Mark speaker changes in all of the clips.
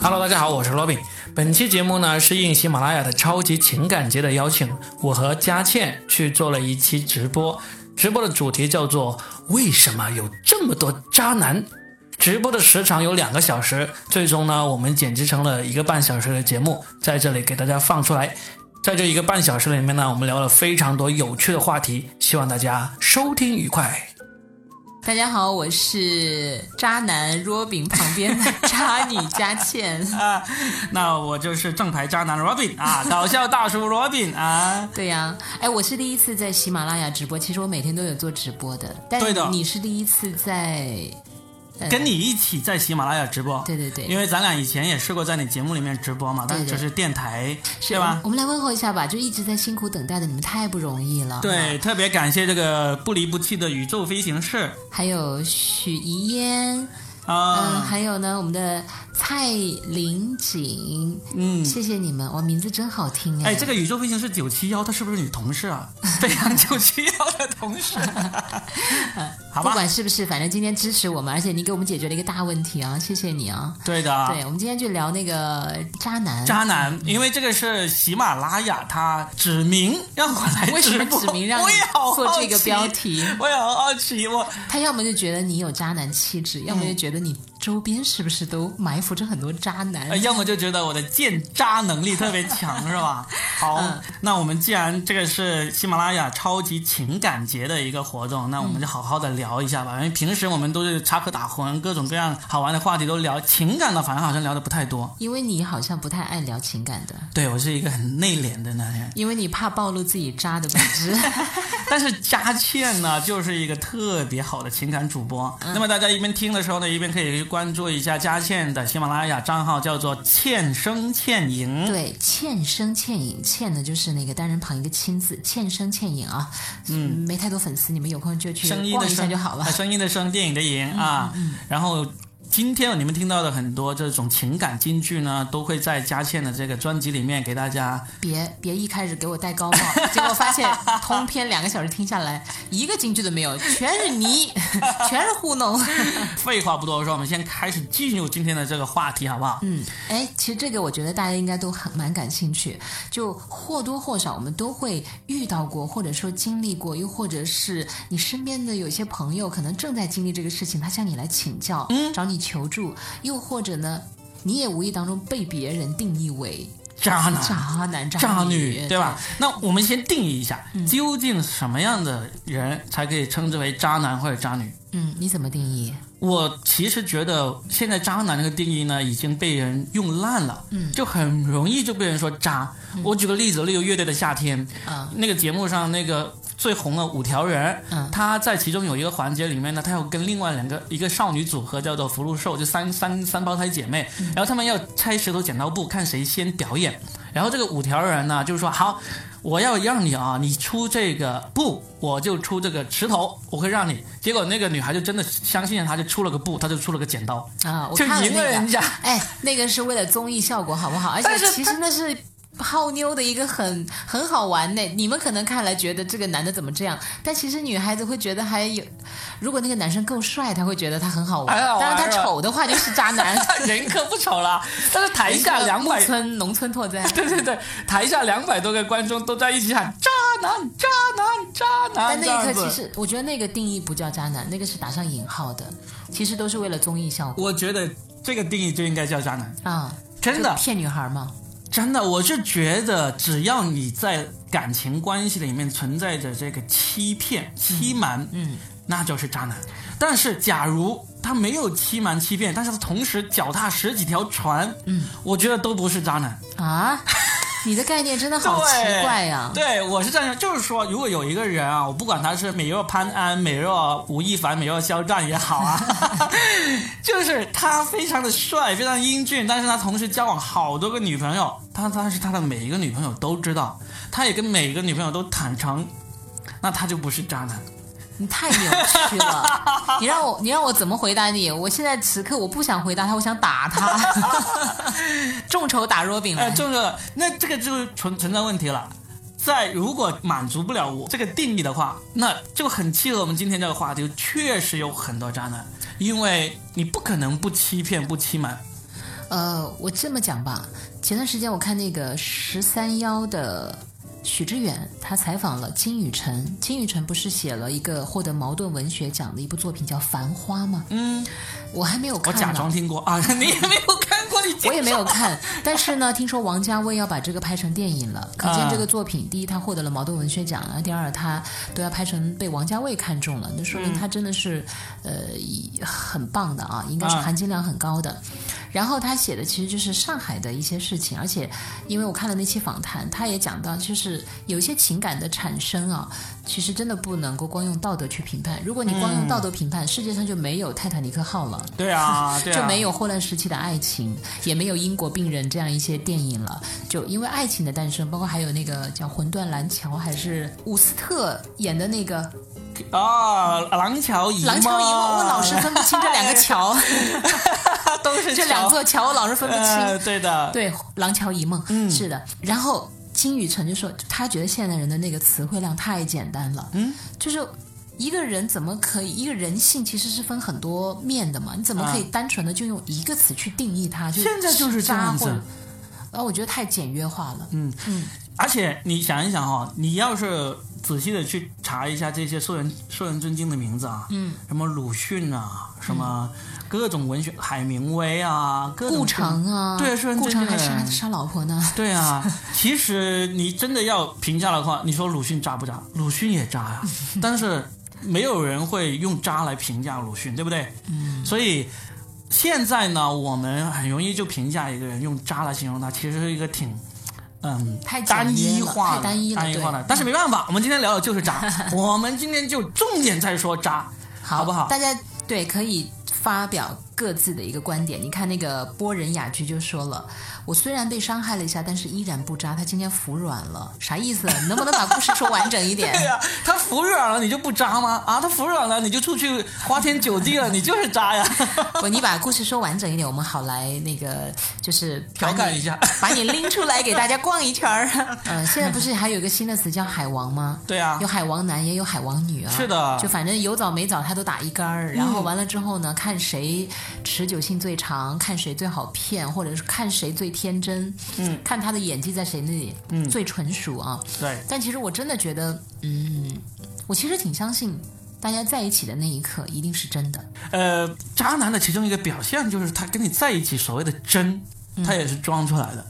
Speaker 1: Hello，大家好，我是 Robin。本期节目呢是应喜马拉雅的超级情感节的邀请，我和佳倩去做了一期直播。直播的主题叫做“为什么有这么多渣男”。直播的时长有两个小时，最终呢我们剪辑成了一个半小时的节目，在这里给大家放出来。在这一个半小时里面呢，我们聊了非常多有趣的话题，希望大家收听愉快。
Speaker 2: 大家好，我是渣男 Robin 旁边的渣女佳 倩。
Speaker 3: 啊，那我就是正牌渣男 Robin 啊，搞笑大叔 Robin 啊。
Speaker 2: 对呀、哎，我是第一次在喜马拉雅直播，其实我每天都有做直播的，但
Speaker 3: 对的
Speaker 2: 你是第一次在，呃
Speaker 3: 跟你一起在喜马拉雅直播，
Speaker 2: 对对对
Speaker 3: 因为咱俩以前也试过在你节目里面直播嘛，但是
Speaker 2: 对
Speaker 3: 只
Speaker 2: 对
Speaker 3: 是电台，
Speaker 2: 是
Speaker 3: 对吧？
Speaker 2: 我们来问候一下吧，就一直在辛苦等待的你们太不容易了。
Speaker 3: 对，
Speaker 2: 啊，
Speaker 3: 特别感谢这个不离不弃的宇宙飞行士
Speaker 2: 还有许怡嫣，嗯，
Speaker 3: 啊，
Speaker 2: 还有呢，我们的蔡林锦，
Speaker 3: 嗯，
Speaker 2: 谢谢你们，哇，名字真好听
Speaker 3: 哎，这个宇宙飞行士九七幺，他是不是你同 事啊？飞扬九七幺的同事，好
Speaker 2: 不
Speaker 3: 吧，
Speaker 2: 管是不是，反正今天支持我们，而且你给我们解决了一个大问题啊，谢谢你啊。
Speaker 3: 对的啊，
Speaker 2: 对，我们今天就聊那个渣男。
Speaker 3: 渣男，因为这个是喜马拉雅，它指名让我来
Speaker 2: 为什么
Speaker 3: 直播
Speaker 2: 指名让
Speaker 3: 我
Speaker 2: 你
Speaker 3: 也好
Speaker 2: 做
Speaker 3: 好
Speaker 2: 这个
Speaker 3: 奇
Speaker 2: 标题
Speaker 3: 我也好好奇，我
Speaker 2: 他要么就觉得你有渣男气质，要
Speaker 3: 嗯
Speaker 2: 么就觉得你周边是不是都埋伏着很多渣男。
Speaker 3: 呃要么就觉得我的见渣能力特别强，是 吧？好，那我们既然这个是喜马拉雅超级情感节的一个活动，那我们就好好的聊一下吧。因为平时我们都是插科打诨，各种各样好玩的话题都聊，情感的反而好像聊的不太多。
Speaker 2: 因为你好像不太爱聊情感的，
Speaker 3: 对我是一个很内敛的男人。
Speaker 2: 因为你怕暴露自己渣的本 质。
Speaker 3: 但是佳倩呢，就是一个特别好的情感主播。那么大家一边听的时候呢，一边可以去关注一下佳倩的喜马拉雅账号，叫做“倩声倩影
Speaker 2: 对，欠声欠影，欠呢就是那个单人旁一个亲字，欠声欠影啊。嗯，没太多粉丝，你们有空就”，去
Speaker 3: 声音
Speaker 2: 逛
Speaker 3: 的
Speaker 2: 一下
Speaker 3: 声
Speaker 2: 就好了嗯
Speaker 3: 啊。声音的声，电影的影啊。然后。今天你们听到的很多这种情感金句呢，都会在佳倩的这个专辑里面给大家。
Speaker 2: 别别一开始给我戴高帽，结果发现通篇两个小时听下来，一个京剧都没有，全是泥， 全是糊弄。
Speaker 3: 废话不多说，我们先开始进入今天的这个话题，好不好？
Speaker 2: 嗯，哎，其实这个我觉得大家应该都很蛮感兴趣，就或多或少我们都会遇到过，或者说经历过，又或者是你身边的有些朋友可能正在经历这个事情，他向你来请教，
Speaker 3: 嗯
Speaker 2: 找你求助，又或者呢，你也无意当中被别人定义为
Speaker 3: 渣男，
Speaker 2: 渣男、女，
Speaker 3: 渣
Speaker 2: 嗯
Speaker 3: 女，对吧？那我们先定义一下，究竟什么样的人才可以称之为渣男或者渣女？
Speaker 2: 对？嗯，你怎么定义？
Speaker 3: 我其实觉得现在渣男这个定义呢，已经被人用烂了，嗯，就很容易就被人说渣。
Speaker 2: 嗯
Speaker 3: 我举个例子，例如乐队的夏天，
Speaker 2: 啊、
Speaker 3: 那个节目上那个最红的五条人，
Speaker 2: 嗯
Speaker 3: 他在其中有一个环节里面呢，他要跟另外两个一个少女组合叫做福禄寿，就三三三胞胎姐妹，
Speaker 2: 嗯
Speaker 3: 然后他们要拆石头剪刀布，看谁先表演。然后这个五条人呢，就是说好，我要让你啊，你出这个布，我就出这个石头，我会让你。结果那个女孩就真的相信了他，就出了个布，他就出了个剪刀，
Speaker 2: 啊，我
Speaker 3: 就
Speaker 2: 看了
Speaker 3: 赢
Speaker 2: 那
Speaker 3: 了
Speaker 2: 个
Speaker 3: 人 家。
Speaker 2: 哎，那个是为了综艺效果，好不好？而
Speaker 3: 但
Speaker 2: 且
Speaker 3: 是
Speaker 2: 其
Speaker 3: 他
Speaker 2: 实那是。泡妞的一个很很好玩呢，你们可能看来觉得这个男的怎么这样，但其实女孩子会觉得还有，如果那个男生够帅，她会觉得他很好玩；
Speaker 3: 很好玩
Speaker 2: 当然他
Speaker 3: 是吧
Speaker 2: 丑的话就是渣 男。
Speaker 3: 人可不丑了，但是 台下哎两
Speaker 2: 农
Speaker 3: 百
Speaker 2: 村农村拓哉，
Speaker 3: 对对对，台下两百多个观众都在一起喊“渣男，渣男，渣男”
Speaker 2: 但
Speaker 3: 啊这
Speaker 2: 那一
Speaker 3: 样
Speaker 2: 刻其
Speaker 3: 子。
Speaker 2: 实我觉得那个定义不叫渣男，那个是打上引号的，其实都是为了综艺效果
Speaker 3: 我觉得这个定义就应该叫渣男，
Speaker 2: 啊，
Speaker 3: 真的
Speaker 2: 就骗女孩嘛。
Speaker 3: 真的，我是觉得只要你在感情关系里面存在着这个欺骗、欺瞒，
Speaker 2: 嗯，
Speaker 3: 那就是渣男。但是假如他没有欺瞒、欺骗，但是他同时脚踏十几条船，嗯，我觉得都不是渣男。
Speaker 2: 啊，你的概念真的好奇
Speaker 3: 对
Speaker 2: 怪呀、
Speaker 3: 对，我是这样，就是说，如果有一个人啊，我不管他是美若潘安、美若吴亦凡、美若肖战也好啊， 就是他非常的帅，非常英俊，但是他同时交往好多个女朋友，他但是他的每一个女朋友都知道，他也跟每一个女朋友都坦诚，那他就不是渣男。
Speaker 2: 你太扭曲 了，你让我你让我怎么回答你？我现在此刻我不想回答他，我想打 他，众筹打 Robin
Speaker 3: 哎，
Speaker 2: 来。
Speaker 3: 这个那这个就存存在问题了。在如果满足不了我这个定义的话，那就很契合我们今天这个话题。确实有很多渣男，因为你不可能不欺骗、不欺瞒。
Speaker 2: 呃，我这么讲吧，前段时间我看那个十三幺的许知远，他采访了金宇澄。金宇澄不是写了一个获得茅盾文学奖的一部作品叫《繁花》吗？
Speaker 3: 嗯，
Speaker 2: 我还没有
Speaker 3: 我
Speaker 2: 看呢，
Speaker 3: 假装听过啊， 你也没有看过，你
Speaker 2: 我也没有看，但是呢，听说王家卫要把这个拍成电影了，可见这个作品，第一，他获得了茅盾文学奖，然后啊第二，他都要拍成被王家卫看中了，那说明他真的是、呃一很棒的啊，应该是
Speaker 3: 啊
Speaker 2: 含金量很高的。然后他写的其实就是上海的一些事情，而且因为我看了那期访谈，他也讲到，就是有一些情感的产生啊，其实真的不能够光用道德去评判。如果你光用道德评判，世界上就没有泰坦尼克号了。
Speaker 3: 对 啊，对啊，
Speaker 2: 就没有霍乱时期的爱情，也没有英国病人这样一些电影了。就因为爱情的诞生，包括还有那个叫《魂断蓝桥》，还是伍斯特演的那个
Speaker 3: 啊，廊桥
Speaker 2: 《
Speaker 3: 遗梦，
Speaker 2: 廊桥遗梦》，我老是分不清这两个桥，
Speaker 3: 都是
Speaker 2: 这两
Speaker 3: 桥
Speaker 2: 座桥我老是分不清。
Speaker 3: 呃，对的，
Speaker 2: 对，《廊桥遗梦》
Speaker 3: 嗯
Speaker 2: 是的。然后金宇澄就说，他觉得现代人的那个词汇量太简单了，嗯，就是。一个人怎么可以？一个人性其实是分很多面的嘛，你怎么可以单纯的就用一个词去定义它？就
Speaker 3: 啊现在就是这样
Speaker 2: 渣或者
Speaker 3: 子。嗯
Speaker 2: 然后我觉得太简约化了。
Speaker 3: 而且你想一想哈、你要是仔细的去查一下这些受人受人尊敬的名字啊，嗯，什么鲁迅啊，什么各种文学，海明威啊，各种
Speaker 2: 嗯顾城啊，
Speaker 3: 对是
Speaker 2: 顾城还
Speaker 3: 真的
Speaker 2: 杀杀老婆呢。
Speaker 3: 对啊，其实你真的要评价的话，你说鲁迅渣不渣？鲁迅也渣 呀、但是没有人会用渣来评价鲁迅，对不对？嗯，所以。现在呢，我们很容易就评价一个人用渣来形容他，其实是一个挺，嗯，
Speaker 2: 太简约了
Speaker 3: 单一化
Speaker 2: 太单一了
Speaker 3: 单一化
Speaker 2: 对
Speaker 3: 的。但是没办法，我们今天聊的就是渣， 我们今天就重点在说渣，好不好？
Speaker 2: 大家对可以发表各自的一个观点。你看那个波仁雅居就说了：“我虽然被伤害了一下，但是依然不渣。他今天服软了，啥意思？ 你能不能把故事说完整一点？”
Speaker 3: 对呀、他服软了你就不渣吗？啊，他服软了你就出去花天酒地了，你就是渣呀。
Speaker 2: 不，你把故事说完整一点，我们好来那个就是把
Speaker 3: 调侃
Speaker 2: 你
Speaker 3: 一下
Speaker 2: 把你拎出来给大家逛一圈 儿。呃，现在不是还有一个新的词叫海王 吗？
Speaker 3: 对啊
Speaker 2: 有，海王男也有海王女啊。
Speaker 3: 是的嗯
Speaker 2: 就反正有早没早他都打一杆儿，然后完了之后呢，看谁持久性最长，看谁最好骗，或者是看谁最天真，嗯，看他的演技在谁那里，嗯，最纯熟啊。
Speaker 3: 对。
Speaker 2: 但其实我真的觉得，嗯，我其实挺相信。大家在一起的那一刻一定是真的，
Speaker 3: 呃，渣男的其中一个表现就是他跟你在一起所谓的真，
Speaker 2: 嗯
Speaker 3: 他也是装出来的。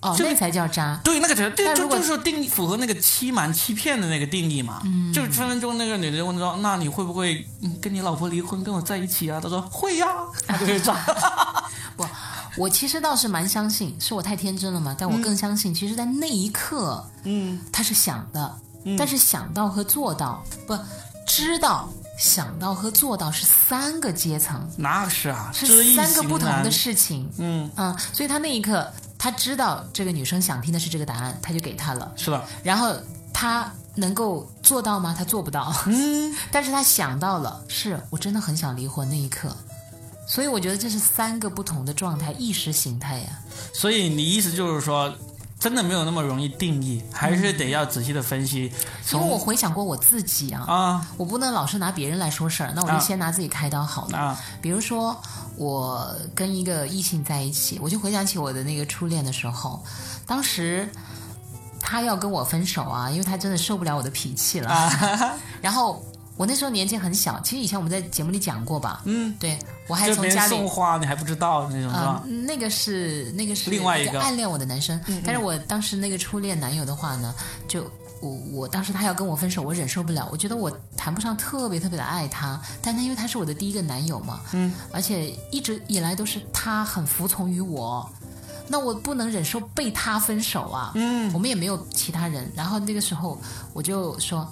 Speaker 2: 哦，
Speaker 3: 就
Speaker 2: 那才叫渣。
Speaker 3: 对，那个就
Speaker 2: 但
Speaker 3: 对，
Speaker 2: 如
Speaker 3: 就
Speaker 2: 果
Speaker 3: 就是定义符合那个欺瞒、欺骗的那个定义嘛。
Speaker 2: 嗯
Speaker 3: 就是分分钟那个女的问说：“啊那你会不会嗯跟你老婆离婚，跟我在一起啊？”他说：“会呀、他就 是渣。
Speaker 2: 我其实倒是蛮相信，是我太天真了嘛？但我
Speaker 3: 嗯
Speaker 2: 更相信，其实，在那一刻，嗯，他是想的，
Speaker 3: 嗯
Speaker 2: 但是想到和做到，不知道，想到和做到是三个阶层，
Speaker 3: 那是啊，知
Speaker 2: 是
Speaker 3: 易
Speaker 2: 三个
Speaker 3: 行
Speaker 2: 不同
Speaker 3: 难
Speaker 2: 的事情，
Speaker 3: 嗯，
Speaker 2: 嗯，所以他那一刻，他知道这个女生想听的是这个答案，他就给她了，
Speaker 3: 是的，
Speaker 2: 然后他能够做到吗？他做不到，
Speaker 3: 嗯，
Speaker 2: 但是他想到了，是我真的很想离婚那一刻，所以我觉得这是三个不同的状态，意识形态呀、
Speaker 3: 所以你意思就是说，真的没有那么容易定义，还是得要仔细的分析。
Speaker 2: 嗯因为我
Speaker 3: 从
Speaker 2: 回想过我自己啊，
Speaker 3: 啊
Speaker 2: 我不能老是拿别人来说事儿，那我就
Speaker 3: 啊
Speaker 2: 先拿自己开刀好了。
Speaker 3: 啊，
Speaker 2: 比如说，我跟一个异性在一起，我就回想起我的那个初恋的时候，当时他要跟我分手啊，因为他真的受不了我的脾气了。
Speaker 3: 啊
Speaker 2: 然后我那时候年纪很小，其实以前我们在节目里讲过吧，嗯，对我还
Speaker 3: 就
Speaker 2: 从
Speaker 3: 别人
Speaker 2: 家里
Speaker 3: 啊送花你还不知道那种是吧？
Speaker 2: 嗯，那个是那个是
Speaker 3: 另外一个嗯
Speaker 2: 暗恋我的男生，但是我当时那个初恋男友的话呢，就我我当时他要跟我分手，我忍受不了，我觉得我谈不上特别特别的爱他，但他因为他是我的第一个男友嘛，嗯，而且一直以来都是他很服从于我。那我不能忍受被他分手啊！嗯，我们也没有其他人。然后那个时候我就说，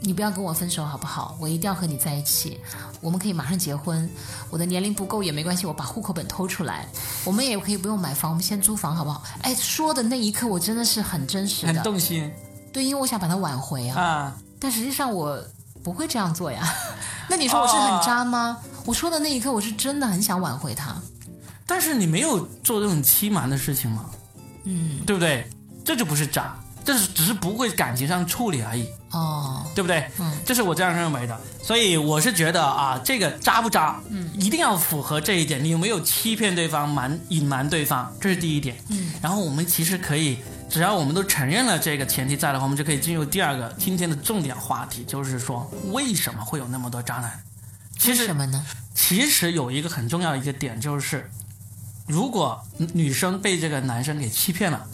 Speaker 2: 你不要跟我分手好不好？我一定要和你在一起，我们可以马上结婚。我的年龄不够也没关系，我把户口本偷出来，我们也可以不用买房，我们先租房好不好？哎，说的那一刻我真的是很真实
Speaker 3: 很
Speaker 2: 的，
Speaker 3: 动心
Speaker 2: 对，因为我想把它挽回啊。
Speaker 3: 啊。
Speaker 2: 但实际上我不会这样做 呀。那你说我是
Speaker 3: 哦
Speaker 2: 很渣吗？我说的那一刻我是真的很想挽回他，
Speaker 3: 但是你没有做这种欺瞒的事情嘛，嗯，对不对？这就不是渣，但是只是不会感情上处理而已，
Speaker 2: 哦，
Speaker 3: 对不对？
Speaker 2: 嗯，
Speaker 3: 这是我这样认为的，所以我是觉得啊，这个渣不渣，嗯，一定要符合这一点，你有没有欺骗对方、瞒隐瞒对方，这是第一点。
Speaker 2: 嗯，
Speaker 3: 然后我们其实可以，只要我们都承认了这个前提在的话，我们就可以进入第二个今天的重点话题，就是说为什么会有那么多渣男？其
Speaker 2: 为
Speaker 3: 实
Speaker 2: 什么呢？
Speaker 3: 其实有一个很重要的一个点就是，如果女生被这个男生给欺骗了。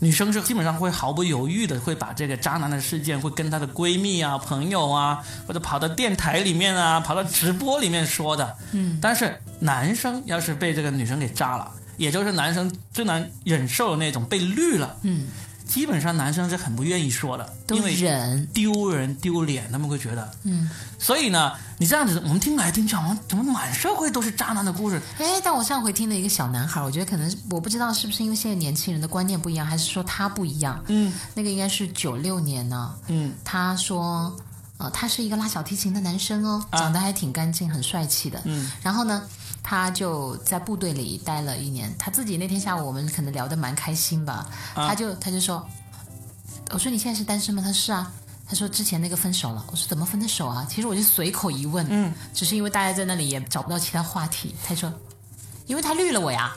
Speaker 3: 女生是基本上会毫不犹豫的会把这个渣男的事件会跟她的闺蜜啊、朋友啊，或者跑到电台里面啊、跑到直播里面说的。
Speaker 2: 嗯，
Speaker 3: 但是男生要是被这个女生给渣了，也就是男生最难忍受的那种被绿了，
Speaker 2: 嗯，
Speaker 3: 基本上男生是很不愿意说的，
Speaker 2: 都
Speaker 3: 因为
Speaker 2: 忍，
Speaker 3: 丢人丢脸，他们会觉得。
Speaker 2: 嗯，
Speaker 3: 所以呢，你这样子，我们听来听去，好像怎么满社会都是渣男的故事？
Speaker 2: 哎，但我上回听了一个小男孩，我觉得可能是我不知道是不是因为现在年轻人的观念不一样，还是说他不一样。
Speaker 3: 嗯
Speaker 2: 那个应该是九六年呢，
Speaker 3: 嗯，
Speaker 2: 他说，呃，他是一个拉小提琴的男生哦，
Speaker 3: 啊
Speaker 2: 长得还挺干净，很帅气的。
Speaker 3: 嗯，
Speaker 2: 然后呢，他就在部队里待了一年。他自己那天下午我们可能聊得蛮开心吧，
Speaker 3: 啊
Speaker 2: 他就他就说，我说你现在是单身吗？他说是啊。他说之前那个分手了，我说怎么分的手啊？其实我就随口一问，
Speaker 3: 嗯，
Speaker 2: 只是因为大家在那里也找不到其他话题。他说，因为他绿了我呀，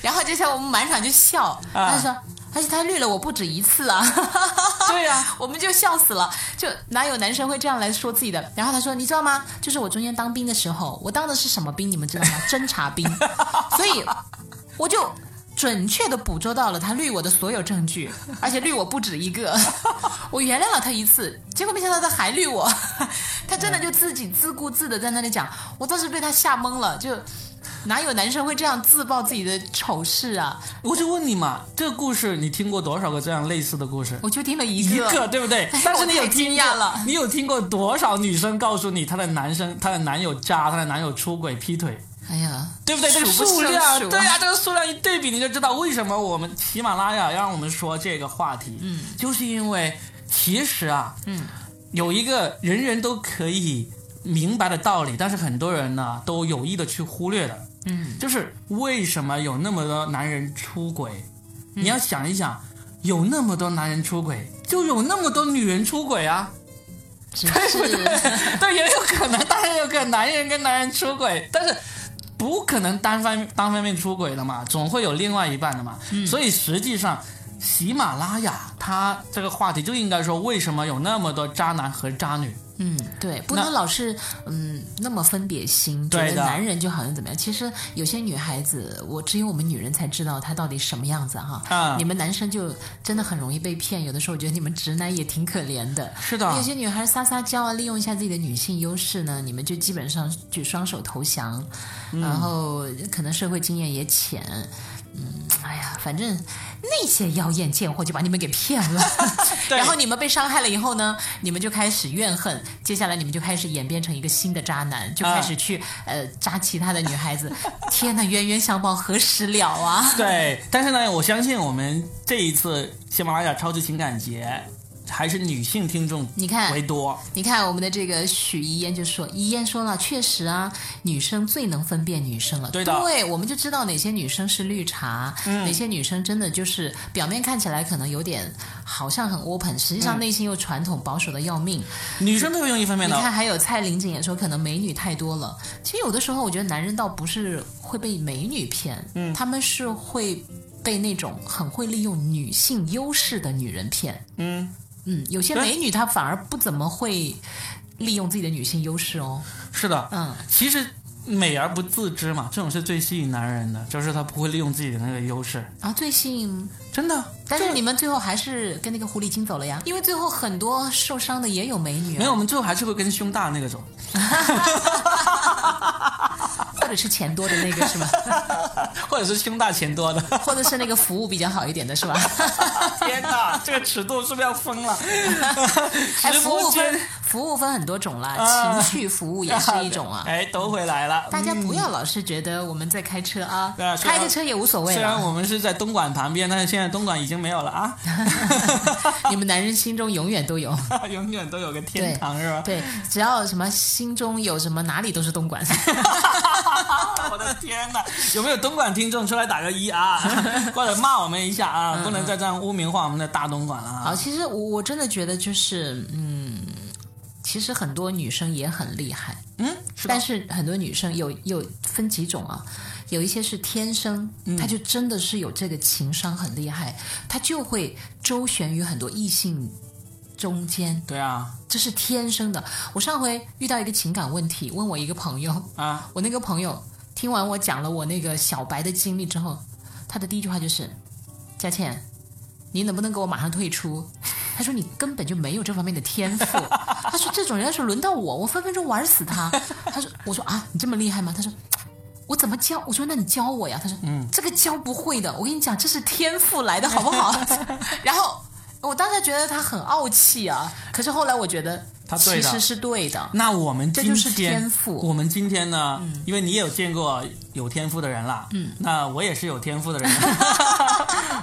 Speaker 2: 然后这下我们满场就笑，
Speaker 3: 啊
Speaker 2: 他就说，而且他绿了我不止一次啊。
Speaker 3: 对呀、
Speaker 2: 我们就笑死了，就哪有男生会这样来说自己的？然后他说，你知道吗？就是我中间当兵的时候，我当的是什么兵？你们知道吗？侦察兵，所以我就。准确的捕捉到了他绿我的所有证据，而且绿我不止一个。 我原谅了他一次，结果没想到他还绿我。 他真的就自己自顾自的在那里讲，我当时被他吓懵了，就哪有男生会这样自曝自己的丑事啊？
Speaker 3: 我就问你嘛，这个故事你听过多少个这样类似的故事？
Speaker 2: 我就听了
Speaker 3: 一个，对不对？但是你有
Speaker 2: 哎我太
Speaker 3: 听
Speaker 2: 惊
Speaker 3: 过
Speaker 2: 讶了
Speaker 3: 你有听过多少女生告诉你她的男生、她的男友渣、她的男友出轨、劈腿，
Speaker 2: 哎呀，
Speaker 3: 对不对？这个
Speaker 2: 数不
Speaker 3: 数
Speaker 2: 胜
Speaker 3: 量，
Speaker 2: 数
Speaker 3: 对啊，这个数量一对比，你就知道为什么我们喜马拉雅让我们说这个话题，嗯，就是因为其实啊，
Speaker 2: 嗯，
Speaker 3: 有一个人人都可以明白的道理，但是很多人呢都有意的去忽略的，
Speaker 2: 嗯，
Speaker 3: 就是为什么有那么多男人出轨？
Speaker 2: 嗯
Speaker 3: 你要想一想，有那么多男人出轨，就有那么多女人出轨啊。
Speaker 2: 只是
Speaker 3: 对，也有可能，当然有可能男人跟男人出轨，但是不可能单方单方面出轨的嘛，总会有另外一半的嘛。
Speaker 2: 嗯
Speaker 3: 所以实际上，喜马拉雅它这个话题就应该说，为什么有那么多渣男和渣女？
Speaker 2: 嗯，对，不能老是嗯那么分别心，觉
Speaker 3: 对
Speaker 2: 得
Speaker 3: 的
Speaker 2: 男人就好像怎么样。其实有些女孩子，我只有我们女人才知道她到底什么样子哈。
Speaker 3: 啊
Speaker 2: 你们男生就真的很容易被骗，有的时候我觉得你们直男也挺可怜的。
Speaker 3: 是的
Speaker 2: 有些女孩撒撒娇啊，利用一下自己的女性优势呢，你们就基本上就双手投降，
Speaker 3: 嗯
Speaker 2: 然后可能社会经验也浅。嗯，哎呀，反正那些妖艳贱货就把你们给骗了， 然后你们被伤害了以后呢，你们就开始怨恨，接下来你们就开始演变成一个新的渣男，就开始去、呃渣其他的女孩子。天呐，冤冤相报何时了啊！
Speaker 3: 对，但是呢，我相信我们这一次喜马拉雅超级情感节还是女性听众
Speaker 2: 你看
Speaker 3: 为多。
Speaker 2: 你看我们的这个许一嫣就说，一嫣说了，确实啊，女生最能分辨女生了。
Speaker 3: 对的嗯
Speaker 2: 我们就知道哪些女生是绿茶，哪些女生真的就是表面看起来可能有点好像很 open，实际
Speaker 3: 嗯
Speaker 2: 上内心又传统保守的要命。
Speaker 3: 女生特别容易分辨
Speaker 2: 你
Speaker 3: 的，
Speaker 2: 看，还有蔡玲姐也说，可能美女太多了。其实有的时候，我觉得男人倒不是会被美女骗，嗯，他们是会被那种很会利用女性优势的女人骗。
Speaker 3: 嗯
Speaker 2: 嗯，有些
Speaker 3: 对
Speaker 2: 美女她反而不怎么会利用自己的女性优势哦。
Speaker 3: 是的，
Speaker 2: 嗯，
Speaker 3: 其实美而不自知嘛，这种是最吸引男人的，就是他不会利用自己的那个优势，
Speaker 2: 然后最吸引，
Speaker 3: 真的。
Speaker 2: 但是
Speaker 3: 这
Speaker 2: 你们最后还是跟那个狐狸精走了呀，因为最后很多受伤的也有美女、啊，
Speaker 3: 没有，我们最后还是会跟胸大 那个走。
Speaker 2: 或者是钱多的那个是吧？
Speaker 3: 或者是胸大钱多的。
Speaker 2: 或者是那个服务比较好一点的是吧？
Speaker 3: 天哪，这个尺度是不是要疯了？
Speaker 2: 哎，
Speaker 3: 直
Speaker 2: 服
Speaker 3: 播
Speaker 2: 务分
Speaker 3: 间
Speaker 2: 服务分很多种啦，
Speaker 3: 啊
Speaker 2: 情绪服务也是一种啊。
Speaker 3: 哎，都回来了。
Speaker 2: 大家不要老是觉得我们在开车啊，
Speaker 3: 对啊虽然
Speaker 2: 开个车也无所谓
Speaker 3: 虽然
Speaker 2: 了。
Speaker 3: 我们是在东莞旁边，但是现在东莞已经没有 了啊，
Speaker 2: 你们男人心中永远都有，
Speaker 3: 永远都有个天堂是吧？
Speaker 2: 对，只要什么心中有什么，哪里都是东莞。
Speaker 3: 我的天哪！有没有东莞听众出来打个 一啊， 或者骂我们一下啊？不能再这样污名化我们的大东莞了啊！
Speaker 2: 嗯好，其实我我真的觉得就是，嗯，其实很多女生也很厉害，
Speaker 3: 嗯，是吧
Speaker 2: 但？是很多女生有有分几种啊，有一些是天生，
Speaker 3: 嗯
Speaker 2: 她就真的是有这个情商很厉害，她就会周旋于很多异性中间，
Speaker 3: 对啊，
Speaker 2: 这是天生的。我上回遇到一个情感问题，问我一个朋友，
Speaker 3: 啊，
Speaker 2: 我那个朋友听完我讲了我那个小白的经历之后，他的第一句话就是：“佳倩，你能不能给我马上退出？” 他说：“你根本就没有这方面的天赋。” 他说：“这种人要是轮到我，我分分钟玩死他。”他说：“我说啊，你这么厉害吗？”他说。我怎么教？我说那你教我呀。他说，嗯，这个教不会的。我跟你讲，这是天赋来的，好不 好？然后我当时觉得他很傲气啊，可是后来我觉得
Speaker 3: 他对
Speaker 2: 其
Speaker 3: 的
Speaker 2: 实是对的。
Speaker 3: 那我们今
Speaker 2: 这
Speaker 3: 天
Speaker 2: 就是天赋嗯
Speaker 3: 我们今天呢，因为你也有见过有天赋的人啦，嗯，那我也是有天赋的 人。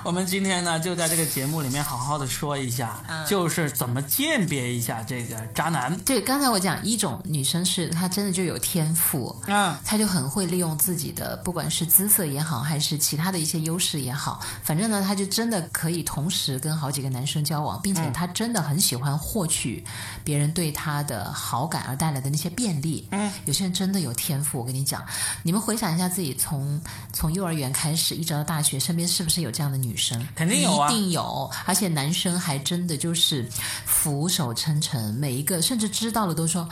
Speaker 3: 我们今天呢，就在这个节目里面好好的说一下，
Speaker 2: 嗯
Speaker 3: 就是怎么鉴别一下这个渣男。
Speaker 2: 对，刚才我讲一种女生是她真的就有天赋，
Speaker 3: 啊，
Speaker 2: 她就很会利用自己的不管是姿色也好，还是其他的一些优势也好，反正呢，她就真的可以同时跟好几个男生交往，并且她真的很喜欢获取别人对她的好感而带来的那些便利。嗯，有些人真的有天赋，我跟你讲，你们回想一下自己从从幼儿园开始一直到大学，身边是不是有这样的女生？
Speaker 3: 肯定有啊
Speaker 2: 一定有，而且男生还真的就是俯首称臣，每一个甚至知道了都说。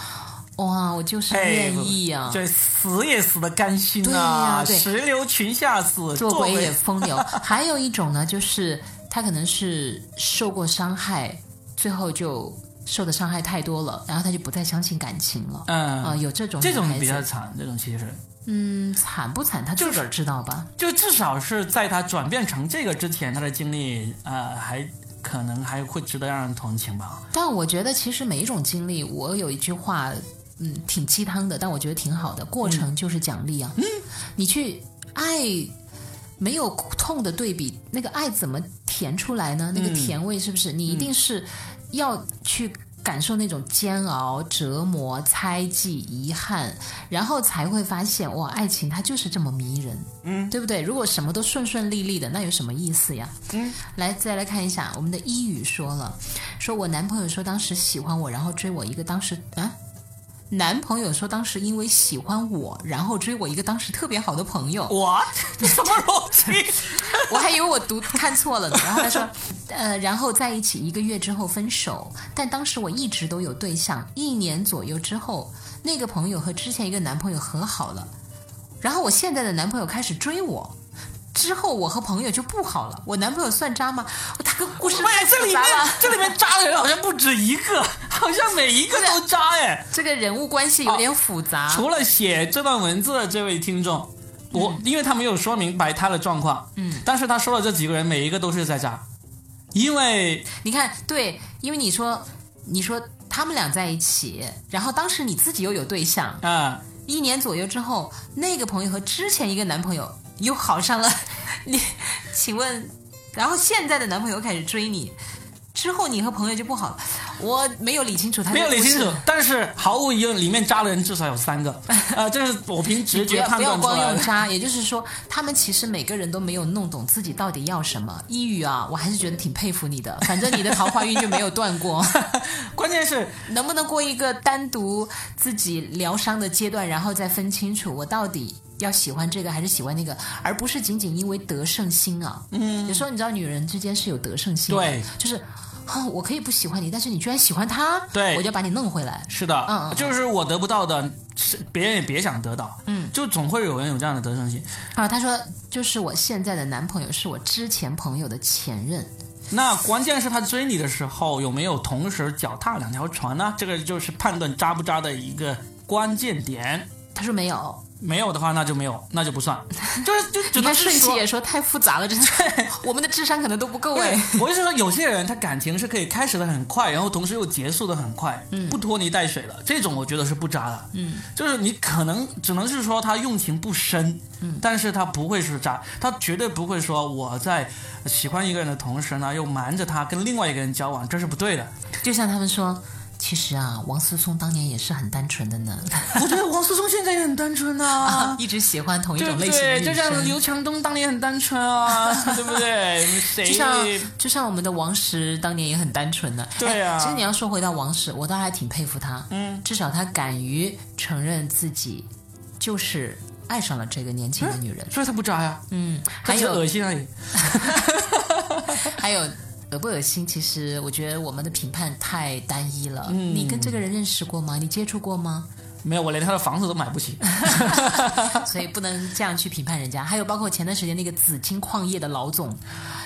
Speaker 2: 哇，我就是
Speaker 3: 哎
Speaker 2: 愿意啊！
Speaker 3: 这死也死的甘心
Speaker 2: 对
Speaker 3: 啊！
Speaker 2: 呀对
Speaker 3: 石榴裙下死，
Speaker 2: 做鬼也
Speaker 3: 也
Speaker 2: 风 流。还有一种呢，就是他可能是受过伤害，最后就受的伤害太多了，然后他就不再相信感情了。啊、
Speaker 3: 嗯，
Speaker 2: 有这种
Speaker 3: 这种
Speaker 2: 女孩
Speaker 3: 比较
Speaker 2: 子，
Speaker 3: 惨，这种其实
Speaker 2: 嗯，惨不惨？他自个儿知道吧？
Speaker 3: 就至少是在他转变成这个之前，他的经历呃还可能还会值得让人同情吧。
Speaker 2: 但我觉得其实每一种经历，我有一句话，嗯，挺鸡汤的，但我觉得挺好的。过
Speaker 3: 嗯
Speaker 2: 程就是奖励啊，你去爱。没有痛的对比，那个爱怎么甜出来呢？那个甜味是不是？你一定是要去感受那种煎熬、折磨、猜忌、遗憾，然后才会发现哇，爱情它就是这么迷人，嗯，对不对？如果什么都顺顺利利的，那有什么意思呀？来，再来看一下我们的一语说了，说我男朋友说当时喜欢我，然后追我一个当时啊，男朋友说当时因为喜欢我，然后追我一个当时特别好的朋友，
Speaker 3: 我这什么逻辑？
Speaker 2: 我还以为我读看错了呢。然后他说，呃，然后在一起一个月之后分手，但当时我一直都有对象，一年左右之后，那个朋友和之前一个男朋友和好了，然后我现在的男朋友开始追我。之后我和朋友就不好了，我男朋友算渣吗？他跟故事
Speaker 3: 妈
Speaker 2: 太
Speaker 3: 呀，这
Speaker 2: 复
Speaker 3: 里
Speaker 2: 杂
Speaker 3: 面
Speaker 2: 了。
Speaker 3: 这里面渣的人好像不止一个， 好像每一个都渣哎。
Speaker 2: 这个人物关系有点复杂。
Speaker 3: 哦除了写这段文字的这位听众，
Speaker 2: 嗯
Speaker 3: 我因为他没有说明白他的状况，嗯，但是他说的这几个人每一个都是在渣，因为
Speaker 2: 你看，对，因为你说，你说他们俩在一起，然后当时你自己又有对象，
Speaker 3: 啊、
Speaker 2: 一年左右之后，那个朋友和之前一个男朋友又好上了，你，请问，然后现在的男朋友开始追你，之后你和朋友就不好了。我没有理清楚他
Speaker 3: 没有理清
Speaker 2: 这个
Speaker 3: 楚
Speaker 2: 故事，
Speaker 3: 但是毫无疑问，里面渣的人至少有三 个，啊，这是我凭直
Speaker 2: 不
Speaker 3: 觉
Speaker 2: 要
Speaker 3: 判
Speaker 2: 不要
Speaker 3: 断出
Speaker 2: 光
Speaker 3: 来
Speaker 2: 用
Speaker 3: 的。
Speaker 2: 渣，也就是说，他们其实每个人都没有弄懂自己到底要什么。一语啊，我还是觉得挺佩服你的，反正你的桃花运就没有断过。
Speaker 3: 关键是
Speaker 2: 能不能过一个单独自己疗伤的阶段，然后再分清楚我到底要喜欢这个还是喜欢那个，而不是仅仅因为得胜心啊。嗯，有时候你知道女人之间是有得胜心的，啊
Speaker 3: 对，
Speaker 2: 就是。哦，我可以不喜欢你，但是你居然喜欢他，
Speaker 3: 对
Speaker 2: 我就把你弄回来。
Speaker 3: 是的，
Speaker 2: 嗯嗯嗯
Speaker 3: 就是我得不到的，是别人也别想得到，嗯，就总会有人有这样的得胜心。
Speaker 2: 啊，他说，就是我现在的男朋友是我之前朋友的前任，
Speaker 3: 那关键是他追你的时候有没有同时脚踏两条船呢？这个就是判断渣不渣的一个关键点。
Speaker 2: 他说没有，
Speaker 3: 没有的话，那就没有，那就 不算，就是就只
Speaker 2: 你
Speaker 3: 能
Speaker 2: 看
Speaker 3: 是
Speaker 2: 顺其
Speaker 3: 说。
Speaker 2: 也说太复杂了， 真的，我们的智商可能都不够
Speaker 3: 对
Speaker 2: 哎。，
Speaker 3: 我就说有些人他感情是可以开始的很快，然后同时又结束的很快，
Speaker 2: 嗯
Speaker 3: 不拖泥带水的，这种我觉得是不渣的。嗯，就是你可能只能是说他用情不深，嗯，但是他不会是渣，他绝对不会说我在喜欢一个人的同时呢，又瞒着他跟另外一个人交往，这是不对的。
Speaker 2: 就像他们说，其实啊，王思聪当年也是很单纯的呢，。
Speaker 3: 我觉得王思聪现在也很单纯 啊
Speaker 2: 一直喜欢同一
Speaker 3: 对
Speaker 2: 种
Speaker 3: 不
Speaker 2: 类型的
Speaker 3: 对？
Speaker 2: 女
Speaker 3: 就像
Speaker 2: 生。
Speaker 3: 刘强东当年很单纯啊， 对不对？谁
Speaker 2: 就像就像我们的王石当年也很单纯的，
Speaker 3: 对啊
Speaker 2: 哎其实你要说回到王石，我倒还挺佩服他，嗯，至少他敢于承认自己就是爱上了这个年轻的女人，
Speaker 3: 所以他不渣呀、
Speaker 2: 嗯，还
Speaker 3: 他只是
Speaker 2: 有
Speaker 3: 恶心而已。
Speaker 2: 还有恶不恶心？其实我觉得我们的评判太单一了。
Speaker 3: 嗯
Speaker 2: 你跟这个人认识过吗？你接触过吗？
Speaker 3: 没有，我连他的房子都买不 起。
Speaker 2: 所以不能这样去评判人家。还有包括前段时间那个紫金矿业的老总，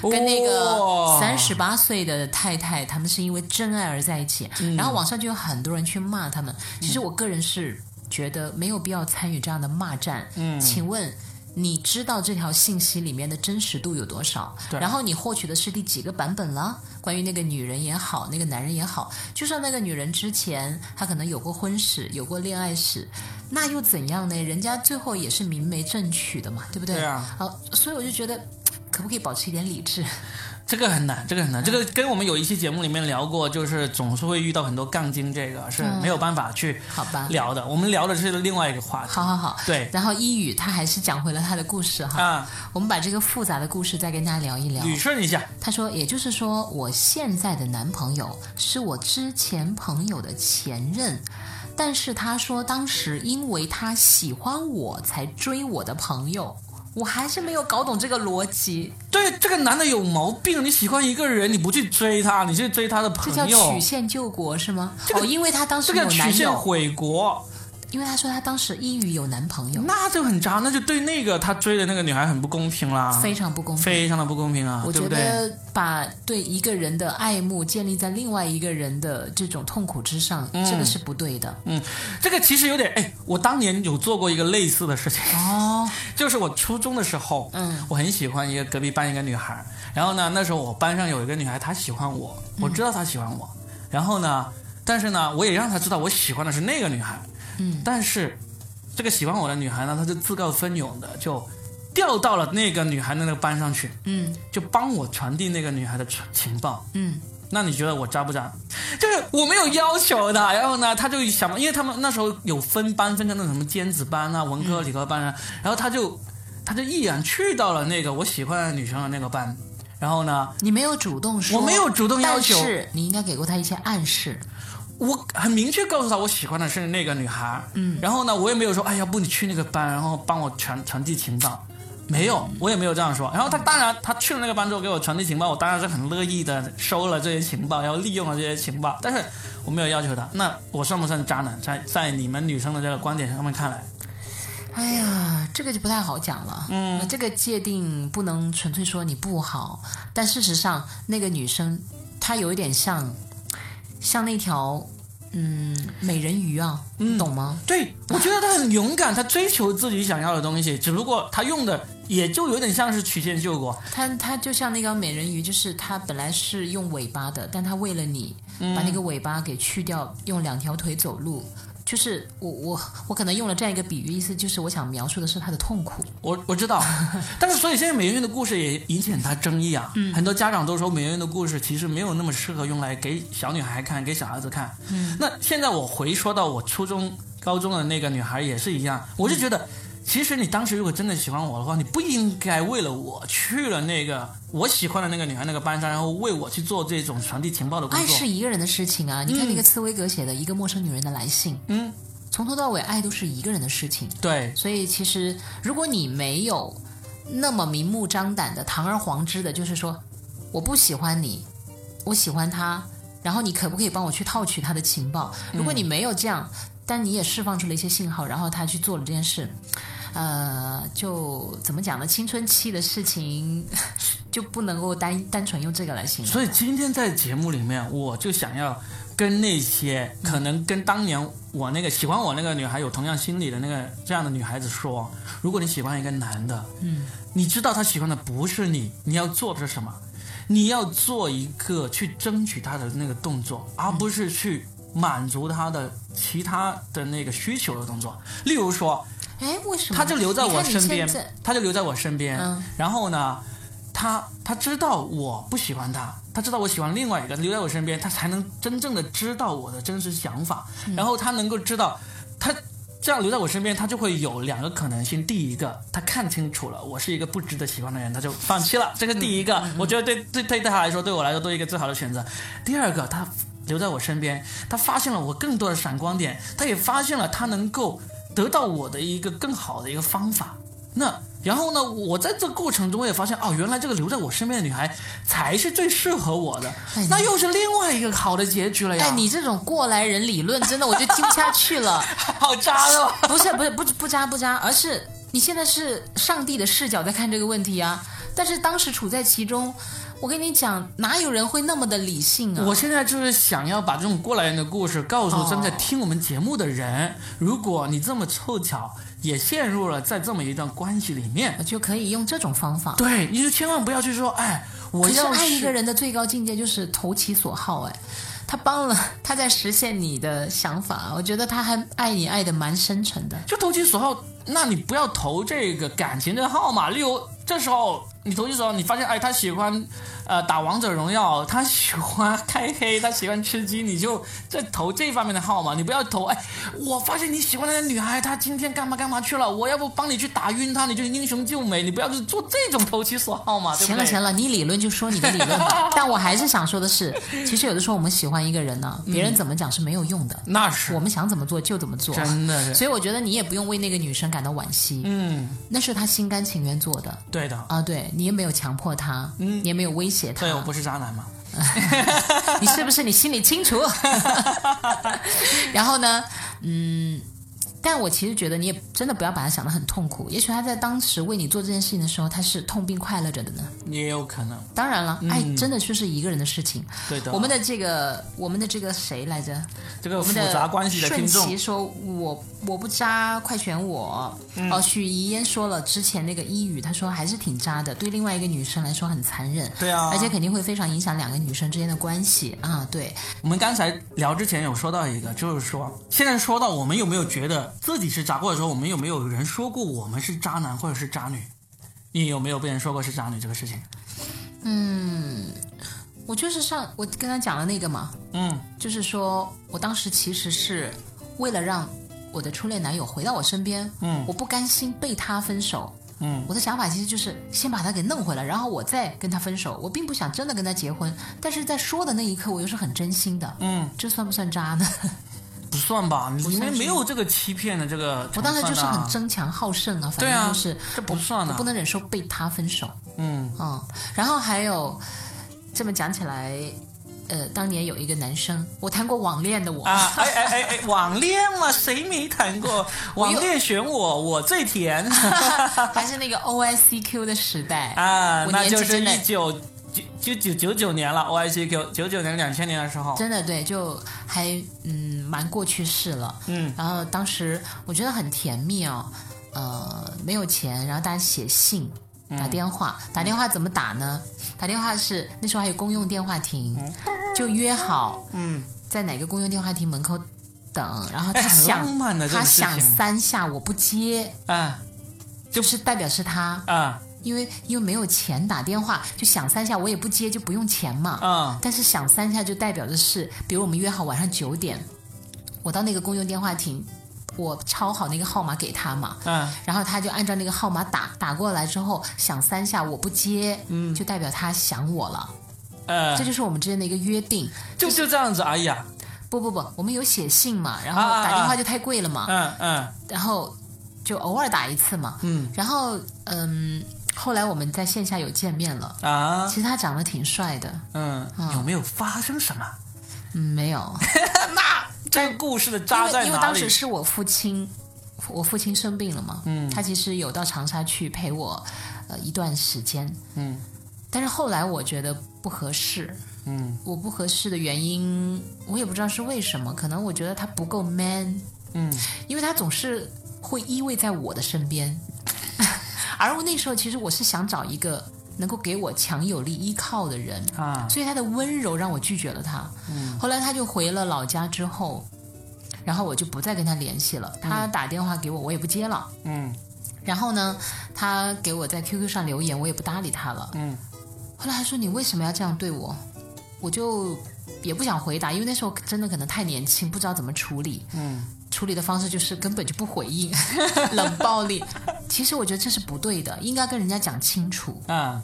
Speaker 2: 跟那个
Speaker 3: 哇
Speaker 2: 三十八岁的太太，他们是因为真爱而在一起。然后网上就有很多人去骂他们。其实我个人是觉得没有必要参与这样的骂战。嗯，请问。你知道这条信息里面的真实度有多少？
Speaker 3: 对
Speaker 2: 然后你获取的是第几个版本了？关于那个女人也好，那个男人也好，就算那个女人之前她可能有过婚史，有过恋爱史，那又怎样呢？人家最后也是明媒正娶的嘛，对不对？
Speaker 3: 对啊。
Speaker 2: 好，所以我就觉得，可不可以保持一点理智？
Speaker 3: 这个很难，这个很难，
Speaker 2: 嗯
Speaker 3: 这个跟我们有一期节目里面聊过，就是总是会遇到很多杠精，这个是
Speaker 2: 嗯
Speaker 3: 没有办法去
Speaker 2: 好吧。
Speaker 3: 聊的。我们聊的是另外一个话题。
Speaker 2: 好好好。
Speaker 3: 对
Speaker 2: 然后一语他还是讲回了他的故事哈。
Speaker 3: 啊，
Speaker 2: 我们把这个复杂的故事再跟大家聊一聊。
Speaker 3: 捋顺一下，
Speaker 2: 他说，也就是说，我现在的男朋友是我之前朋友的前任，但是他说当时因为他喜欢我才追我的朋友，我还是没有搞懂这个逻辑，
Speaker 3: 对这个男的有毛病。你喜欢一个人，你不去追他，你去追他的
Speaker 2: 这
Speaker 3: 朋
Speaker 2: 叫
Speaker 3: 友
Speaker 2: 曲，线救国是吗？
Speaker 3: 这个
Speaker 2: 哦，因为他当时
Speaker 3: 这
Speaker 2: 有
Speaker 3: 个曲
Speaker 2: 男
Speaker 3: 线
Speaker 2: 友，
Speaker 3: 毁国，
Speaker 2: 因为他说他当时抑郁有男朋友，
Speaker 3: 那就很渣，那就对那个他追的那个女孩很不公平啦，
Speaker 2: 非常不公平。
Speaker 3: 嗯非常的不公平啊，
Speaker 2: 我
Speaker 3: 对
Speaker 2: 觉
Speaker 3: 不对？
Speaker 2: 得把对一个人的爱慕建立在另外一个人的这种痛苦之上，这
Speaker 3: 嗯
Speaker 2: 个是不对的。
Speaker 3: 这个其实有点，哎，我当年有做过一个类似的事情，
Speaker 2: 哦，
Speaker 3: 就是我初中的时候，
Speaker 2: 嗯，
Speaker 3: 我很喜欢一个隔壁班一个女孩儿，然后呢，那时候我班上有一个女孩，她喜欢我，
Speaker 2: 嗯
Speaker 3: 我知道她喜欢我，然后呢，但是呢，我也让她知道我喜欢的是那个女孩，嗯，但是这个喜欢我的女孩呢，她就自告奋勇的就调到了那个女孩的那个班上去，
Speaker 2: 嗯
Speaker 3: 就帮我传递那个女孩的传情报，
Speaker 2: 嗯，
Speaker 3: 那你觉得我渣不渣？就是我没有要求的，然后呢，他就想，因为他们那时候有分班，分成那种什么尖子班啊、文科、理科班啊，然后他就他就毅然去到了那个我喜欢的女生的那个班，然后呢，
Speaker 2: 你没有主动说，
Speaker 3: 我没有主动要求
Speaker 2: 但是你应该给过他一些暗示。
Speaker 3: 我很明确告诉他我喜欢的是那个女孩，嗯，然后呢，我也没有说，哎，要不你去那个班，然后帮我传传递情报。没有，我也没有这样说。然后他当然，他去了那个班之后给我传递情报，我当然是很乐意的收了这些情报，然后利用了这些情报。但是我没有要求他，那我算不算渣男？在在你们女生的这个观点上面看来，
Speaker 2: 哎呀，这个就不太好讲了。嗯，这个界定不能纯粹说你不好，但事实上，那个女生她有一点像，像那条嗯美人鱼啊，
Speaker 3: 嗯
Speaker 2: 你懂吗？
Speaker 3: 对 我觉得他很勇敢，他追求自己想要的东西，只不过他用的也就有点像是曲线救国，
Speaker 2: 它它就像那个美人鱼，就是它本来是用尾巴的，但它为了你
Speaker 3: 嗯
Speaker 2: 把那个尾巴给去掉，用两条腿走路。就是我我我可能用了这样一个比喻，意思就是我想描述的是它的痛苦。
Speaker 3: 我我知道，但是所以现在美人鱼的故事也引起很大争议啊。很多家长都说美人鱼的故事其实没有那么适合用来给小女孩看、给小孩子看。那现在我回说到我初中、高中的那个女孩也是一样，我就觉得，其实你当时如果真的喜欢我的话，你不应该为了我去了那个我喜欢的那个女孩那个班上，然后为我去做这种传递情报的工
Speaker 2: 爱
Speaker 3: 作。
Speaker 2: 是一个人的事情啊，你看那个茨威格写的《一个陌生女人的来信》，
Speaker 3: 嗯，
Speaker 2: 从头到尾爱都是一个人的事情。
Speaker 3: 对，
Speaker 2: 所以其实如果你没有那么明目张胆的、堂而皇之的，就是说我不喜欢你，我喜欢他，然后你可不可以帮我去套取他的情报？
Speaker 3: 嗯
Speaker 2: 如果你没有这样，但你也释放出了一些信号，然后他去做了这件事。呃，就怎么讲呢？青春期的事情 就不能够单单纯用这个来形容。
Speaker 3: 所以今天在节目里面，我就想要跟那些可能跟当年我那个喜欢我那个女孩有同样心理的那个这样的女孩子说，如果你喜欢一个男的，嗯，你知道他喜欢的不是你，你要做的是什么？你要做一个去争取他的那个动作，而不是去满足他的其他的那个需求的动作。例如说，
Speaker 2: 哎，为什么
Speaker 3: 他就留在我身
Speaker 2: 你
Speaker 3: 边
Speaker 2: 看你现在，
Speaker 3: 他就留在我身边。
Speaker 2: 嗯
Speaker 3: 然后呢，他他知道我不喜欢他，他知道我喜欢另外一个，留在我身边，他才能真正的知道我的真实想法，
Speaker 2: 嗯
Speaker 3: 然后他能够知道他。这样留在我身边，他就会有两个可能性。第一个，他看清楚了，我是一个不值得喜欢的人，他就放弃了，这是第一个。
Speaker 2: 嗯
Speaker 3: 我觉得对对对对他来说，对我来说都是一个最好的选择。第二个，他留在我身边，他发现了我更多的闪光点，他也发现了他能够得到我的一个更好的一个方法。那然后呢，我在这过程中也发现，哦，原来这个留在我身边的女孩才是最适合我的，
Speaker 2: 哎你
Speaker 3: 那又是另外一个好的结局了呀！
Speaker 2: 哎，你这种过来人理论，真的我就听不下去了。
Speaker 3: 好渣的吧？
Speaker 2: 不是不是不不渣不渣，而是你现在是上帝的视角在看这个问题啊。但是当时处在其中，我跟你讲，哪有人会那么的理性啊？
Speaker 3: 我现在就是想要把这种过来人的故事告诉正在听我们节目的人，如果你这么凑巧也陷入了在这么一段关系里面，
Speaker 2: 我就可以用这种方法。
Speaker 3: 对，你就千万不要去说，哎，我
Speaker 2: 可是
Speaker 3: 要
Speaker 2: 爱一个人的最高境界就是投其所好，哎，他帮了，他在实现你的想法，我觉得他还爱你爱的蛮深沉的。
Speaker 3: 就投其所好，那你不要投这个感情的号码。例如，这时候你投其所好，你发现哎，他喜欢呃打王者荣耀，他喜欢开黑，他喜欢吃鸡，你就在投这方面的号码。你不要投哎，我发现你喜欢那个女孩，她今天干嘛干嘛去了，我要不帮你去打晕她，你就英雄救美。你不要去做这种投其所好嘛，对不
Speaker 2: 行
Speaker 3: 对？
Speaker 2: 了行了，你理论就说你的 理论吧。但我还是想说的是，其实有的时候我们喜欢一个人呢、别
Speaker 3: 嗯
Speaker 2: 人怎么讲是没有用的，
Speaker 3: 那是
Speaker 2: 我们想怎么做就怎么做。
Speaker 3: 真的是，
Speaker 2: 所以我觉得你也不用为那个女生感到惋惜，
Speaker 3: 嗯，
Speaker 2: 那是她心甘情愿做的
Speaker 3: 对的，
Speaker 2: 啊。对你也没有强迫她，嗯，你也没有威胁她
Speaker 3: 对，我不是渣男嘛。
Speaker 2: 你是不是你心里清楚？ 然后呢，嗯，但我其实觉得你也真的不要把她想得很痛苦，也许她在当时为你做这件事情的时候，她是痛并快乐着的呢。
Speaker 3: 也有可能，
Speaker 2: 当然了，爱真的就是一个人的事情。
Speaker 3: 嗯对啊的。
Speaker 2: 我们的这个，我们的这个谁来着？
Speaker 3: 这个
Speaker 2: 我
Speaker 3: 复
Speaker 2: 们的
Speaker 3: 杂关系的听
Speaker 2: 顺
Speaker 3: 众
Speaker 2: 其，说我我不渣，快选我。
Speaker 3: 嗯
Speaker 2: 哦，许怡嫣说了之前那个一语，她说还是挺渣的，对另外一个女生来说很残忍。
Speaker 3: 对啊
Speaker 2: 而且肯定会非常影响两个女生之间的关系啊。对，
Speaker 3: 我们刚才聊之前有说到一个，就是说，现在说到我们有没有觉得自己是渣，或者说我们有没有人说过我们是渣男或者是渣女？你有没有被人说过是渣女这个事情？
Speaker 2: 我就是上我跟他讲了那个嘛，
Speaker 3: 嗯，
Speaker 2: 就是说我当时其实是为了让我的初恋男友回到我身边，
Speaker 3: 嗯
Speaker 2: 我不甘心被他分手。
Speaker 3: 嗯，
Speaker 2: 我的想法其实就是先把他给弄回来，然后我再跟他分手。我并不想真的跟他结婚，但是在说的那一刻，我又是很真心的。
Speaker 3: 嗯，
Speaker 2: 这算不算渣呢？
Speaker 3: 不算吧，你
Speaker 2: 算
Speaker 3: 们
Speaker 2: 是
Speaker 3: 没有这个欺骗的这个、
Speaker 2: 我当时就是很，争强好胜啊，反
Speaker 3: 对啊
Speaker 2: 正就是
Speaker 3: 这不算
Speaker 2: 我
Speaker 3: 啊
Speaker 2: 不，能忍受被他分手。
Speaker 3: 嗯
Speaker 2: 嗯，然后还有这么讲起来，呃，当年有一个男生，我谈过网恋的我，
Speaker 3: 啊，哎哎哎哎，网恋嘛，谁没谈过？网恋选我，我最甜
Speaker 2: 还是那个 OICQ 的时代
Speaker 3: 啊，
Speaker 2: 我
Speaker 3: 那
Speaker 2: 年纪
Speaker 3: 就是
Speaker 2: 真的
Speaker 3: 一九九九九九九年了，OICQ 九九年两千年的时候，
Speaker 2: 真的对，就还嗯蛮过去式了。
Speaker 3: 嗯，
Speaker 2: 然后当时我觉得很甜蜜哦，呃，没有钱，然后大家写信。
Speaker 3: 嗯
Speaker 2: 打电话，打电话怎么打呢？打电话是那时候还有公用电话亭，就约好，
Speaker 3: 嗯，
Speaker 2: 在哪个公用电话亭门口等，然后
Speaker 3: 哎，
Speaker 2: 他
Speaker 3: 很
Speaker 2: 响，
Speaker 3: 浪漫的这
Speaker 2: 他
Speaker 3: 种事
Speaker 2: 响
Speaker 3: 情
Speaker 2: 三下我不接，
Speaker 3: 啊
Speaker 2: 就是代表是他，
Speaker 3: 啊
Speaker 2: 因为因为没有钱打电话，就响三下我也不接，就不用钱嘛。
Speaker 3: 啊！
Speaker 2: 但是响三下就代表着是，比如我们约好晚上九点，我到那个公用电话亭，我抄好那个号码给他嘛，
Speaker 3: 嗯，
Speaker 2: 然后他就按照那个号码打，打过来之后响三下我不接，嗯，就代表他想我了，
Speaker 3: 呃
Speaker 2: 这，就是我们之间的一个约定。
Speaker 3: 就就这样子，哎呀，
Speaker 2: 不不不，我们有写信嘛，然后
Speaker 3: 啊啊啊
Speaker 2: 打电话就太贵了嘛，
Speaker 3: 嗯嗯
Speaker 2: 然后就偶尔打一次嘛，
Speaker 3: 嗯
Speaker 2: 然后嗯，后来我们在线下有见面了，
Speaker 3: 啊
Speaker 2: 其实他长得挺帅的，
Speaker 3: 嗯，
Speaker 2: 啊
Speaker 3: 有没有发生什么？
Speaker 2: 嗯，没有。
Speaker 3: 那这个故事的
Speaker 2: 因
Speaker 3: 渣
Speaker 2: 为
Speaker 3: 在
Speaker 2: 因为
Speaker 3: 哪
Speaker 2: 当时
Speaker 3: 里？
Speaker 2: 是我父亲，我父亲生病了嘛，嗯，他其实有到长沙去陪我，呃，一段时间，
Speaker 3: 嗯，
Speaker 2: 但是后来我觉得不合适，
Speaker 3: 嗯
Speaker 2: 我不合适的原因，我也不知道是为什么，可能我觉得他不够 man，
Speaker 3: 嗯，
Speaker 2: 因为他总是会依偎在我的身边， 而我那时候其实我是想找一个能够给我强有力依靠的人，
Speaker 3: 啊，嗯
Speaker 2: 所以他的温柔让我拒绝了他。后来他就回了老家之后，然后我就不再跟他联系了。他打电话给我，我也不接了。
Speaker 3: 嗯
Speaker 2: 然后呢，他给我在 QQ 上留言，我也不搭理他了。
Speaker 3: 嗯
Speaker 2: 后来他说你为什么要这样对我？我就也不想回答，因为那时候真的可能太年轻，不知道怎么处理。
Speaker 3: 嗯
Speaker 2: 处理的方式就是根本就不回 应，冷暴力。其实我觉得这是不对的，应该跟人家讲清楚。
Speaker 3: 啊，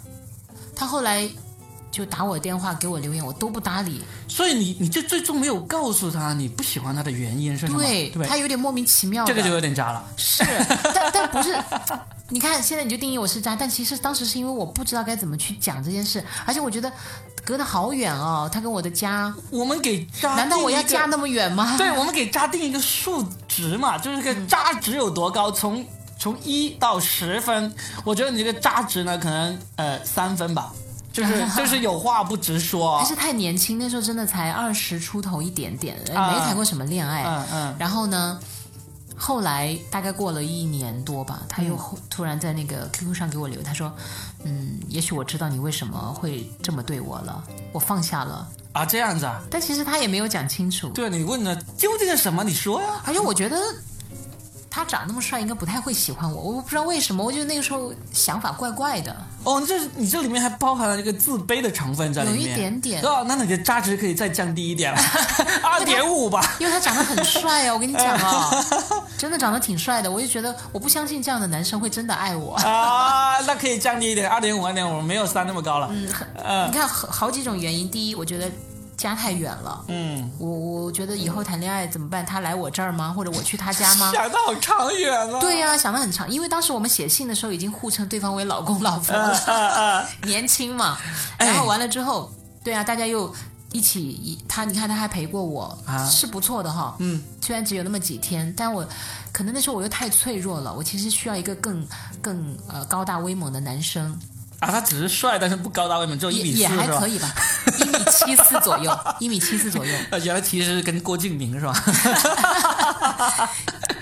Speaker 2: 他后来就打我电话给我留言，我都不搭理。
Speaker 3: 所以你你就最终没有告诉他你不喜欢他的原因是什么？
Speaker 2: 对
Speaker 3: 对不对，
Speaker 2: 他有点莫名其妙的。
Speaker 3: 这个就有点渣了。
Speaker 2: 是，但但不是。你看，现在你就定义我是渣，但其实当时是因为我不知道该怎么去讲这件事，而且我觉得隔得好远哦，他跟我的家，
Speaker 3: 我们给渣，
Speaker 2: 难道我要嫁？那么远吗？
Speaker 3: 对，我们给渣定一个数值嘛，就是这个渣值有多
Speaker 2: 嗯
Speaker 3: 高，从从一到十分，我觉得你这个渣值呢，可能呃三分吧， 就是就是有话不直说
Speaker 2: 还。是太年轻，那时候真的才二十出头一点点，呃
Speaker 3: 啊
Speaker 2: 没谈过什么恋爱。
Speaker 3: 嗯嗯
Speaker 2: 然后呢，后来大概过了一年多吧，他
Speaker 3: 嗯
Speaker 2: 又后突然在那个 QQ 上给我留，他说：“嗯，也许我知道你为什么会这么对我了，我放下了。
Speaker 3: 啊，这样子啊”。
Speaker 2: 但其实他也没有讲清楚。
Speaker 3: 对你问了究竟是什么？你说呀。
Speaker 2: 而且我觉得他长那么帅，应该不太会喜欢我。我不知道为什么，我觉得那个时候想法怪怪的。
Speaker 3: 哦，你这你这里面还包含了这个自卑的成分在里面，
Speaker 2: 有一点点
Speaker 3: 对啊，那你的价值可以再降低一 点了，二点五吧。
Speaker 2: 因为他长得很帅啊，我跟你讲啊，真的长得挺帅的。我就觉得我不相信这样的男生会真的爱 我。
Speaker 3: 啊，那可以降低一点，二点五，二点五，没有三那么高了。嗯
Speaker 2: 你看，好好几种原因。第一，我觉得家太远了。
Speaker 3: 嗯，
Speaker 2: 我我觉得以后谈恋爱怎么办？他来我这儿吗？或者我去他家 吗？
Speaker 3: 想的好长远啊。
Speaker 2: 对呀、想得很长，因为当时我们写信的时候已经互称对方为老公老婆了，
Speaker 3: 啊啊，
Speaker 2: 年轻嘛。
Speaker 3: 哎
Speaker 2: 然后完了之后，对啊，大家又一起一他，你看他还陪过我，
Speaker 3: 啊
Speaker 2: 是不错的哈。
Speaker 3: 嗯，
Speaker 2: 虽然只有那么几天，但我可能那时候我又太脆弱了，我其实需要一个更更呃高大威猛的男生。
Speaker 3: 啊，他只是帅，但是不高大威猛，只有一
Speaker 2: 也
Speaker 3: 米
Speaker 2: 也
Speaker 3: 四
Speaker 2: 还
Speaker 3: 是吧
Speaker 2: 可？以吧，一米七四左 右，一米七四左右，
Speaker 3: 呃原来其实跟郭敬明是吧？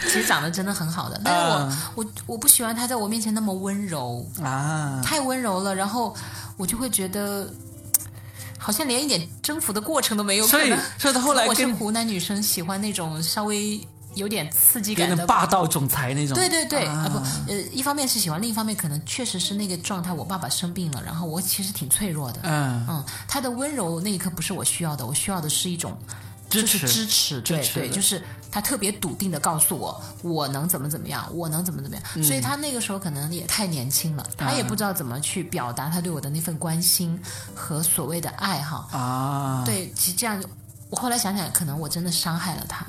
Speaker 2: 其实长得真的很好的，但是我、我我不喜欢他在我面前那么温柔，
Speaker 3: 啊，
Speaker 2: 太温柔了，然后我就会觉得。嘖好像连一点征服的过程都没有，
Speaker 3: 所以
Speaker 2: 可能
Speaker 3: 所以他后
Speaker 2: 可
Speaker 3: 来
Speaker 2: 能我是
Speaker 3: 跟
Speaker 2: 湖南女生，喜欢那种稍微有点刺激
Speaker 3: 有
Speaker 2: 感的
Speaker 3: 点霸。道总裁那种。
Speaker 2: 对对对，啊
Speaker 3: 啊
Speaker 2: 不，呃，一方面是喜欢，另一方面可能确实是那个状态。我爸爸生病了，然后我其实挺脆弱的，
Speaker 3: 嗯，
Speaker 2: 嗯，他的温柔那一刻不是我需要的，我需要的是一种
Speaker 3: 支
Speaker 2: 就是
Speaker 3: 持
Speaker 2: 支持，对
Speaker 3: 支持
Speaker 2: 对，
Speaker 3: 的
Speaker 2: 就是他特别笃定的告诉我，我能怎么怎么样，我能怎么怎么样。
Speaker 3: 嗯
Speaker 2: 所以他那个时候可能也太年轻了，他也不知道怎么去表达他对我的那份关心和所谓的爱哈。
Speaker 3: 啊，
Speaker 2: 对，其实这样，我后来想想，可能我真的伤害了他。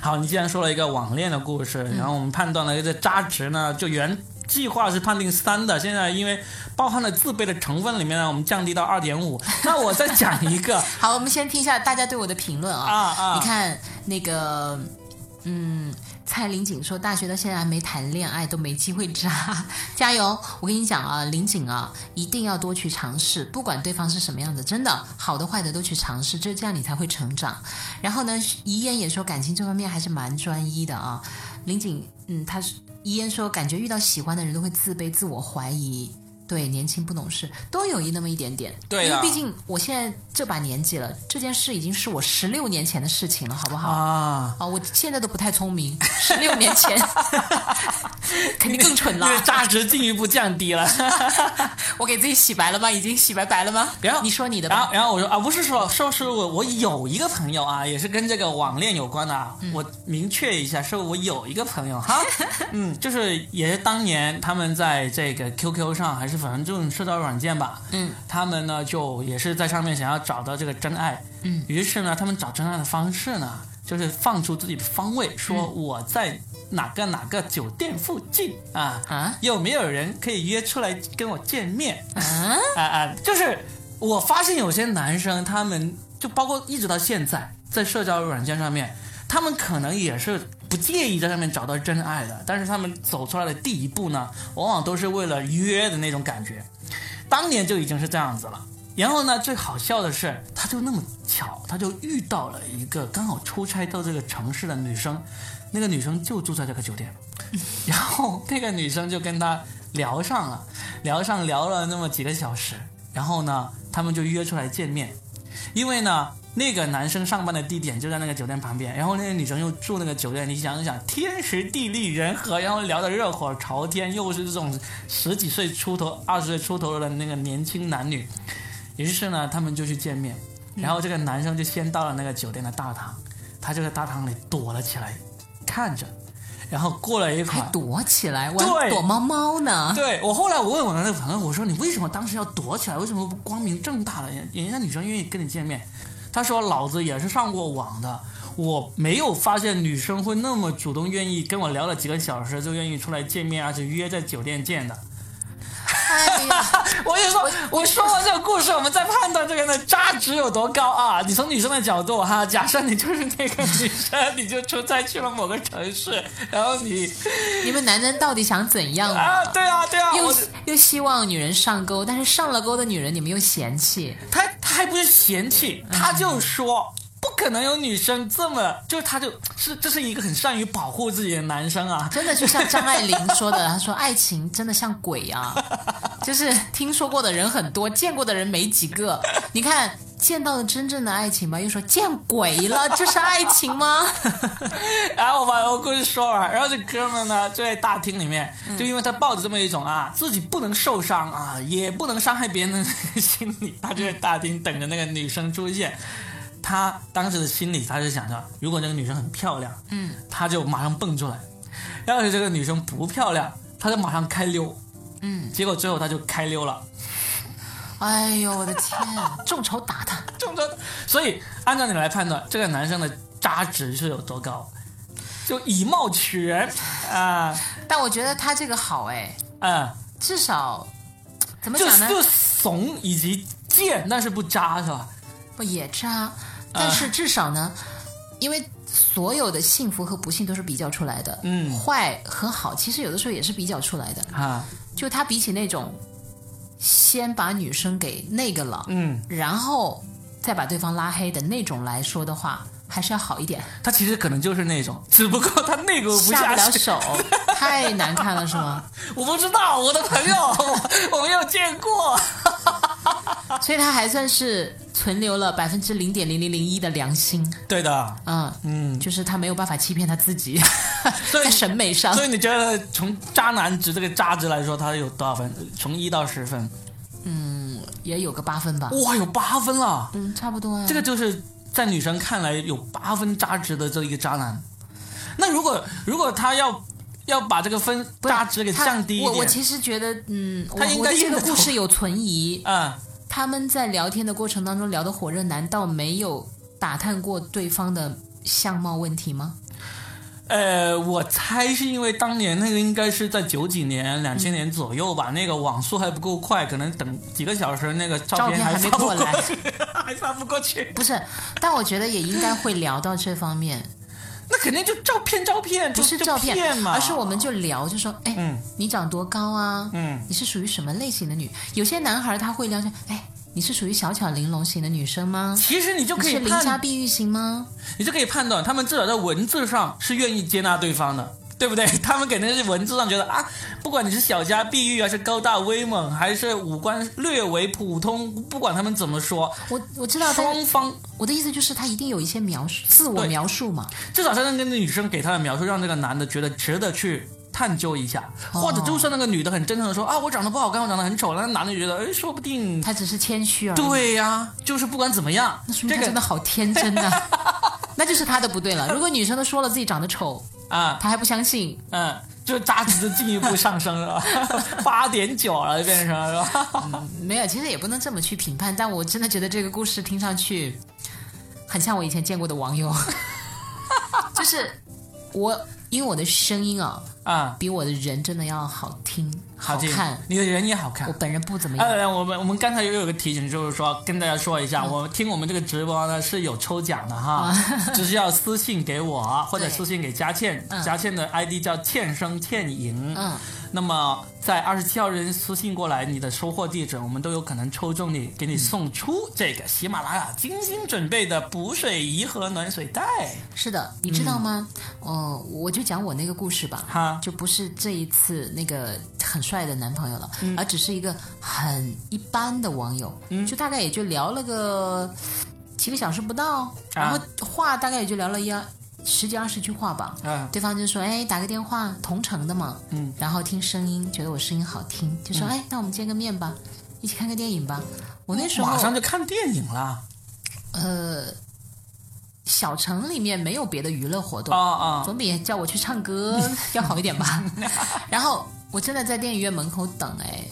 Speaker 3: 好，你既然说了一个网恋的故事，
Speaker 2: 嗯
Speaker 3: 然后我们判断了一个渣值呢，就原计划是判定三的，现在因为包含了自卑的成分里面呢，我们降低到二 点五。那我再讲一个
Speaker 2: 好，我们先听一下大家对我的评论
Speaker 3: 啊
Speaker 2: 啊。
Speaker 3: 啊，
Speaker 2: 你看那个，嗯，蔡林锦说，大学到现在还没谈恋爱，都没机会渣， 加油！我跟你讲啊，林锦啊，一定要多去尝试，不管对方是什么样子，真的好的坏的都去尝试，就这样你才会成长。然后呢，怡嫣也说，感情这方面还是蛮专一的啊。林锦，嗯，她是怡嫣说，感觉遇到喜欢的人都会自卑、自我怀疑。对，年轻不懂事，都有一那么一点点。
Speaker 3: 对
Speaker 2: 因为
Speaker 3: 啊
Speaker 2: 毕竟我现在这把年纪了，这件事已经是我十六年前的事情了，好不好？
Speaker 3: 啊，
Speaker 2: 啊，我现在都不太聪明，十六年前 肯定更蠢
Speaker 3: 你
Speaker 2: 了。
Speaker 3: 的渣值进一步降低了。
Speaker 2: 我给自己洗白了吗？已经洗白白了吗？
Speaker 3: 然后
Speaker 2: 你说你的
Speaker 3: 然
Speaker 2: 吧
Speaker 3: 后，。然后我说啊，不是说说是我我有一个朋友啊，也是跟这个网恋有关的啊。
Speaker 2: 嗯
Speaker 3: 我明确一下，是我有一个朋 友哈，嗯，就是也是当年他们在这个 QQ 上，还是反正这种社交软件吧，
Speaker 2: 嗯，
Speaker 3: 他们呢就也是在上面想要找到这个真爱，
Speaker 2: 嗯，
Speaker 3: 于是呢，他们找真爱的方式呢，就是放出自己的方位，说我在哪个哪个酒店附近啊。
Speaker 2: 啊
Speaker 3: 有没有人可以约出来跟我见面？
Speaker 2: 啊！
Speaker 3: 啊啊，就是我发现有些男生，他们就包括一直到现在，在社交软件上面，他们可能也是不介意在上面找到真爱的，但是他们走出来的第一步呢，往往都是为了约的那种感觉。当年就已经是这样子了。然后呢，最好笑的是，他就那么巧，他就遇到了一个刚好出差到这个城市的女生，那个女生就住在这个酒店，然后那个女生就跟他聊上了，聊上聊了那么几个小时，然后呢，他们就约出来见面，因为呢。那个男生上班的地点就在那个酒店旁边，然后那个女生又住那个酒店，你想一想，天时地利人和，然后聊得热火朝天，又是这种十几岁出头、二十岁出头的那个年轻男女，于是呢，他们就去见面，然后这个男生就先到了那个酒店的大堂，他就在大堂里躲了起来，看着，然后过了一会
Speaker 2: 还
Speaker 3: 儿。
Speaker 2: 躲起来
Speaker 3: 对
Speaker 2: 玩躲猫猫呢。
Speaker 3: 对我后来我问我那个朋友，我说你为什么当时要躲起来？为什么不光明正大的人人家女生愿意跟你见面？他说老子也是上过网的，我没有发现女生会那么主动愿意跟我聊了几个小时就愿意出来见面，而且约在酒店见的。
Speaker 2: 哎呀，
Speaker 3: 我跟你说，我说完这个故事，我们再判断这个人的渣值有多高啊！你从女生的角度哈，假设你就是那个女生，你就出差去了某个城市，然后你
Speaker 2: 你们男人到底想怎样
Speaker 3: 啊，
Speaker 2: 嘛？
Speaker 3: 对啊，对啊，
Speaker 2: 又
Speaker 3: 我
Speaker 2: 又希望女人上钩，但是上了钩的女人你们又嫌弃，
Speaker 3: 他他还不是嫌弃，他就说。不可能有女生这么，就他就是这是一个很善于保护自己的男生啊，
Speaker 2: 真的就像张爱玲说的， 她说爱情真的像鬼啊，就是听说过的人很多，见过的人没几个。你看见到了真正的爱情吧，又说见鬼了，这是爱情 吗？
Speaker 3: 然后我把我故事说完，然后这哥们呢就在大厅里面，就因为他抱着这么一种啊，自己不能受伤啊，也不能伤害别人的 那个心理，他就在大厅等着那个女生出现。他当时的心里，他就想着，如果那个女生很漂亮，嗯，他就马上蹦出来；要是这个女生不漂亮，他就马上开溜。嗯，结果最后他就开溜了。
Speaker 2: 哎呦我的天，众筹打他，
Speaker 3: 中招。所以按照你来判断，这个男生的渣值是有多高？就以貌取人啊，
Speaker 2: 但我觉得他这个好哎，
Speaker 3: 嗯。
Speaker 2: 至少怎么
Speaker 3: 就
Speaker 2: 讲呢？
Speaker 3: 就怂以及贱，但是不渣是吧？
Speaker 2: 不也渣，但是至少呢，因为所有的幸福和不幸都是比较出来的，
Speaker 3: 嗯
Speaker 2: 坏和好其实有的时候也是比较出来的。
Speaker 3: 啊，
Speaker 2: 就他比起那种先把女生给那个了，
Speaker 3: 嗯，
Speaker 2: 然后再把对方拉黑的那种来说的话，还是要好一点，
Speaker 3: 他其实可能就是那种，只不过他内个不
Speaker 2: 下
Speaker 3: 下
Speaker 2: 不了
Speaker 3: 去
Speaker 2: 手，太难看了是吗？
Speaker 3: 我不知道，我的朋友，我我没有见过。
Speaker 2: 所以他还算是存留了百分之零点零零零一的良心，
Speaker 3: 对的，
Speaker 2: 嗯
Speaker 3: 嗯，
Speaker 2: 就是他没有办法欺骗他自己，
Speaker 3: 所 以
Speaker 2: 在审美上
Speaker 3: 所以你觉得从渣男值这个渣值来说，他有多少分？从一到十分，
Speaker 2: 也有个八分吧。
Speaker 3: 哇，有八分啊了。
Speaker 2: 嗯，差不多呀。
Speaker 3: 这个就是在女生看来有八分渣值的这一个渣男。那如果如果他要要把这个分
Speaker 2: 不是
Speaker 3: 渣值给
Speaker 2: 他
Speaker 3: 降低一
Speaker 2: 我我
Speaker 3: 点，
Speaker 2: 其实觉得，嗯，我
Speaker 3: 他应
Speaker 2: 我
Speaker 3: 该
Speaker 2: 对这
Speaker 3: 验
Speaker 2: 个
Speaker 3: 得
Speaker 2: 故
Speaker 3: 出
Speaker 2: 事有存疑。
Speaker 3: 嗯。
Speaker 2: 他们在聊天的过程当中聊得火热，难道没有打探过对方的相貌问题吗？
Speaker 3: 呃，我猜是因为当年那个应该是在九几年、两千年左右吧，那个网速还不够快，可能等几个小时那个
Speaker 2: 照
Speaker 3: 照
Speaker 2: 片
Speaker 3: 还
Speaker 2: 还没
Speaker 3: 发不
Speaker 2: 过来
Speaker 3: 去，还发不过去，
Speaker 2: 不是，但我觉得也应该会聊到这方 面，
Speaker 3: 那肯定就照片照片，
Speaker 2: 不
Speaker 3: 就是就
Speaker 2: 照片，
Speaker 3: 骗嘛，
Speaker 2: 而是我们就聊，就说，哎，
Speaker 3: 嗯
Speaker 2: 你长多高啊？
Speaker 3: 嗯
Speaker 2: 你是属于什么类型的女？有些男孩他会聊说，哎，你是属于小巧玲珑型的女生吗？
Speaker 3: 其实你就
Speaker 2: 你
Speaker 3: 可以
Speaker 2: 是邻家
Speaker 3: 判，
Speaker 2: 碧玉型吗？
Speaker 3: 你就可以判断，他们至少在文字上是愿意接纳对方的，对不 对？他们肯定是文字上觉得啊，不管你是小家碧玉，还是高大威猛，还是五官略为普通，不管他们怎么说，
Speaker 2: 我我知道，但是
Speaker 3: 双方
Speaker 2: 我的意思就是他一定有一些描述，自我
Speaker 3: 对
Speaker 2: 描述嘛。
Speaker 3: 至少在那个女生给他的描述，让这个男的觉得值得去探究一下，
Speaker 2: 哦
Speaker 3: 或者就算那个女的很真诚的说啊，我长得不好看，我长得很丑，那男的觉得，哎，说不定，
Speaker 2: 他只是谦虚而已。，
Speaker 3: 对呀、就是不管怎么样
Speaker 2: 那，说明
Speaker 3: 这
Speaker 2: 他真的
Speaker 3: 个
Speaker 2: 好天真 呐、那就是他的不对了。如果女生都说了自己长得丑，
Speaker 3: 啊，
Speaker 2: 他还不相信，
Speaker 3: 嗯，就渣值就进一步上升了， 八点九了，就变成了是吧？
Speaker 2: 没有，其实也不能这么去评判。但我真的觉得这个故事听上去，很像我 以前见过的网友，就是我因为我的声音啊，
Speaker 3: 啊，
Speaker 2: 比我的人真的要好听、好
Speaker 3: 好进
Speaker 2: 看。
Speaker 3: 你的人也好看
Speaker 2: 我。本人不怎么样，
Speaker 3: 呃，我们我们刚才又有个提醒，就是说跟大家说一下，
Speaker 2: 嗯
Speaker 3: 我听我们这个直播呢是有抽奖的哈，就是要私信给我或者
Speaker 2: 啊对
Speaker 3: 私信给佳倩，
Speaker 2: 嗯
Speaker 3: 佳倩的 ID 叫倩生倩影，
Speaker 2: 嗯，
Speaker 3: 那么在二十七号人私信过来你的收货地址，我们都有可能抽中你，给你送出这个喜马拉雅精心准备的补水仪和暖水袋，
Speaker 2: 是的，你知道吗？哦，我就讲我那个故事吧，
Speaker 3: 哈
Speaker 2: 就不是这一次那个很帅的男朋友了，
Speaker 3: 嗯
Speaker 2: 而只是一个很一般的网友，就大概也就聊了个几个小时不
Speaker 3: 啊
Speaker 2: 到，然后话大概也就聊了一二十几二十句话吧。
Speaker 3: 嗯
Speaker 2: 对方就说：“哎，打个电话，同城的嘛。”
Speaker 3: 嗯，
Speaker 2: 然后听声音，觉得我声音好听，就说：“哎，那我们见个面吧，一起看个电影吧。”我那时候
Speaker 3: 马上就看电影了，
Speaker 2: 呃，小城里面没有别的娱乐活动
Speaker 3: 啊，啊
Speaker 2: 总比叫我去唱 歌要好一点吧。然后我真的在电影院门口等哎，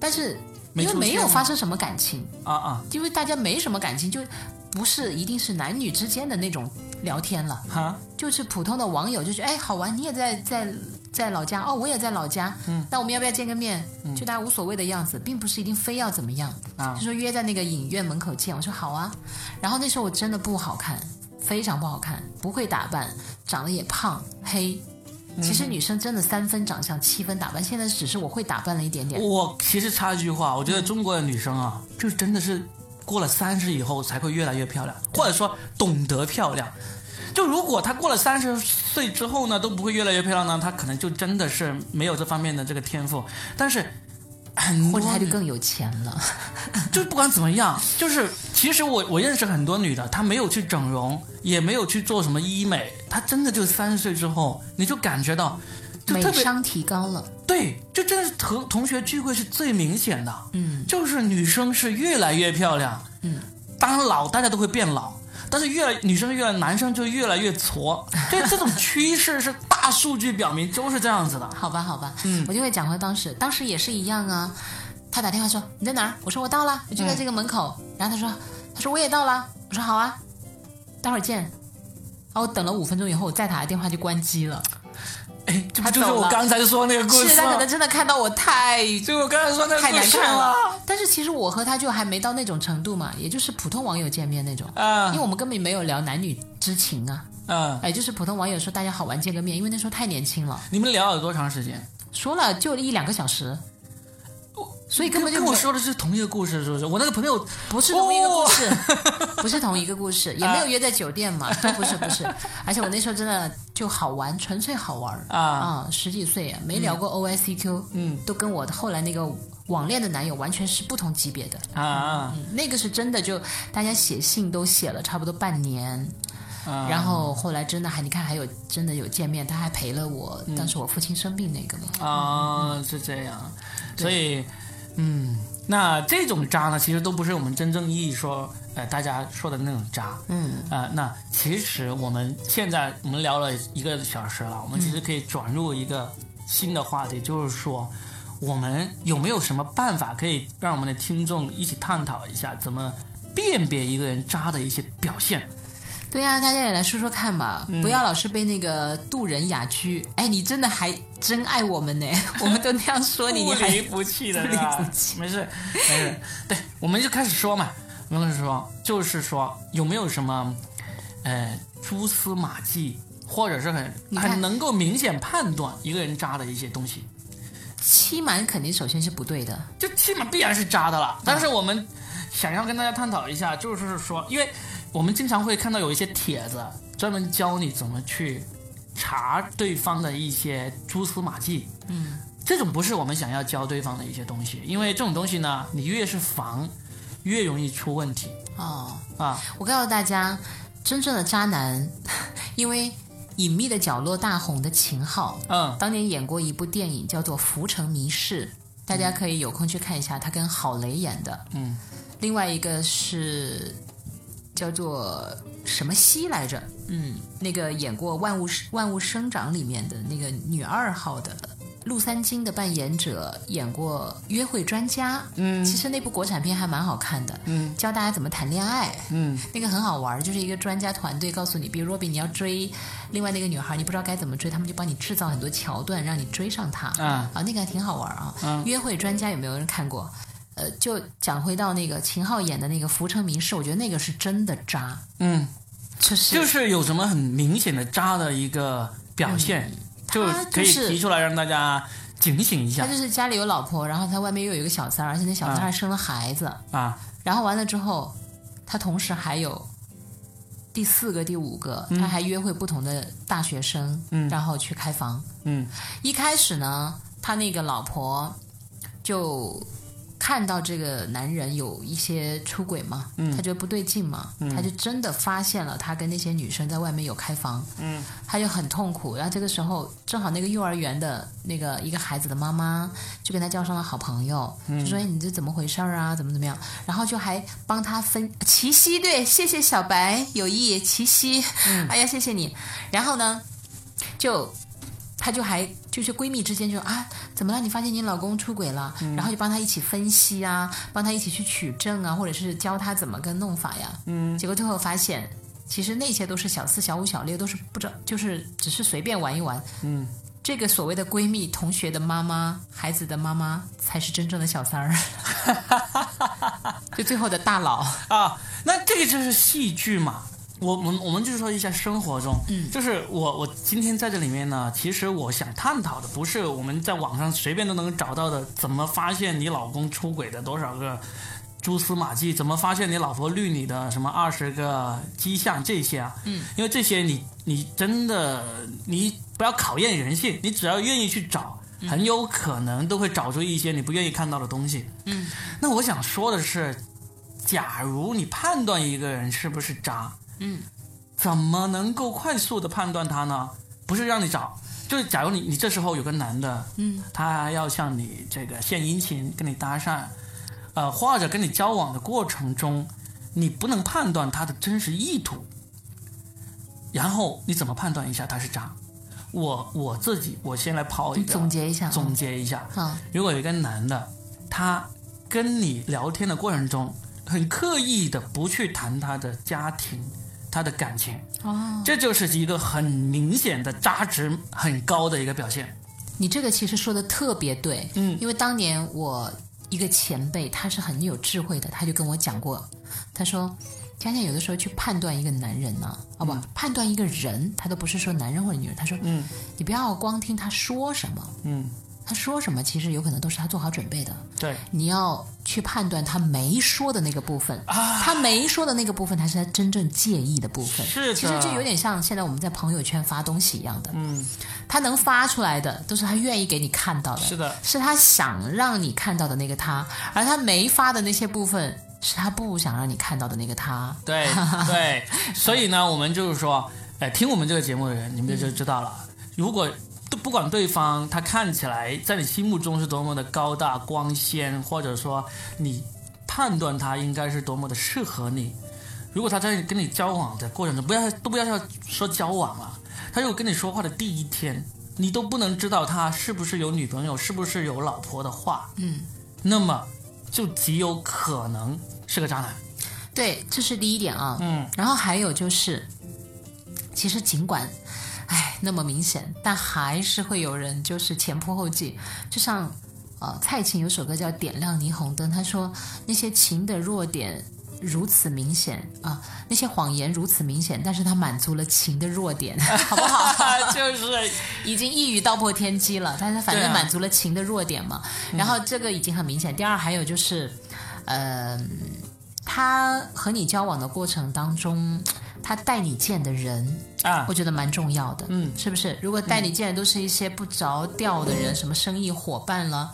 Speaker 2: 但是
Speaker 3: 没
Speaker 2: 因为
Speaker 3: 出
Speaker 2: 没
Speaker 3: 现
Speaker 2: 有
Speaker 3: 吗
Speaker 2: 发生什么感情，
Speaker 3: 啊啊
Speaker 2: 因为大家没什么感情，就不是一定是男女之间的那种聊天了，
Speaker 3: 哈，
Speaker 2: 就是普通的网友就觉得哎好玩，你也在在。在老家哦，我也在老家。嗯，那我们要不要见个面？就大家无所谓的样子，并不是一定非要怎么样。
Speaker 3: 嗯啊
Speaker 2: 就说约在那个影院门口见，我说好啊。然后那时候我真的不好看，非常不好看，不会打扮，长得也胖黑。
Speaker 3: 嗯
Speaker 2: 其实女生真的三分长相，七分打扮。现在只是我会打扮了一点点，
Speaker 3: 我其实插一句话，我觉得中国的女生啊，就真的是过了三十以后才会越来越漂亮，或者说懂得漂亮。就如果她过了三十岁之后呢，都不会越来越漂亮呢，她可能就真的是没有这方面的这个天赋。但是很
Speaker 2: 或
Speaker 3: 多
Speaker 2: 者她就
Speaker 3: 女
Speaker 2: 更有钱了。
Speaker 3: 就不管怎么样，就是其实我我认识很多女的，她没有去整容，也没有去做什么医美，她真的就三十岁之后，你就感觉到，就
Speaker 2: 美
Speaker 3: 特别
Speaker 2: 商提高了，
Speaker 3: 对，就真的是同同学聚会是最明显的，
Speaker 2: 嗯，
Speaker 3: 就是女生是越来越漂亮，
Speaker 2: 嗯，
Speaker 3: 当然老大家都会变老，但是越来女生越来男生就越来越 矬，所以这种趋势是大数据表明就是这样子的，
Speaker 2: 好吧，好吧，嗯，我就会讲回当时，当时也是一样啊。他打电话说你在哪儿？我说我到了，我就
Speaker 3: 嗯
Speaker 2: 在这个门口。然后他说他说我也到了，我说好啊，待会儿见。然后我等了五分钟以后，我再打个电话就关机了。
Speaker 3: 哎，这不
Speaker 2: 他
Speaker 3: 就是
Speaker 2: 走
Speaker 3: 我
Speaker 2: 了
Speaker 3: 刚才说那个故
Speaker 2: 是
Speaker 3: 事
Speaker 2: 他可
Speaker 3: 吗
Speaker 2: 能？真的看到我太
Speaker 3: 就我刚才说那个
Speaker 2: 太
Speaker 3: 故
Speaker 2: 难
Speaker 3: 事
Speaker 2: 看
Speaker 3: 了。
Speaker 2: 了。但是其实我和他就还没到那种程度嘛，也就是普通网友见面那种，因
Speaker 3: 啊
Speaker 2: 为我们根本没有聊男女之情啊，
Speaker 3: 嗯，
Speaker 2: 哎，就是普通网友说大家好玩见个面，因为那时候太年轻了，
Speaker 3: 你们聊了多长时间？
Speaker 2: 说了就一两个小时，所以根本就
Speaker 3: 跟
Speaker 2: 没
Speaker 3: 我说的是同一个故事，是不是？我那个朋友
Speaker 2: 不是同一个故事，
Speaker 3: 哦
Speaker 2: 不是同一个故事，也没有约在酒店嘛，
Speaker 3: 啊
Speaker 2: 都不是不 是。而且我那时候真的就好玩，纯粹好玩儿
Speaker 3: 啊
Speaker 2: 啊，十几岁没聊过 OICQ，
Speaker 3: 嗯，
Speaker 2: 都跟我后来那个网恋的男友完全是不同级别的。
Speaker 3: 啊啊
Speaker 2: 嗯那个是真的就，大家写信都写了差不多半年，
Speaker 3: 啊，
Speaker 2: 然后后来真的还你看还有真的有见面，他还陪了我，
Speaker 3: 嗯
Speaker 2: 当时我父亲生病那个嘛，
Speaker 3: 啊，是这样，所以，嗯，那这种渣呢，其实都不是我们真正意义说，呃，大家说的那种渣。
Speaker 2: 嗯，
Speaker 3: 啊，那其实我们现在我们聊了一个小时了，我们其实可以转入一个新的话题，就是说，我们有没有什么办法可以让我们的听众一起探讨一下，怎么辨别一个人渣的一些表现？
Speaker 2: 对呀、大家也来说说看吧，不要老是被那个渡人雅居。哎，你真的还真爱我们呢， 我们都那样说你，你
Speaker 3: 不离
Speaker 2: 还
Speaker 3: 不弃的，
Speaker 2: 不
Speaker 3: 是
Speaker 2: 离
Speaker 3: 吧
Speaker 2: 不弃
Speaker 3: 没事，没事。对，我们就开始说嘛，我们开始说，就是说有没有什么呃蛛丝马迹，或者是很
Speaker 2: 你看
Speaker 3: 很能够明显判断一个人渣的一些东西，
Speaker 2: 欺瞒肯定首先是不对的。
Speaker 3: 就起码必然是渣的了。但是我们想要跟大家探讨一下，就是说，因为我们经常会看到有一些帖子专门教你怎么去查对方的一些蛛丝马迹，
Speaker 2: 嗯，
Speaker 3: 这种不是我们想要教对方的一些东西，因为这种东西呢，你越是防，越容易出问题
Speaker 2: 哦，
Speaker 3: 啊。
Speaker 2: 我告诉大家，真正的渣男， 因为《隐秘的角落》大红的秦昊，
Speaker 3: 嗯
Speaker 2: 当年演过一部电影叫做《浮城谜事》，大家可以有空去看一下，他跟郝蕾演的。
Speaker 3: 嗯，
Speaker 2: 另外一个是叫做什么西来着？嗯，那个演过《万物生万物生长》里面的那个女二号的陆三金的扮演者演过《约会专家》，嗯，其实那部国产片还蛮好看的，嗯，教大家怎么谈恋爱，嗯，那个很好玩儿，就是一个专家团队告诉你，比如 Robin 你要追另外那个女孩，你不知道该怎么追，他们就帮你制造很多桥段让你追上她，
Speaker 3: 啊
Speaker 2: 啊，那个还挺好玩儿啊。约会专家有没有人看过？呃，就讲回到那个秦昊演的那个《浮城谜事》，我觉得那个是真的渣，
Speaker 3: 嗯，
Speaker 2: 就是
Speaker 3: 就是有什么很明显的渣的一个表现，就
Speaker 2: 他
Speaker 3: 可以
Speaker 2: 嗯就是
Speaker 3: 提出来让大家警醒一
Speaker 2: 他
Speaker 3: 下
Speaker 2: 就是家里有老婆，然后他外面又有一个小三儿，而且那小三儿还生了孩子，
Speaker 3: 啊。
Speaker 2: 然后完了之后，他同时还有第四个、第五个，他还约会不同的大学生，
Speaker 3: 嗯
Speaker 2: 然后去开房。
Speaker 3: 嗯
Speaker 2: 一开始呢，他那个老婆就看到这个男人有一些出轨嘛，
Speaker 3: 嗯
Speaker 2: 他觉得不对劲嘛，他就真的发现了他跟那些女生在外面有开房，
Speaker 3: 嗯，
Speaker 2: 他就很痛苦。然后这个时候，正好那个幼儿园的那个一个孩子的妈妈就跟他交上了好朋友，
Speaker 3: 嗯
Speaker 2: 就说：“哎，你这怎么回事儿啊？怎么怎么样？”然后就还帮他分齐溪，对，谢谢小白有意齐溪，
Speaker 3: 嗯
Speaker 2: 哎呀，谢谢你。然后呢，就她就还就是闺蜜之间就啊，怎么了？你发现你老公出轨了，
Speaker 3: 嗯
Speaker 2: 然后就帮她一起分析啊，帮她一起去取证啊，或者是教她怎么个弄法呀。嗯，结果最后发现，其实那些都是小四、小五、小六，都是不知道，就是只是随便玩一玩。
Speaker 3: 嗯，
Speaker 2: 这个所谓的闺蜜、同学的妈妈、孩子的妈妈，才是真正的小三儿。 就最后的大佬，
Speaker 3: 啊，那这个就是戏剧嘛。我们我们就是说一下生活中，嗯，就是我我今天在这里面呢，其实我想探讨的不是我们在网上随便都能找到的怎么发现你老公出轨的多少个蛛丝马迹，怎么发现你老婆绿你的什么二十个迹象这些啊，嗯，因为这些你你真的你不要考验人性，你只要愿意去找，很有可能都会找出一些你不愿意看到的东西，嗯，那我想说的是，假如你判断一个人是不是渣，
Speaker 2: 嗯，
Speaker 3: 怎么能够快速的判断他呢？不是让你找，就是假如你你这时候有个男的，
Speaker 2: 嗯，
Speaker 3: 他要向你这个献殷勤，跟你搭讪，呃，或者跟你交往的过程中，你不能判断他的真实意图，然后你怎么判断一下他是渣？我我自己，我先来抛一个
Speaker 2: 总结一下啊，
Speaker 3: 总结一下，
Speaker 2: 啊，
Speaker 3: 如果有一个男的，他跟你聊天的过程中，很刻意的不去谈他的家庭、他的感情，
Speaker 2: 哦，
Speaker 3: 这就是一个很明显的渣值很高的一个表现。
Speaker 2: 你这个其实说的特别对，
Speaker 3: 嗯，
Speaker 2: 因为当年我一个前辈，他是很有智慧的，他就跟我讲过，他说，佳佳有的时候去判断一个男人呢、啊，不，判断一个人，他都不是说男人或者女人，他说，
Speaker 3: 嗯，
Speaker 2: 你不要光听他说什么，
Speaker 3: 嗯，
Speaker 2: 他说什么其实有可能都是他做好准备的，
Speaker 3: 对，
Speaker 2: 你要去判断他没说的那个部分，
Speaker 3: 啊
Speaker 2: 他没说的那个部分才是他真正介意的部分。
Speaker 3: 是的
Speaker 2: 其实就有点像现在我们在朋友圈发东西一样的，
Speaker 3: 嗯，
Speaker 2: 他能发出来的都是他愿意给你看到的，
Speaker 3: 是的，
Speaker 2: 是他想让你看到的那个他，而他没发的那些部分是他不想让你看到的那个他。
Speaker 3: 对对，所以呢，我们就是说，呃，听我们这个节目的人，你们就知道了。如果都不管对方他看起来在你心目中是多么的高大光鲜，或者说你判断他应该是多么的适合你，如果他在跟你交往的过程中，不要都不要说交往了，他如果跟你说话的第一天，你都不能知道他是不是有女朋友，是不是有老婆的话，
Speaker 2: 嗯，
Speaker 3: 那么就极有可能是个渣男。
Speaker 2: 对，这是第一点啊。
Speaker 3: 嗯，
Speaker 2: 然后还有就是，其实尽管，哎，那么明显，但还是会有人就是前仆后继。就像呃，蔡琴有首歌叫《点亮霓虹灯》，她说那些情的弱点。如此明显啊，那些谎言如此明显，但是它满足了情的弱点，好不好？
Speaker 3: 就是
Speaker 2: 已经一语道破天机了，但是反
Speaker 3: 对
Speaker 2: 正
Speaker 3: 啊
Speaker 2: 满足了情的弱点嘛。然后这个已经很明显。第二，还有就是，呃，他和你交往的过程当中，他带你见的人，
Speaker 3: 啊
Speaker 2: 我，觉得蛮重要的，
Speaker 3: 嗯，
Speaker 2: 是不是？如果带你见的都是一些不着调的人，什么生意伙伴了。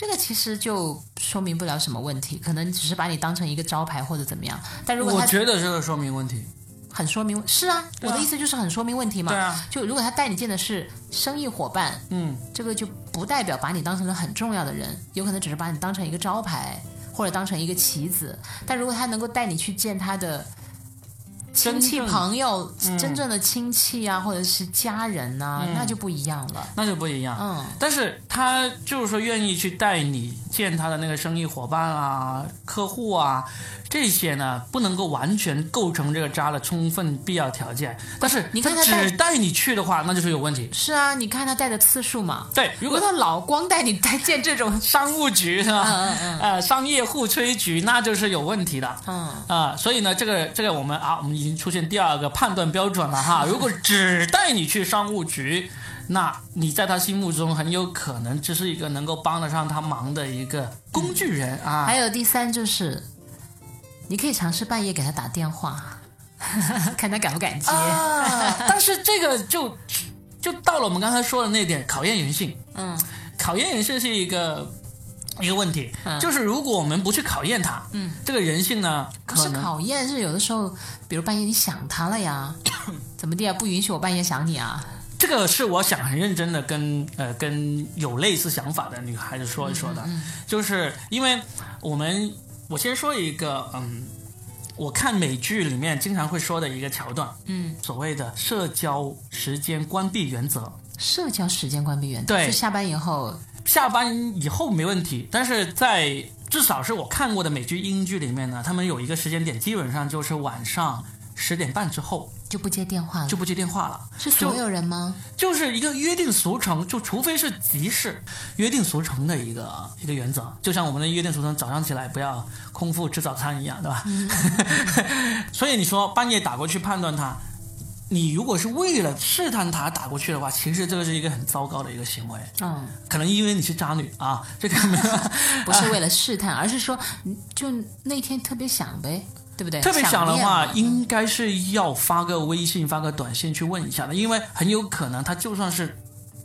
Speaker 2: 这个其实就说明不了什么问题，可能只是把你当成一个招牌或者怎么样。但如果
Speaker 3: 我
Speaker 2: 他
Speaker 3: 觉得这个说明问题。
Speaker 2: 很说明，是啊，
Speaker 3: 对
Speaker 2: 我
Speaker 3: 啊
Speaker 2: 的意思就是很说明问题嘛。
Speaker 3: 对啊，
Speaker 2: 就如果他带你见的是生意伙伴，
Speaker 3: 嗯，
Speaker 2: 这个就不代表把你当成了很重要的人，有可能只是把你当成一个招牌或者当成一个棋子。但如果他能够带你去见他的亲
Speaker 3: 真
Speaker 2: 戚
Speaker 3: 正嗯
Speaker 2: 朋友、真正的亲戚啊，或者是家人呐、那就不一样了。
Speaker 3: 那就不一样。
Speaker 2: 嗯，
Speaker 3: 但是他就是说愿意去带你见他的那个生意伙伴啊、客户啊这些呢，不能够完全构成这个渣的充分必要条件。但是
Speaker 2: 你看
Speaker 3: 他
Speaker 2: 他带
Speaker 3: 只带你去的话，那就是有问题。
Speaker 2: 是啊，你看他带的次数嘛，
Speaker 3: 对，如
Speaker 2: 如果
Speaker 3: 果他
Speaker 2: 他老光带你带见这种，
Speaker 3: 商务局是吧？
Speaker 2: 嗯嗯
Speaker 3: 呃，商业互吹局那就是有问题的。
Speaker 2: 嗯，
Speaker 3: 啊、所以呢，这个这个我们啊，我们已经出现第二个判断标准了哈。如果只带你去商务局，那你在他心目中很有可能只是一个能够帮得上他忙的一个工具人啊。
Speaker 2: 还有第三就是，你可以尝试半夜给他打电话， 看他敢不敢接。嗯
Speaker 3: 啊， 但是这个就就到了我们刚才说的那点，考验人性。
Speaker 2: 嗯，
Speaker 3: 考验人性是一个一个问题，
Speaker 2: 嗯
Speaker 3: 就是如果我们不去考验他，嗯，这个人性呢，
Speaker 2: 可
Speaker 3: 可
Speaker 2: 是
Speaker 3: 能
Speaker 2: 考验是有的时候，比如半夜你想他了 呀，怎么地啊？不允许我半夜想你啊？
Speaker 3: 这个是我想很认真的跟呃跟有类似想法的女孩子说一说
Speaker 2: 嗯
Speaker 3: 的，就是因为我们我先说一个嗯，我看美剧里面经常会说的一个桥段，
Speaker 2: 嗯，
Speaker 3: 所谓的社交时间关闭原则，
Speaker 2: 社交时间关闭原则，
Speaker 3: 对
Speaker 2: 就下班以后，
Speaker 3: 下班以后没问题，但是在至少是我看过的美剧英剧里面呢，他们有一个时间点，基本上就是晚上十点半之后
Speaker 2: 就不接电话了，
Speaker 3: 就不接电话了，
Speaker 2: 是所有人吗？
Speaker 3: 就是一个约定俗成，就除非是急事，约定俗成的一个一个原则，就像我们的约定俗成，早上起来不要空腹吃早餐一样，对吧？ 所以你说半夜打过去判断他，你如果是为了试探他打过去的话，其实这个是一个很糟糕的一个行为，
Speaker 2: 嗯，
Speaker 3: 可能因为你是渣女啊，这个没有
Speaker 2: 不是为了试探，而是说，嗯就那天特别想呗，对不对？
Speaker 3: 特别想的
Speaker 2: 念
Speaker 3: 话，
Speaker 2: 嘛
Speaker 3: 应该是要发个微信、发个短信去问一下的，因为很有可能他就算是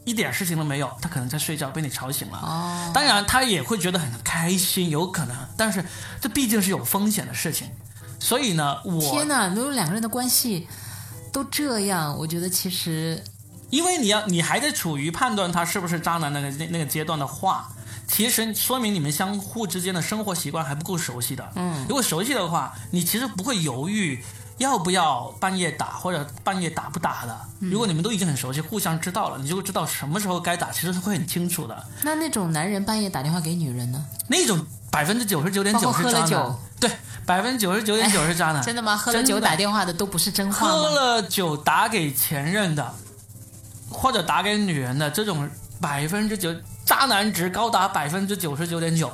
Speaker 3: 一点事情都没有，他可能在睡觉被你吵醒了。
Speaker 2: 哦，
Speaker 3: 当然，他也会觉得很开心，有可能，但是这毕竟是有风险的事情，所以呢，我
Speaker 2: 天哪！如果两个人的关系都这样，我觉得其实
Speaker 3: 因为你要你还在处于判断他是不是渣男那个那那个阶段的话，其实说明你们相互之间的生活习惯还不够熟悉的。嗯，如果熟悉的话，你其实不会犹豫要不要半夜打或者半夜打不打的。如果你们都已经很熟悉，互相知道了，你就会知道什么时候该打，其实是会很清楚的。
Speaker 2: 那那种男人半夜打电话给女人呢？
Speaker 3: 那种百分之九十九点
Speaker 2: 包
Speaker 3: 九
Speaker 2: 括
Speaker 3: 是
Speaker 2: 喝了
Speaker 3: 渣男
Speaker 2: 酒，哎
Speaker 3: 对，百分之九十九点九是渣男。
Speaker 2: 真的吗？喝了
Speaker 3: 真的
Speaker 2: 酒打电话的都不是真话
Speaker 3: 喝
Speaker 2: 吗？
Speaker 3: 了酒打给前任的，或者打给女人的这种百分之九渣男值高达百分之九十九点九，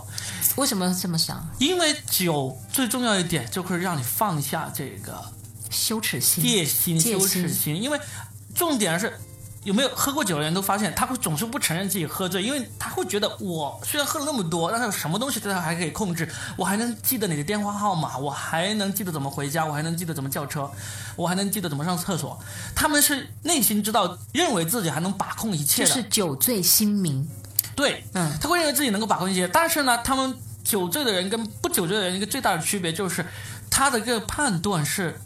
Speaker 2: 为什么这么想？
Speaker 3: 因为酒最重要一点就是让你放下这个
Speaker 2: 羞耻心。
Speaker 3: 戒心、
Speaker 2: 戒
Speaker 3: 羞
Speaker 2: 心
Speaker 3: 耻心，因为重点是。有没有喝过酒的人都发现，他会总是不承认自己喝醉，因为他会觉得我虽然喝了那么多，但是有什么东西他还可以控制，我还能记得你的电话号码，我还能记得怎么回家，我还能记得怎么叫车，我还能记得怎么上厕所。他们是内心知道，认为自己还能把控一切
Speaker 2: 就
Speaker 3: 的，
Speaker 2: 是酒醉心明，
Speaker 3: 对，
Speaker 2: 嗯，
Speaker 3: 他会认为自己能够把控一些，但是呢，他们酒醉的人跟不酒醉的人一个最大的区别就是，他的这个判断是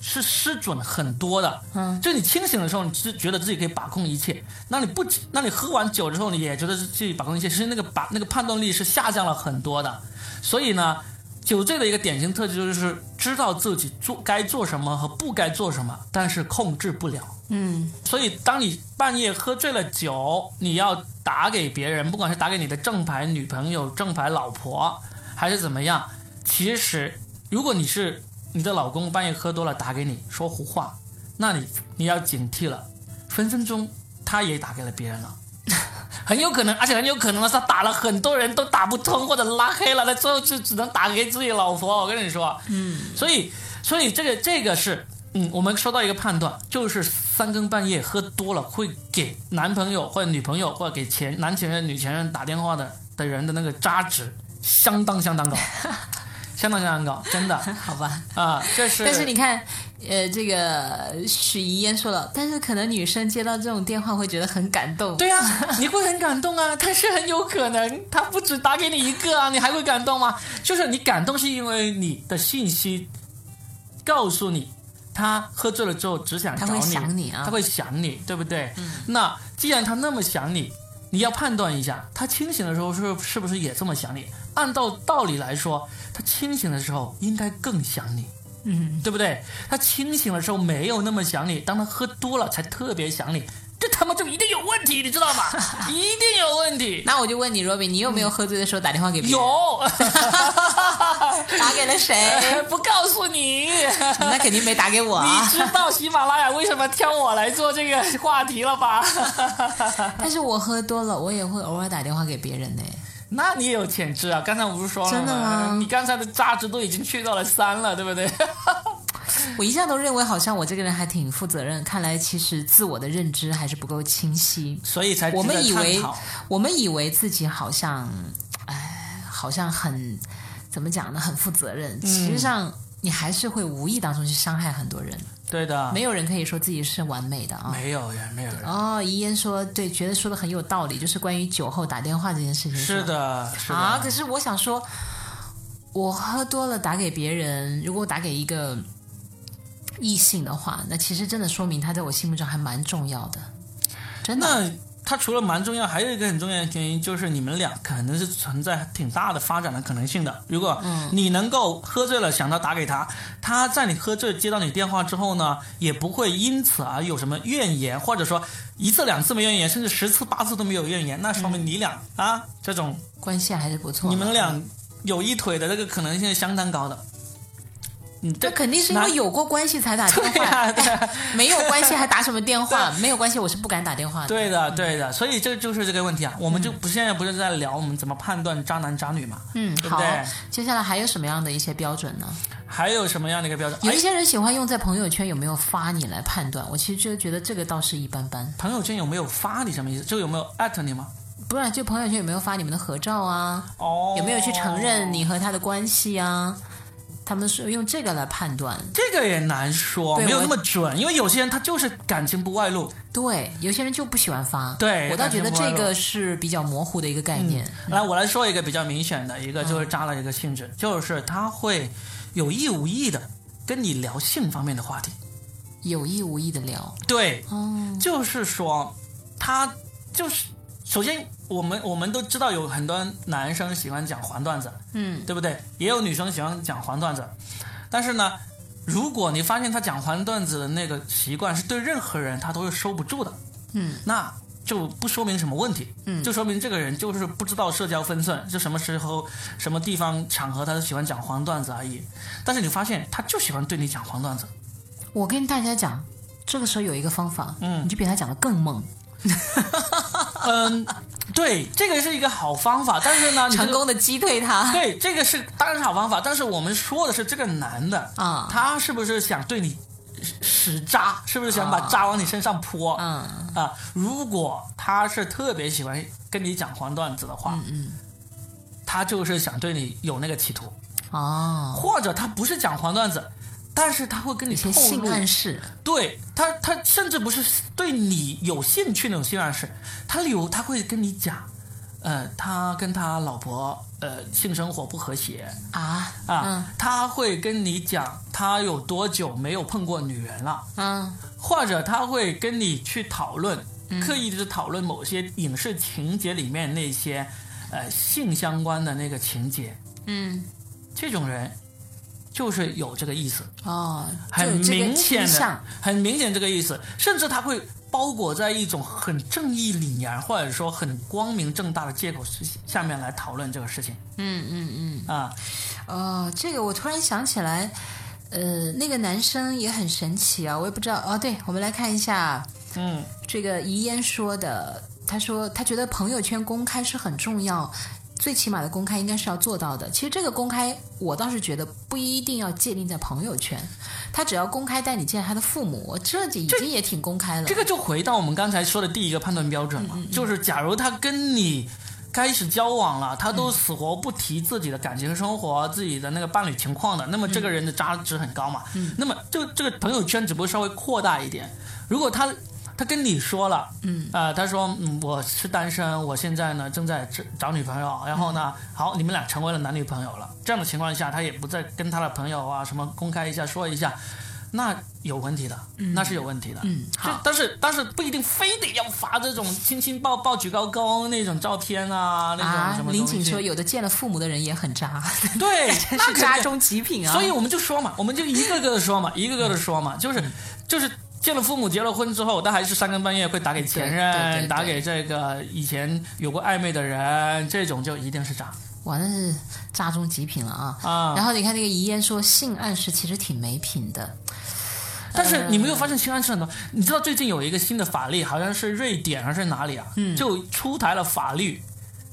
Speaker 3: 是失准很多的。
Speaker 2: 嗯，
Speaker 3: 就你清醒的时候，你是觉得自己可以把控一切，那你不，那你喝完酒之后，你也觉得自己把控一切，其实那个把那个判断力是下降了很多的。所以呢，酒醉的一个典型特质就是知道自己做该做什么和不该做什么，但是控制不了。
Speaker 2: 嗯，
Speaker 3: 所以，当你半夜喝醉了酒，你要打给别人，不管是打给你的正牌女朋友、正牌老婆，还是怎么样，其实如果你是你的老公半夜喝多了打给你说胡话，那你你要警惕了，分分钟他也打给了别人了。 很有可能，而且很有可能的是，他打了很多人都打不通，或者拉黑了，他最后就只能打给自己老婆。我跟你说，嗯，所以，所以这个这个是，嗯，我们说到一个判断，就是三更半夜喝多了会给男朋友或者女朋友或者给前男前任、女前任打电话的的人的那个渣值相当 相当高，相当相当高，真的啊、
Speaker 2: 好吧。
Speaker 3: 这是。
Speaker 2: 但是你看，呃，这个许怡嫣说了，但是可能女生接到这种电话会觉得很感动。
Speaker 3: 对呀、啊你会很感动啊，但是很有可能他不止打给你一个啊，你还会感动吗？就是你感动是因为你的信息告诉你，他喝醉了之后只想找
Speaker 2: 他
Speaker 3: 你，
Speaker 2: 会想你啊
Speaker 3: 他会想你，对不对？那既然他那么想你，你要判断一下，他清醒的时候是是不是也这么想你？按照道理来说，他清醒的时候应该更想你。嗯，对不对？他清醒的时候没有那么想你，当他喝多了才特别想你，这他妈就一定有问题，你知道吗？一定有问题，
Speaker 2: 那我就问你，Robin，你有没有喝醉的时候打电话给别人？
Speaker 3: 有，
Speaker 2: 打给了谁？
Speaker 3: 不告诉你。
Speaker 2: 那肯定没打给我
Speaker 3: 你
Speaker 2: 啊。
Speaker 3: 知道喜马拉雅为什么挑我来做这个话题了吧？
Speaker 2: 但是我喝多了，我也会偶尔打电话给别人呢。
Speaker 3: 那你也有潜质啊！刚才我不是说了
Speaker 2: 真的吗
Speaker 3: 你刚才的价值都已经去到了三了，对 不对？
Speaker 2: 我一向都认为，好像我这个人还挺负责任，看来其实自我的认知还是不够清晰。
Speaker 3: 所以才值得
Speaker 2: 我们以为
Speaker 3: 探讨
Speaker 2: 我们以为自己好像，哎，好像很怎么讲呢，很负责
Speaker 3: 嗯
Speaker 2: 任。其实上，你还是会无意当中去伤害很多人。
Speaker 3: 对的，
Speaker 2: 没有人可以说自己是完美的啊。
Speaker 3: 啊没有人，没有人。
Speaker 2: 哦，遗言说对，觉得说的很有道理，就是关于酒后打电话这件事情。
Speaker 3: 是
Speaker 2: 吧
Speaker 3: 的，是的，
Speaker 2: 啊，可是我想说，我喝多了打给别人，如果我打给一个异性的话，那其实真的说明他在我心目中还蛮重要的，真的。
Speaker 3: 那它除了蛮重要，还有一个很重要的原因就是你们俩可能是存在挺大的发展的可能性的。如果
Speaker 2: 嗯
Speaker 3: 你能够喝醉了想到打给他，他在你喝醉接到你电话之后呢，也不会因此而有什么怨言，或者说一次两次没怨言，甚至十次八次都没有怨言，那说
Speaker 2: 嗯
Speaker 3: 明你俩、啊这种
Speaker 2: 关系还是不错的。
Speaker 3: 你们俩有一腿的这个可能性是相当高的。你
Speaker 2: 嗯这
Speaker 3: 这
Speaker 2: 肯定是因为有过关系才打电
Speaker 3: 对
Speaker 2: 话，
Speaker 3: 啊对啊
Speaker 2: 没有关系还打什么电 话？没有关系，我是不敢打电话的。
Speaker 3: 对的，对的，所以这就是这个问题啊！我们就不现在不是在聊我们怎么判断渣男渣女嘛？
Speaker 2: 嗯，
Speaker 3: 对不
Speaker 2: 好
Speaker 3: 对。
Speaker 2: 接下来还有什么样的一些标准呢？
Speaker 3: 还有什么样的一个标准？
Speaker 2: 有一
Speaker 3: 哎，
Speaker 2: 些人喜欢用在朋友圈有没有发你来判断，我其实就觉得这个倒是一般般。
Speaker 3: 朋友圈有没有发你什么意思？就有没有艾特你吗？
Speaker 2: 不然就朋友圈有没有发你们的合照啊？
Speaker 3: 哦，
Speaker 2: 有没有去承认？你和他的关系啊？他们是用这个来判断。
Speaker 3: 这个也难说，
Speaker 2: 对
Speaker 3: 没有
Speaker 2: 我嗯
Speaker 3: 那么准，因为有些人他就是感情不外露，
Speaker 2: 对，有些人就不喜欢发。
Speaker 3: 对
Speaker 2: 我倒觉得
Speaker 3: 感情不外
Speaker 2: 这
Speaker 3: 露
Speaker 2: 个是比较模糊的一个概念。
Speaker 3: 来，我来说一个比较明显的一
Speaker 2: 嗯
Speaker 3: 个，就是渣的一个性质，就是他会有意无意的跟你聊性方面的话题。
Speaker 2: 有意无意的聊。
Speaker 3: 对，
Speaker 2: 哦，
Speaker 3: 就是说，他就是首先，我们我们都知道有很多男生喜欢讲黄段子，
Speaker 2: 嗯，
Speaker 3: 对不对？也有女生喜欢讲黄段子，但是呢，如果你发现他讲黄段子的那个习惯是对任何人他都是收不住的，
Speaker 2: 嗯，
Speaker 3: 那就不说明什么问题，
Speaker 2: 嗯
Speaker 3: 就说明这个人就是不知道社交分寸，就什么时候、什么地方、场合他都喜欢讲黄段子而已。但是你发现他就喜欢对你讲黄段子，
Speaker 2: 我跟大家讲，这个时候有一个方法，嗯，你就比他讲的更猛，
Speaker 3: 嗯，对，这个是一个好方法，但是呢，你这个
Speaker 2: 成功的击退他。
Speaker 3: 对，这个是当然是好方法，但是我们说的是这个男的
Speaker 2: 啊
Speaker 3: 他是不是想对你使使渣？是不是想把
Speaker 2: 啊
Speaker 3: 渣往你身上泼？啊、
Speaker 2: 嗯，
Speaker 3: 如果他是特别喜欢跟你讲黄段子的话，嗯他就是想对你有那个企图，
Speaker 2: 哦，
Speaker 3: 或者他不是讲黄段子，但是他会跟你
Speaker 2: 一些
Speaker 3: 透
Speaker 2: 性
Speaker 3: 露，
Speaker 2: 暗示，
Speaker 3: 对他，他甚至不是对你有兴趣那种性暗示，他有他会跟你讲，呃，他跟他老婆呃性生活不和谐。
Speaker 2: 啊
Speaker 3: 啊，他会跟你讲他有多久没有碰过女人了，
Speaker 2: 嗯
Speaker 3: 或者他会跟你去讨论，刻意的讨论某些影视情节里面那些呃性相关的那个情节，
Speaker 2: 嗯
Speaker 3: 这种人就是有这个意思，
Speaker 2: 哦，就
Speaker 3: 很
Speaker 2: 有这个
Speaker 3: 明显
Speaker 2: 倾
Speaker 3: 的
Speaker 2: 向，
Speaker 3: 很明显这个意思，甚至他会。包裹在一种很正义凛然，或者说很光明正大的借口下面来讨论这个事情
Speaker 2: 嗯嗯嗯，
Speaker 3: 啊，
Speaker 2: 哦，这个我突然想起来，呃，那个男生也很神奇啊，我也不知道哦。对，我们来看一下
Speaker 3: 嗯，
Speaker 2: 这个遗烟说的，他说他觉得朋友圈公开是很重要。最起码的公开应该是要做到的。其实这个公开，我倒是觉得不一定要界定在朋友圈，他只要公开带你见他的父母，这就已经也挺公开了。嗯
Speaker 3: 这个就回到我们刚才说的第一个判断标准嘛，就是假如他跟你开始交往了，他都死活不提自己的感情生活、自己的那个伴侣情况的，那么这个人的价值很高嘛。
Speaker 2: 嗯
Speaker 3: 那么就这个朋友圈只不过稍微扩大一点，如果他。他跟你说了，嗯，啊、他说，嗯，我是单身，我现在呢正在找找女朋友，然后呢，
Speaker 2: 嗯
Speaker 3: 好，你们俩成为了男女朋友了，这样的情况下，他也不再跟他的朋友啊什么公开一下说一下，那有问题的，那是有问题的。
Speaker 2: 嗯，
Speaker 3: 就
Speaker 2: 好，
Speaker 3: 但是但是不一定非得要发这种亲亲抱抱举高高那种照片啊，那种
Speaker 2: 啊
Speaker 3: 什，么东西。
Speaker 2: 林景说有的见了父母的人也很 渣，
Speaker 3: 对，
Speaker 2: 真
Speaker 3: 那
Speaker 2: 是
Speaker 3: 肯
Speaker 2: 渣
Speaker 3: 定
Speaker 2: 中极品啊！
Speaker 3: 所以我们就说嘛，我们就一个个的说嘛，一个个的说嘛，就是就是见了父母结了婚之后，他还是三更半夜会打给前
Speaker 2: 对对对对
Speaker 3: 任，打给这个以前有过暧昧的人，这种就一定是渣
Speaker 2: 哇，那是渣中极品了啊！
Speaker 3: 啊。
Speaker 2: 然后你看那个遗言说性暗示其实挺没品的，
Speaker 3: 但是你没有发现性暗示很多？你知道最近有一个新的法律，好像是瑞典还是哪里啊？就出台了法律，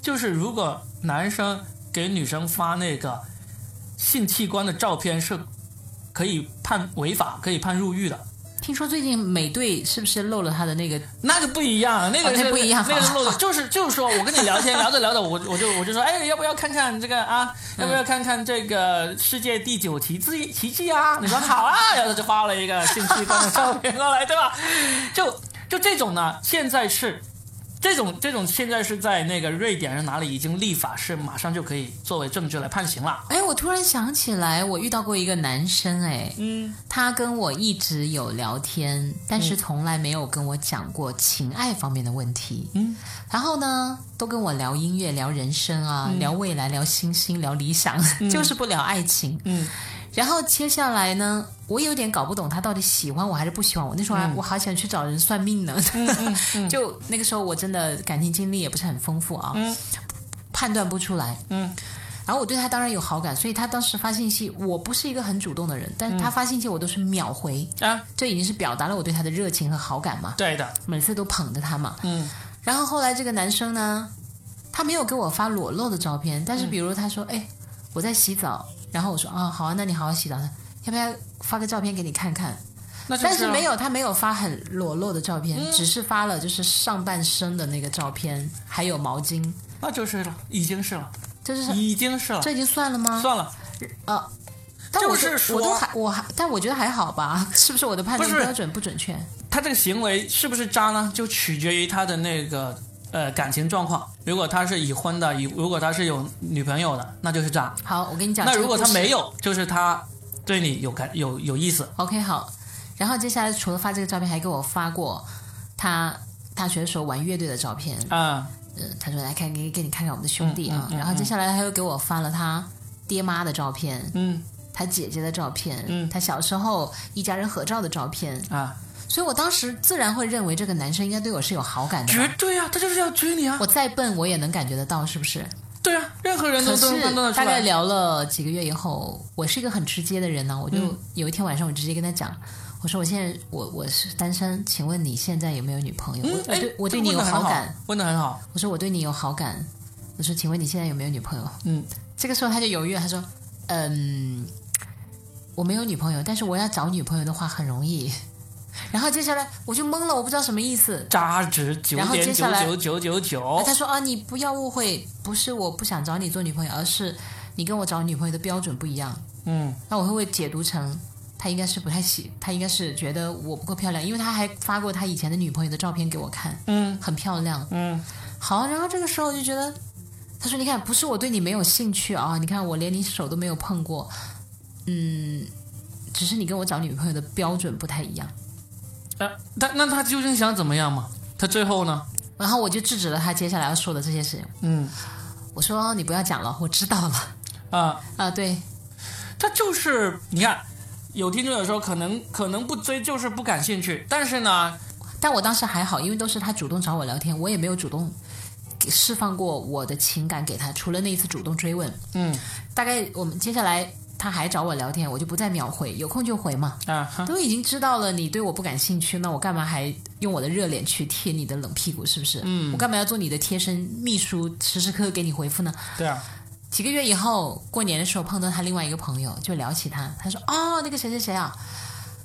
Speaker 3: 就是如果男生给女生发那个性器官的照片是可以判违法，可以判入狱的。
Speaker 2: 听说最近美队是不是漏了他的那个？
Speaker 3: 那个不一样，那个、
Speaker 2: 哦那不一样
Speaker 3: 那个
Speaker 2: 好
Speaker 3: 漏就是就是说我跟你聊天聊着聊着，我我就我就说，哎，要不要看看这个啊？
Speaker 2: 嗯
Speaker 3: 要不要看看这个世界第九奇迹奇迹啊？你说好啊， 然后他就发了一个性器官的照片过来，对吧？就就这种呢，现在是。这种这种现在是在那个瑞典是哪里已经立法，是马上就可以作为证据来判刑了。
Speaker 2: 哎，我突然想起来，我遇到过一个男生，哎，嗯，他跟我一直有聊天，但是从来没有跟我讲过情爱方面的问题，嗯，然后呢，都跟我聊音乐、聊人生啊，聊未来、聊星星、聊理想，就是不聊爱情，
Speaker 3: 嗯，
Speaker 2: 然后接下来呢，我有点搞不懂他到底喜欢我还是不喜欢我。那时候还、我好想去找人算命呢， 就那个时候我真的感情经历也不是很丰富啊，判断不出来。嗯，然后我对他当然有好感，所以他当时发信息，我不是一个很主动的人，
Speaker 3: 嗯
Speaker 2: 但是他发信息我都是秒回，
Speaker 3: 啊，
Speaker 2: 这已经是表达了我对他的热情和好感嘛，
Speaker 3: 对的，
Speaker 2: 每次都捧着他嘛。
Speaker 3: 嗯
Speaker 2: 然后后来这个男生呢，他没有给我发裸露的照片，
Speaker 3: 嗯
Speaker 2: 但是比如他说，哎，我在洗澡，然后我说啊、好啊，那你好好洗澡，要不要发个照片给你看看？
Speaker 3: 那就嗯
Speaker 2: 但是
Speaker 3: 啊
Speaker 2: 没有，他没有发很裸露的照片，只是发了就是上半身的那个照片，还有毛巾，
Speaker 3: 那就是了，已经是了，
Speaker 2: 这就是啊
Speaker 3: 已经是了，
Speaker 2: 这已经算了吗？
Speaker 3: 算了，
Speaker 2: 啊。但我
Speaker 3: 就是说
Speaker 2: 我都还我还，但我觉得还好吧，是不是我的判断
Speaker 3: 不是
Speaker 2: 标准不准确？
Speaker 3: 他这个行为是不是渣呢？就取决于他的那个呃感情状况。如果他是已婚的，以如果他是有女朋友的，那就是渣。
Speaker 2: 好，我跟你讲，
Speaker 3: 那如果
Speaker 2: 这
Speaker 3: 他
Speaker 2: 个故事
Speaker 3: 没有，就是他对你有感有有意思。
Speaker 2: OK，好。然后接下来除了发这个照片，还给我发过他大学的时候玩乐队的照片。
Speaker 3: 啊、
Speaker 2: 嗯，他说来看给给你看看我们的兄弟啊。
Speaker 3: 嗯嗯嗯
Speaker 2: 然后接下来他又给我发了他爹妈的照片，
Speaker 3: 嗯，
Speaker 2: 他姐姐的照片，
Speaker 3: 嗯
Speaker 2: 他小时候一家人合照的照片。
Speaker 3: 啊，
Speaker 2: 所以我当时自然会认为这个男生应该对我是有好感的
Speaker 3: 绝
Speaker 2: 吧。
Speaker 3: 对啊，他就是要追你啊，
Speaker 2: 我再笨，我也能感觉得到，是不是？
Speaker 3: 对啊，任何人
Speaker 2: 可
Speaker 3: 都都
Speaker 2: 是
Speaker 3: 能判断得出
Speaker 2: 大概
Speaker 3: 来。
Speaker 2: 聊了几个月以后，我是一个很直接的人
Speaker 3: 嗯
Speaker 2: 呢、我就有一天晚上，我直接跟他讲，我说我现在我我是单身，请问你现在有没有女朋友？我我
Speaker 3: 哎
Speaker 2: 对我
Speaker 3: 这
Speaker 2: 对
Speaker 3: 个
Speaker 2: 你有
Speaker 3: 问得很好
Speaker 2: 感，，
Speaker 3: 问的很好。
Speaker 2: 我说我对你有好感，我说请问你现在有没有女朋友？
Speaker 3: 嗯，
Speaker 2: 这个时候他就犹豫了，他说，嗯，我没有女朋友，但是我要找女朋友的话很容易。 然后接下来我就懵了，我不知道什么意思。
Speaker 3: 渣值九
Speaker 2: 然后接
Speaker 3: 点
Speaker 2: 下
Speaker 3: 九
Speaker 2: 来
Speaker 3: 九九九
Speaker 2: 啊
Speaker 3: 九
Speaker 2: 他，说啊，你不要误会，不是我不想找你做女朋友，而是你跟我找女朋友的标准不一样。
Speaker 3: 嗯，
Speaker 2: 那我会不会解读成他应该是不太喜，他应该是觉得我不够漂亮，因为他还发过他以前的女朋友的照片给我看，
Speaker 3: 嗯，
Speaker 2: 很漂亮，
Speaker 3: 嗯。
Speaker 2: 好，然后这个时候我就觉得，他说：“你看，不是我对你没有兴趣啊，你看我连你手都没有碰过，嗯，只是你跟我找女朋友的标准不太一样。
Speaker 3: 呃，他那他究竟想怎么样嘛？他最后呢？”
Speaker 2: 然后我就制止了他接下来要说的这些事情。
Speaker 3: 嗯
Speaker 2: 我说：“哦你不要讲了，我知道了。
Speaker 3: 啊、”
Speaker 2: 啊，对，
Speaker 3: 他就是你看，有听众有说可能可能不追就是不感兴趣，但是呢，
Speaker 2: 但我当时还好，因为都是他主动找我聊天，我也没有主动给释放过我的情感给他，除了那一次主动追问。
Speaker 3: 嗯
Speaker 2: 大概我们接下来他还找我聊天，我就不再秒回，有空就回嘛。
Speaker 3: 啊哈，
Speaker 2: 都已经知道了你对我不感兴趣，那我干嘛还用我的热脸去贴你的冷屁股？是不是？嗯，我干嘛要做你的贴身秘书，时时刻刻给你回复呢？
Speaker 3: 对啊，
Speaker 2: 几个月以后，过年的时候碰到他另外一个朋友，就聊起他，他说：“哦，那个谁谁谁啊，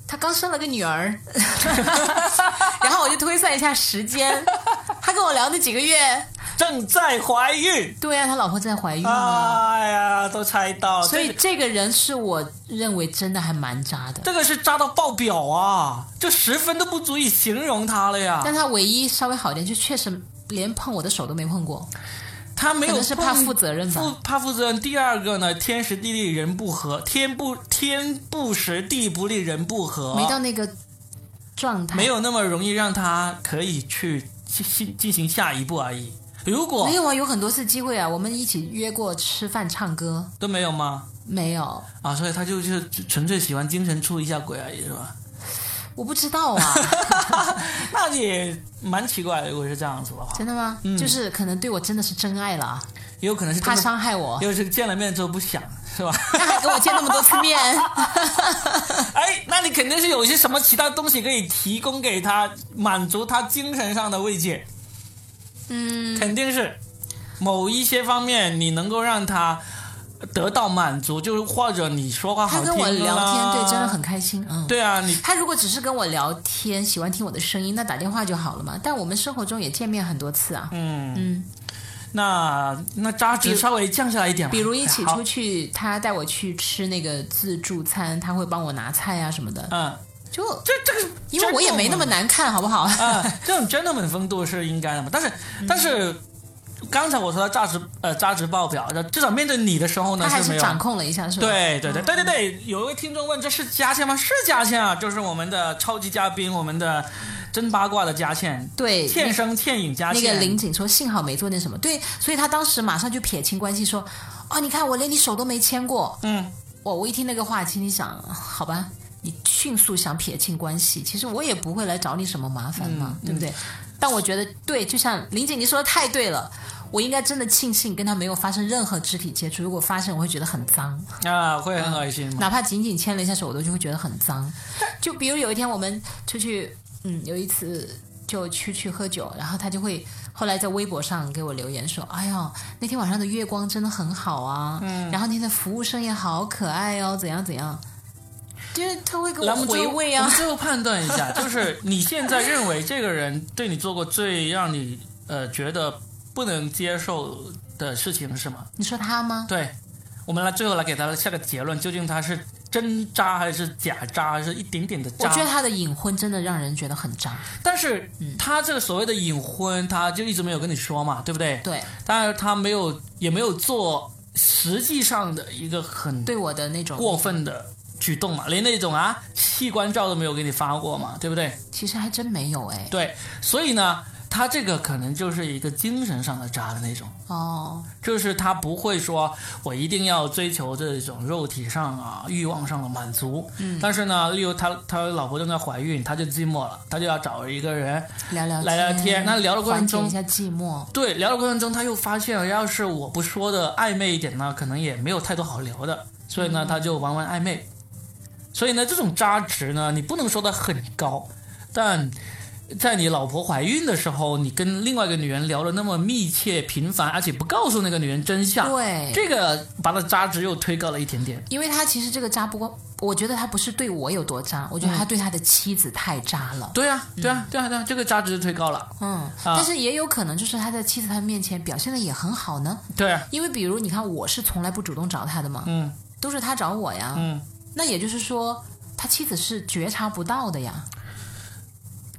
Speaker 2: 他刚生了个女儿。” 然后我就推算一下时间，他跟我聊那几个月，
Speaker 3: 正在怀孕，
Speaker 2: 对啊，他老婆正在怀孕啊，
Speaker 3: 哎呀，都猜到了，
Speaker 2: 所以
Speaker 3: 这
Speaker 2: 这个人是我认为真的还蛮渣的。
Speaker 3: 这个是渣到爆表啊，就十分都不足以形容他了呀。
Speaker 2: 但他唯一稍微好一点，就确实连碰我的手都没碰过。
Speaker 3: 他
Speaker 2: 可
Speaker 3: 没有
Speaker 2: 能是怕
Speaker 3: 碰
Speaker 2: 负责任吧
Speaker 3: 负怕负责任。第二个呢，天时地利人不和，天不天不时，地不利，人不和，
Speaker 2: 没到那个状态，
Speaker 3: 哦没有那么容易让他可以去进进进行下一步而已。如果
Speaker 2: 没有啊，有很多次机会啊，我们一起约过吃饭、唱歌，
Speaker 3: 都没有吗？
Speaker 2: 没有，
Speaker 3: 啊，所以他就就是纯粹喜欢精神出一下轨而已，是吧？
Speaker 2: 我不知道啊，
Speaker 3: 那也蛮奇怪的，如果是这样子的话，
Speaker 2: 真的吗？
Speaker 3: 嗯
Speaker 2: 就是可能对我真的是真爱了啊，
Speaker 3: 也有可能是
Speaker 2: 怕
Speaker 3: 真的
Speaker 2: 伤害 我，
Speaker 3: 又是见了面之后不想，是吧？
Speaker 2: 那还跟我见那么多次面，
Speaker 3: 哎，那你肯定是有一些什么其他东西可以提供给他，满足他精神上的慰藉。嗯，肯定是某一些方面你能够让他得到满足，就是或者你说话
Speaker 2: 他
Speaker 3: 好听
Speaker 2: 跟我聊天，
Speaker 3: 啦
Speaker 2: 对，真的很开心，嗯。
Speaker 3: 对啊，你
Speaker 2: 他如果只是跟我聊天，喜欢听我的声音，那打电话就好了嘛。但我们生活中也见面很多次啊，
Speaker 3: 嗯那那渣值稍微降下来一点吧，
Speaker 2: 比如一起
Speaker 3: 好
Speaker 2: 出去，他带我去吃那个自助餐，他会帮我拿菜啊什么的，
Speaker 3: 嗯，
Speaker 2: 就
Speaker 3: 这这个
Speaker 2: 因为我也没那么嗯难看，好不好？
Speaker 3: 啊，这种 gentleman 风度是应该的嘛。但是，但是刚才我说的价值呃价值报表，至少面对你的时候 呢
Speaker 2: 他还
Speaker 3: 没
Speaker 2: 是
Speaker 3: 有。
Speaker 2: 掌控了嗯一下，是吧？，
Speaker 3: 对对对对对对，有一位听众问这是佳倩吗？是佳倩啊，就是我们的超级嘉宾，我们的真八卦的佳倩，
Speaker 2: 对
Speaker 3: 倩声倩影佳
Speaker 2: 那
Speaker 3: 倩。
Speaker 2: 个林景说，幸好没做那什么，对，所以他当时马上就撇清关系说，哦，你看我连你手都没牵过，
Speaker 3: 嗯，
Speaker 2: 我我一听那个话，心里想，好吧。你迅速想撇清关系，其实我也不会来找你什么麻烦嘛，对不对？但我觉得对，就像林姐你说的太对了，我应该真的庆幸跟他没有发生任何肢体接触。如果发生，我会觉得很脏，
Speaker 3: 啊，会很恶心吗？
Speaker 2: 哪怕仅仅牵了一下手，我都就会觉得很脏。就比如有一天我们出去，嗯，有一次就去去喝酒，然后他就会后来在微博上给我留言说：“哎呦，那天晚上的月光真的很好啊，嗯、然后那天的服务生也好可爱哦，怎样怎样。”就是他会给
Speaker 3: 那
Speaker 2: 我
Speaker 3: 我们
Speaker 2: 回
Speaker 3: 最后
Speaker 2: 味
Speaker 3: 我
Speaker 2: 啊
Speaker 3: 们，最后判断一 下，就是你现在认为这个人对你做过最让你呃觉得不能接受的事情是什么？
Speaker 2: 你说他吗？
Speaker 3: 对，我们来最后来给他下个结论，究竟他是真渣还是假渣，还是一点点的
Speaker 2: 我
Speaker 3: 渣？
Speaker 2: 觉得嗯他的隐婚真的让人觉得很 渣。
Speaker 3: 但是他这个所谓的隐婚，他就一直没有跟你说嘛，对不对？
Speaker 2: 对，
Speaker 3: 但是他没有，也没有做实际上的一个很
Speaker 2: 对我的那种
Speaker 3: 过分的举动嘛，连那种啊器官照都没有给你发过嘛，对不对？
Speaker 2: 其实还真没有哎。
Speaker 3: 对，所以呢，他这个可能就是一个精神上的渣的那种。
Speaker 2: 哦，
Speaker 3: 就是他不会说我一定要追求这种肉体上啊欲望上的满足，嗯，但是呢，例如他他老婆正在怀孕，他就寂寞了，他就要找一个人，
Speaker 2: 聊聊
Speaker 3: 聊聊天那聊的过程中啊
Speaker 2: 缓解一下寂寞。
Speaker 3: 对，聊的过程中他又发现，要是我不说的暧昧一点呢，可能也没有太多好聊的，所以呢，他就玩玩暧昧，所以呢，这种渣值呢，你不能说的很高，但。在你老婆怀孕的时候，你跟另外一个女人聊的那么密切、频繁，而且不告诉那个女人真相，
Speaker 2: 对，
Speaker 3: 这个把他渣值又推高了一点点。
Speaker 2: 因为他其实这个渣不光，我觉得他不是对我有多渣，我觉得他对他的妻子太渣了。
Speaker 3: 对啊，对啊，对啊，对啊，这个渣值就推高了。
Speaker 2: 嗯，
Speaker 3: 啊
Speaker 2: 但是也有可能就是他在妻子他面前表现的也很好呢，
Speaker 3: 对啊，
Speaker 2: 因为比如你看，我是从来不主动找他的嘛，
Speaker 3: 嗯，
Speaker 2: 都是他找我呀。
Speaker 3: 嗯，
Speaker 2: 那也就是说，他妻子是觉察不到的呀，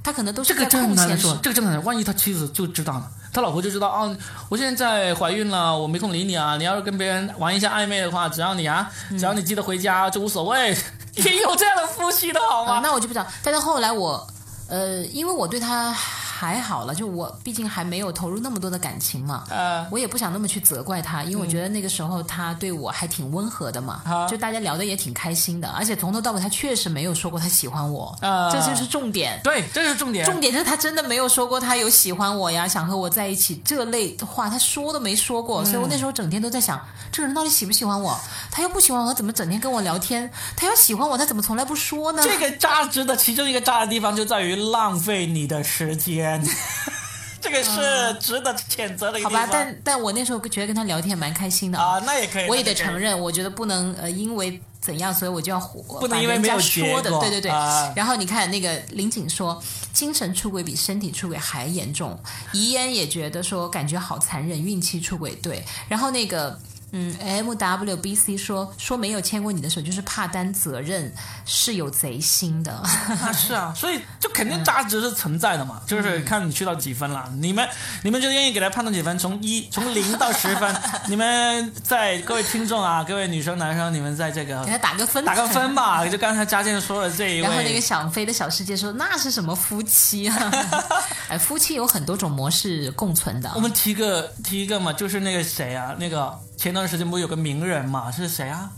Speaker 2: 他可能都
Speaker 3: 这
Speaker 2: 是
Speaker 3: 个
Speaker 2: 在
Speaker 3: 真的
Speaker 2: 空
Speaker 3: 很难
Speaker 2: 闲
Speaker 3: 说
Speaker 2: 时，
Speaker 3: 这个真的很难。万一他妻子就知道了，他老婆就知道啊、我现在怀孕了，我没空理你啊。你要是跟别人玩一下暧昧的话，只要你啊，只要你记得回家就无所谓。 也有这样的夫妻的好
Speaker 2: 啊，
Speaker 3: 吗？
Speaker 2: 那我就不知道。但是后来我，呃，因为我对他还好了，就我毕竟还没有投入那么多的感情嘛，
Speaker 3: 呃，
Speaker 2: 我也不想那么去责怪他，因为我觉得那个时候他对我还挺温和的嘛，
Speaker 3: 嗯啊
Speaker 2: 就大家聊的也挺开心的，而且从头到尾他确实没有说过他喜欢我，
Speaker 3: 啊
Speaker 2: 这就是重点。
Speaker 3: 对，这是重点。
Speaker 2: 重点就是他真的没有说过他有喜欢我呀，想和我在一起这类的话，他说都没说过，
Speaker 3: 嗯
Speaker 2: 所以我那时候整天都在想，这个人到底喜不喜欢我？他又不喜欢我，他怎么整天跟我聊天？他要喜欢我，他怎么从来不说呢？
Speaker 3: 这个渣值的其中一个渣的地方就在于浪费你的时间， 这个是值得谴责的一
Speaker 2: 嗯好
Speaker 3: 个地方。
Speaker 2: 吧，但但我那时候觉得跟他聊天蛮开心的
Speaker 3: 啊，那也可以，
Speaker 2: 我也
Speaker 3: 那
Speaker 2: 得
Speaker 3: 也可以
Speaker 2: 承认，我觉得不能呃，因为怎样，所以我就要火，
Speaker 3: 不能
Speaker 2: 把
Speaker 3: 因为
Speaker 2: 人
Speaker 3: 没
Speaker 2: 家
Speaker 3: 有结
Speaker 2: 说的，
Speaker 3: 果
Speaker 2: 对对对。
Speaker 3: 啊
Speaker 2: 然后你看那个林景说，精神出轨比身体出轨还严重。遗烟也觉得说，感觉好残忍，孕期出轨对。然后那个。嗯，M W B C 说说没有牵过你的手，就是怕担责任，是有贼心的。
Speaker 3: 啊，是啊，所以就肯定价值是存在的嘛，就是
Speaker 2: 嗯
Speaker 3: 看你去到几分了。你们你们就愿意给他判断几分，从一从零到十 分。你们在各位听众啊，各位女生男生，你们在 这个
Speaker 2: 给他打个分，
Speaker 3: 打个分吧。 就刚才嘉健说的这一位，
Speaker 2: 然后那个想飞的小世界说：“那是什么夫妻啊？ 哎，夫妻有很多种模式共存的
Speaker 3: 我。们提个提一个嘛，就是那个谁啊，那个前段时间不是有个名人嘛，是谁啊？
Speaker 2: 啊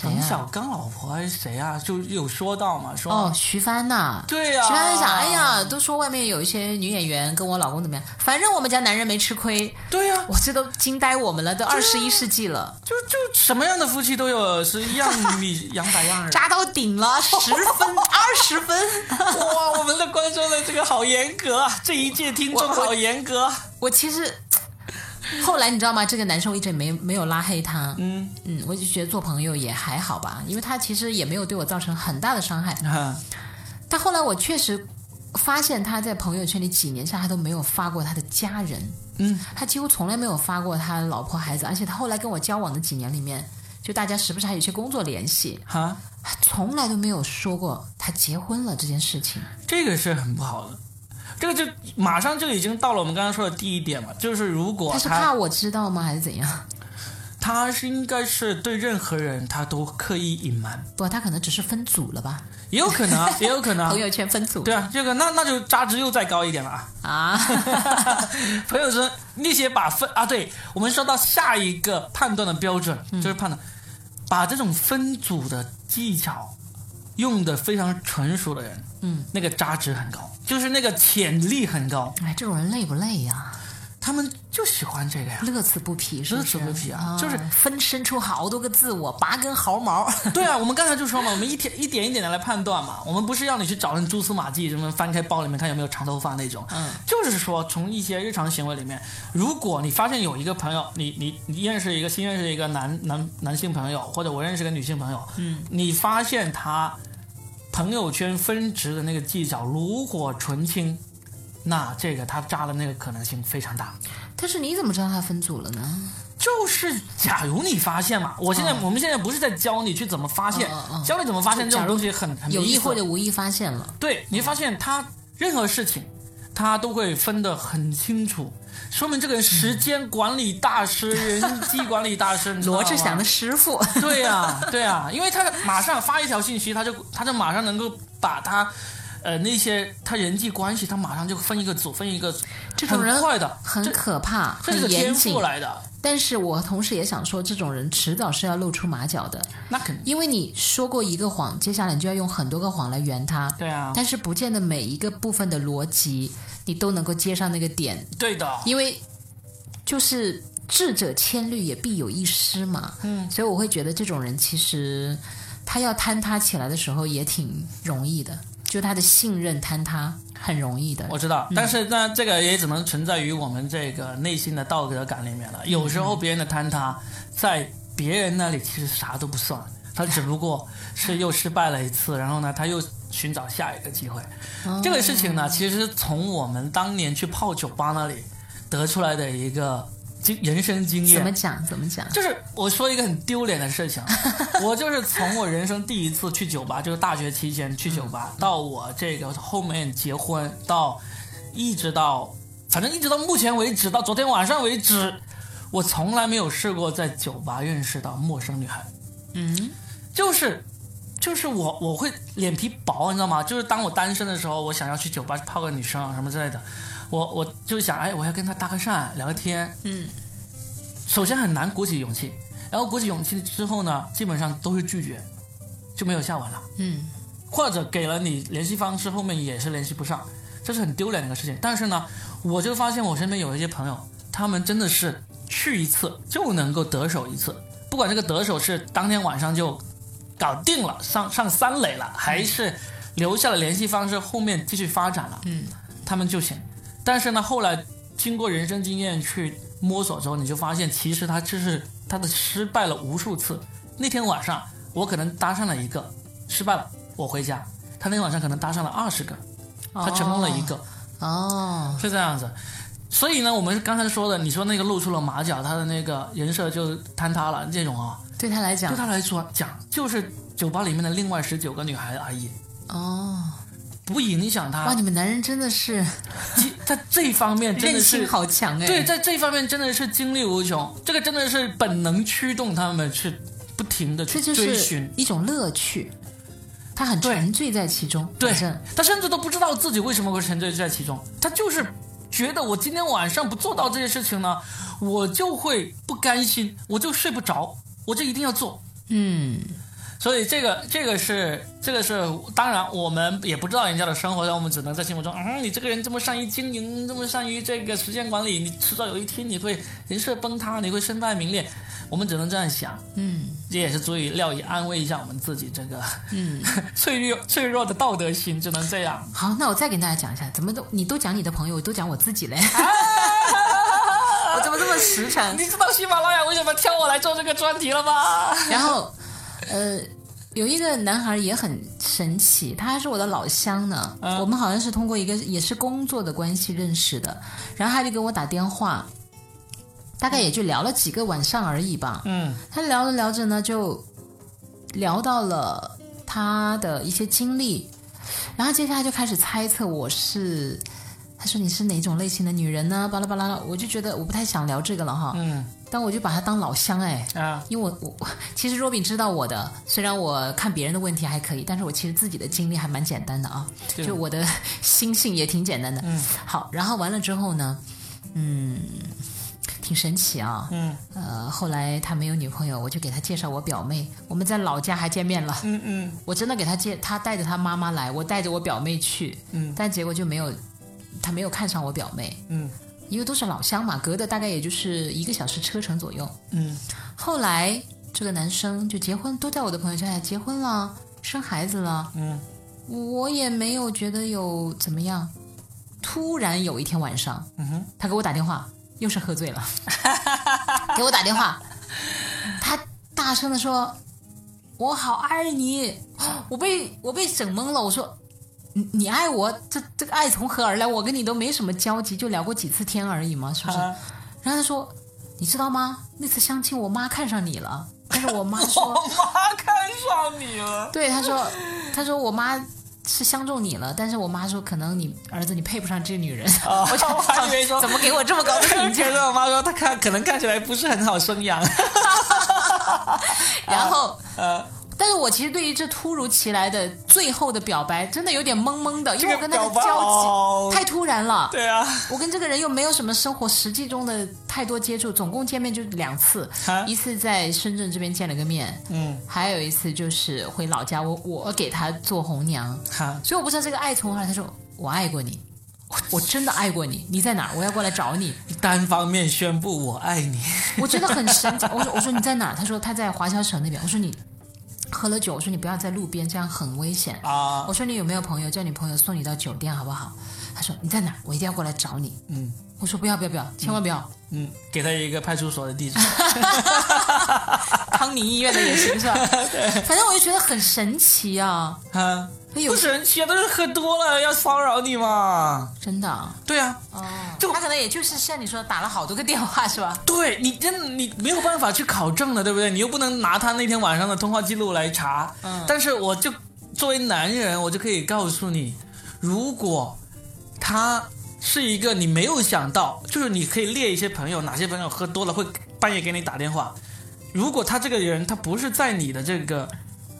Speaker 3: 冯小刚老婆还是谁啊？就有说到嘛，说、
Speaker 2: 哦，徐帆呐、
Speaker 3: 对呀、
Speaker 2: 徐帆在想，哎，呀，都说外面有一些女演员跟我老公怎么样，反正我们家男人没吃亏，
Speaker 3: 对呀、
Speaker 2: 我这都惊呆我们了，都二十一世纪了，
Speaker 3: 就就什么样的夫妻都有，是一样 米养百样人。
Speaker 2: 扎到顶了，十 分二十分。
Speaker 3: 哇，我们的观众的这个好严格啊，这一届听众好严格啊。
Speaker 2: 我其实后来你知道吗？这个男生我一直没没有拉黑他，
Speaker 3: 嗯，
Speaker 2: 嗯，我就觉得做朋友也还好吧，因为他其实也没有对我造成很大的伤害。
Speaker 3: 啊
Speaker 2: 但后来我确实发现他在朋友圈里几年下他都没有发过他的家人，
Speaker 3: 嗯，
Speaker 2: 他几乎从来没有发过他老婆孩子，而且他后来跟我交往的几年里面，就大家时不时还有一些工作联系，
Speaker 3: 哈，
Speaker 2: 他从来都没有说过他结婚了这件事情。
Speaker 3: 这个是很不好的。这个就马上就已经到了我们刚刚说的第一点嘛，就是如果
Speaker 2: 他是怕我知道吗？还是怎样？
Speaker 3: 他是应该是对任何人他都刻意隐瞒，
Speaker 2: 不，他可能只是分组了吧？
Speaker 3: 也有可 能啊，也有可能啊
Speaker 2: 朋。友圈分组
Speaker 3: 对啊，这个那那就价值又再高一点了啊！
Speaker 2: 啊。
Speaker 3: 朋友说那些把分啊，对我们说到下一个判断的标准、就是判断，把这种分组的技巧用的非常纯熟的人，
Speaker 2: 嗯，
Speaker 3: 那个价值很高，就是那个潜力很高，
Speaker 2: 哎，这种人累不累呀、
Speaker 3: 他们就喜欢这个呀。
Speaker 2: 乐此不疲，是不是？
Speaker 3: 乐此不疲啊就是
Speaker 2: 分身出好多个自我，拔根毫毛。
Speaker 3: 对啊，我们刚才就说嘛，我们一点一点一点的来判断嘛，我们不是让你去找人蛛丝马迹，什么翻开包里面看有没有长头发那种，
Speaker 2: 嗯，
Speaker 3: 就是说从一些日常行为里面，如果你发现有一个朋友，你你你认识一个新认识一个男男男性朋友，或者我认识个女性朋友，嗯，你发现他朋友圈分值的那个技巧炉火纯青，那这个他渣的那个可能性非常大。
Speaker 2: 但是你怎么知道他分组了呢？
Speaker 3: 就是，假如你发现嘛，我现在、我们现在不是在教你去怎么发现，
Speaker 2: 嗯嗯嗯
Speaker 3: 教你怎么发现这
Speaker 2: 假
Speaker 3: 种
Speaker 2: 如
Speaker 3: 东西很很没
Speaker 2: 有意
Speaker 3: 意思
Speaker 2: 或者无意发现了，
Speaker 3: 对，你会发现他任何事情，他都会分得很清楚，说明这个人时间管理大师、 人际管理大师，你知道
Speaker 2: 罗志祥的
Speaker 3: 吗。
Speaker 2: 师傅。
Speaker 3: 对呀、对呀、因为他马上发一条信息，他就他就马上能够把他，呃，那些他人际关系，他马上就分一个组，分一个组，
Speaker 2: 这种人
Speaker 3: 很快的，
Speaker 2: 很
Speaker 3: 这
Speaker 2: 可怕，
Speaker 3: 这是
Speaker 2: 很
Speaker 3: 天
Speaker 2: 严谨
Speaker 3: 赋。来的，
Speaker 2: 但是我同时也想说，这种人迟早是要露出马脚的，
Speaker 3: 那肯定
Speaker 2: 因为你说过一个谎，接下来你就要用很多个谎来圆他。
Speaker 3: 对啊，
Speaker 2: 但是不见得每一个部分的逻辑你都能够接上那个点，
Speaker 3: 对的，
Speaker 2: 因为就是智者千虑也必有一失嘛。嗯，所以我会觉得这种人其实他要坍塌起来的时候也挺容易的，就他的信任坍塌很容易的。
Speaker 3: 我知道，但是呢，这个也只能存在于我们这个内心的道德感里面了。有时候别人的坍塌，在别人那里其实啥都不算，他只不过是又失败了一次，然后呢，他又寻找下一个机会。
Speaker 2: 嗯
Speaker 3: 这个事情呢，其实是从我们当年去泡酒吧那里得出来的一个经人生经
Speaker 2: 哦怎么
Speaker 3: 验。
Speaker 2: 讲？怎么讲？
Speaker 3: 就是我说一个很丢脸的事情，我就是从我人生第一次去酒吧，就是大学期间去酒吧，到我这个后面结婚，到一直到反正一直到目前为止，到昨天晚上为止，我从来没有试过在酒吧认识到陌生女孩。
Speaker 2: 嗯，
Speaker 3: 就是就是我我会脸皮薄，你知道吗？就是当我单身的时候，我想要去酒吧泡个女生啊什么之类的，我我就想，哎，我要跟她搭个讪，聊个天。
Speaker 2: 嗯，
Speaker 3: 首先很难鼓起勇气，然后鼓起勇气之后呢，基本上都是拒绝，就没有下文了。
Speaker 2: 嗯，
Speaker 3: 或者给了你联系方式，后面也是联系不上，这是很丢脸的一个事情。但是呢，我就发现我身边有一些朋友，他们真的是去一次就能够得手一次，不管这个得手是当天晚上就搞定了，上上三垒了，还是留下了联系方式，后面继续发展了，
Speaker 2: 嗯，
Speaker 3: 他们就行。但是呢，后来经过人生经验去摸索之后，你就发现其实他就是他的失败了无数次。那天晚上我可能搭上了一个，失败了，我回家。他那天晚上可能搭上了二十个，他成功了一个，
Speaker 2: 哦。
Speaker 3: 是这样子。所以呢，我们刚才说的，你说那个露出了马脚，他的那个人设就坍塌了，这种啊、
Speaker 2: 对他来讲
Speaker 3: 对，他来说讲就是酒吧里面的另外十九个女孩而已，
Speaker 2: 哦，
Speaker 3: 不影响
Speaker 2: 哇，
Speaker 3: 他。
Speaker 2: 你们男人真的是
Speaker 3: 其在这方面真
Speaker 2: 韧
Speaker 3: 的
Speaker 2: 性
Speaker 3: 是。
Speaker 2: 好强哎，
Speaker 3: 对，在这方面真的是精力无穷，这个真的是本能驱动他们去不停的去
Speaker 2: 这就
Speaker 3: 追寻
Speaker 2: 是。一种乐趣，他很
Speaker 3: 对
Speaker 2: 沉醉在其中，
Speaker 3: 对
Speaker 2: 反正
Speaker 3: 他甚至都不知道自己为什么会沉醉在其中，他就是觉得我今天晚上不做到这些事情呢，我就会不甘心，我就睡不着，我就一定要做。
Speaker 2: 嗯，
Speaker 3: 所以这个这个是这个是，当然我们也不知道人家的生活，但我们只能在心目中，嗯，你这个人这么善于经营，这么善于这个时间管理，你迟早有一天你会人设崩塌，你会身败名裂，我们只能这样想，嗯，这也是足以料以安慰一下我们自己这个，嗯， 脆弱脆弱的道德心，只能这样。
Speaker 2: 好，那我再给大家讲一下，怎么都你都讲你的朋友，我都讲我自己嘞，我怎么这么实诚？
Speaker 3: 你知道喜马拉雅为什么挑我来做这个专题了吗？
Speaker 2: 然后，呃，有一个男孩也很神奇，他还是我的老乡呢。
Speaker 3: 嗯
Speaker 2: 我们好像是通过一个也是工作的关系认识的，然后他就给我打电话，大概也就聊了几个晚上而已吧。
Speaker 3: 嗯，
Speaker 2: 他聊着聊着呢，就聊到了他的一些经历，然后接下来就开始猜测我是。他说你是哪种类型的女人呢？巴拉巴拉，我就觉得我不太想聊这个了哈。
Speaker 3: 嗯，
Speaker 2: 但我就把他当老乡哎，
Speaker 3: 啊，
Speaker 2: 因为我我我其实若饼知道我的，虽然我看别人的问题还可以，但是我其实自己的经历还蛮简单的啊，
Speaker 3: 对
Speaker 2: 就我的 心性也挺简单的。嗯，好，然后完了之后呢，嗯，挺神奇啊。
Speaker 3: 嗯，
Speaker 2: 呃，后来他没有女朋友，我就给他介绍我表妹，我们在老家还见面了。
Speaker 3: 嗯嗯，
Speaker 2: 我真的给他介，他带着他妈妈来，我带着我表妹去，
Speaker 3: 嗯，
Speaker 2: 但结果就没有，他没有看上我表妹，
Speaker 3: 嗯，
Speaker 2: 因为都是老乡嘛，隔的大概也就是一个小时车程左右，
Speaker 3: 嗯，
Speaker 2: 后来这个男生就结婚，都在我的朋友圈里结婚了，生孩子了，
Speaker 3: 嗯，
Speaker 2: 我也没有觉得有怎么样，突然有一天晚上，嗯哼，他给我打电话，又是喝醉 了，给我打电话，他大声的说：“我好爱你。”我被我被整懵了，我说。你你爱我，这这个爱从何而来？我跟你都没什么交集，就聊过几次天而已嘛，是不是？
Speaker 3: 啊
Speaker 2: 然后他说：“你知道吗？那次相亲，我妈看上你了。”但是我妈
Speaker 3: 我
Speaker 2: 说
Speaker 3: 妈看上你了：“。
Speaker 2: 对，他说，他说我妈是相中你了，但是我妈说可能你儿子你配不上这女人。
Speaker 3: 啊，我还以为 说 啊
Speaker 2: 怎么给我这么高的评价
Speaker 3: 觉？得我妈说她看可能看起来不是很好生养，
Speaker 2: 然后，
Speaker 3: 呃，
Speaker 2: 但是我其实对于这突如其来的最后的表白，真的有点懵懵的，因为我跟他
Speaker 3: 这
Speaker 2: 的
Speaker 3: 个表白
Speaker 2: 交
Speaker 3: 哦
Speaker 2: 集太突然了。
Speaker 3: 对啊，
Speaker 2: 我跟这个人又没有什么生活实际中的太多接触，总共见面就两次，
Speaker 3: 啊
Speaker 2: 一次在深圳这边见了个面，
Speaker 3: 嗯，
Speaker 2: 还有一次就是回老家，我我给他做红娘，
Speaker 3: 哈，
Speaker 2: 所以我不知道这个爱从何来。他说我爱过你，我真的爱过你，你在哪儿？我要过来找你。
Speaker 3: 单方面宣布我爱你，
Speaker 2: 我真的很神奇。 我说我说你在哪儿？他说他在华侨城那边。我说你喝了酒，我说你不要在路边，这样很危险
Speaker 3: 啊
Speaker 2: 我说你有没有朋友？叫你朋友送你到酒店好不好？他说你在哪儿？我一定要过来找你。
Speaker 3: 嗯
Speaker 2: 我说不要不要不要，千万不要。
Speaker 3: 嗯，给她一个派出所的地址，
Speaker 2: 康宁医院的也行 是吧？反正我就觉得很神奇啊，
Speaker 3: 哈，
Speaker 2: 哎
Speaker 3: 不
Speaker 2: 有
Speaker 3: 神奇啊，都是喝多了要骚扰你嘛，
Speaker 2: 真的啊
Speaker 3: 对啊，
Speaker 2: 哦，
Speaker 3: 就
Speaker 2: 他可能也就是像你说打了好多个电话是 吧？
Speaker 3: 对你真的你没有办法去考证的，对不对？你又不能拿他那天晚上的通话记录来查。
Speaker 2: 嗯
Speaker 3: 但是我就作为男人，我就可以告诉你，如果他是一个你没有想到，就是你可以列一些朋友，哪些朋友喝多了会半夜给你打电话。如果他这个人他不是在你的这个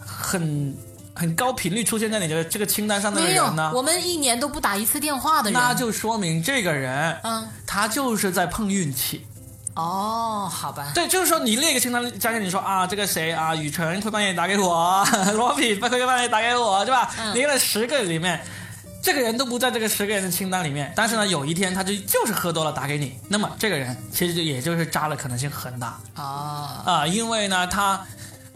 Speaker 3: 很很高频率出现在你的这个清单上的
Speaker 2: 没有
Speaker 3: 人呢，，
Speaker 2: 我们一年都不打一次电话的人，
Speaker 3: 那就说明这个人
Speaker 2: 嗯
Speaker 3: 他就是在碰运气。
Speaker 2: 哦，好吧，
Speaker 3: 对，就是说你列一个清单，加上你说啊，这个谁啊，雨辰会半夜打给我， 罗比会半夜打给我，对吧？
Speaker 2: 嗯
Speaker 3: 你列了十个里面，这个人都不在这个十个人的清单里面，但是呢，有一天他就就是喝多了打给你，那么这个人其实就也就是渣的可能性很大
Speaker 2: 哦，
Speaker 3: 啊、因为呢他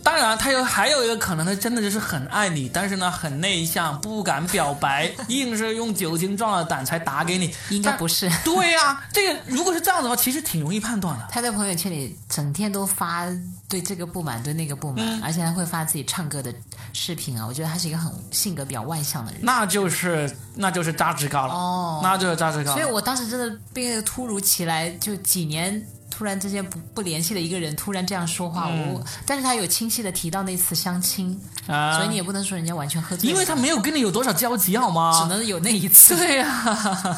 Speaker 3: 当然，他有还有一个可能，他真的就是很爱你，但是呢，很内向，不敢表白，硬是用酒精壮了胆才打给你。
Speaker 2: 应该不是。
Speaker 3: 对呀、这个如果是这样子的话，其实挺容易判断的。
Speaker 2: 他在朋友圈里整天都发对这个不满，对那个不满，而且还会发自己唱歌的视频啊。我觉得他是一个很性格比较外向的人。
Speaker 3: 那就是那就是渣职高了，
Speaker 2: 哦
Speaker 3: 那就是渣职高了。
Speaker 2: 所以我当时真的被那个突如其来，就几年突然之间不不联系的一个人突然这样说话，我但是他有清晰的提到那次相亲，
Speaker 3: 啊
Speaker 2: 所以你也不能说人家完全喝醉了，
Speaker 3: 因为他没有跟你有多少交集，好
Speaker 2: 只
Speaker 3: 吗？
Speaker 2: 能有那一次。啊呃对 呀、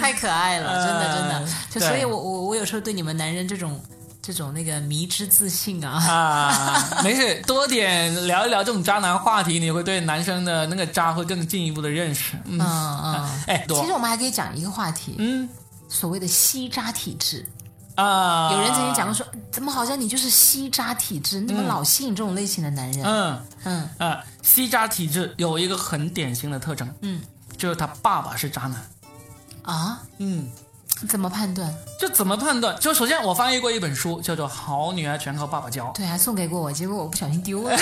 Speaker 2: 太可爱了，真的真的。就
Speaker 3: 对
Speaker 2: 所以我，我我有时候对你们男人这种这种那个迷之自信啊，
Speaker 3: 啊，没事，多点聊一聊这种渣男话题，你会对男生的那个渣会更进一步的认识。嗯，
Speaker 2: 嗯嗯。
Speaker 3: 哎，
Speaker 2: 其实
Speaker 3: 多，
Speaker 2: 我们还可以讲一个话题，
Speaker 3: 嗯
Speaker 2: 所谓的吸渣体质。
Speaker 3: 啊，
Speaker 2: 有人曾经讲过说，怎么好像你就是吸渣体质，你怎么老吸引这种类型的男人？
Speaker 3: 嗯
Speaker 2: 嗯
Speaker 3: 啊，西渣体质有一个很典型的特征，
Speaker 2: 嗯，
Speaker 3: 就是他爸爸是渣男。
Speaker 2: 啊，
Speaker 3: 嗯，
Speaker 2: 怎么判断？
Speaker 3: 这怎么判断？就首先我翻译过一本书，叫做《好女儿全靠爸爸教》，
Speaker 2: 对，还送给过我，结果我不小心丢 了。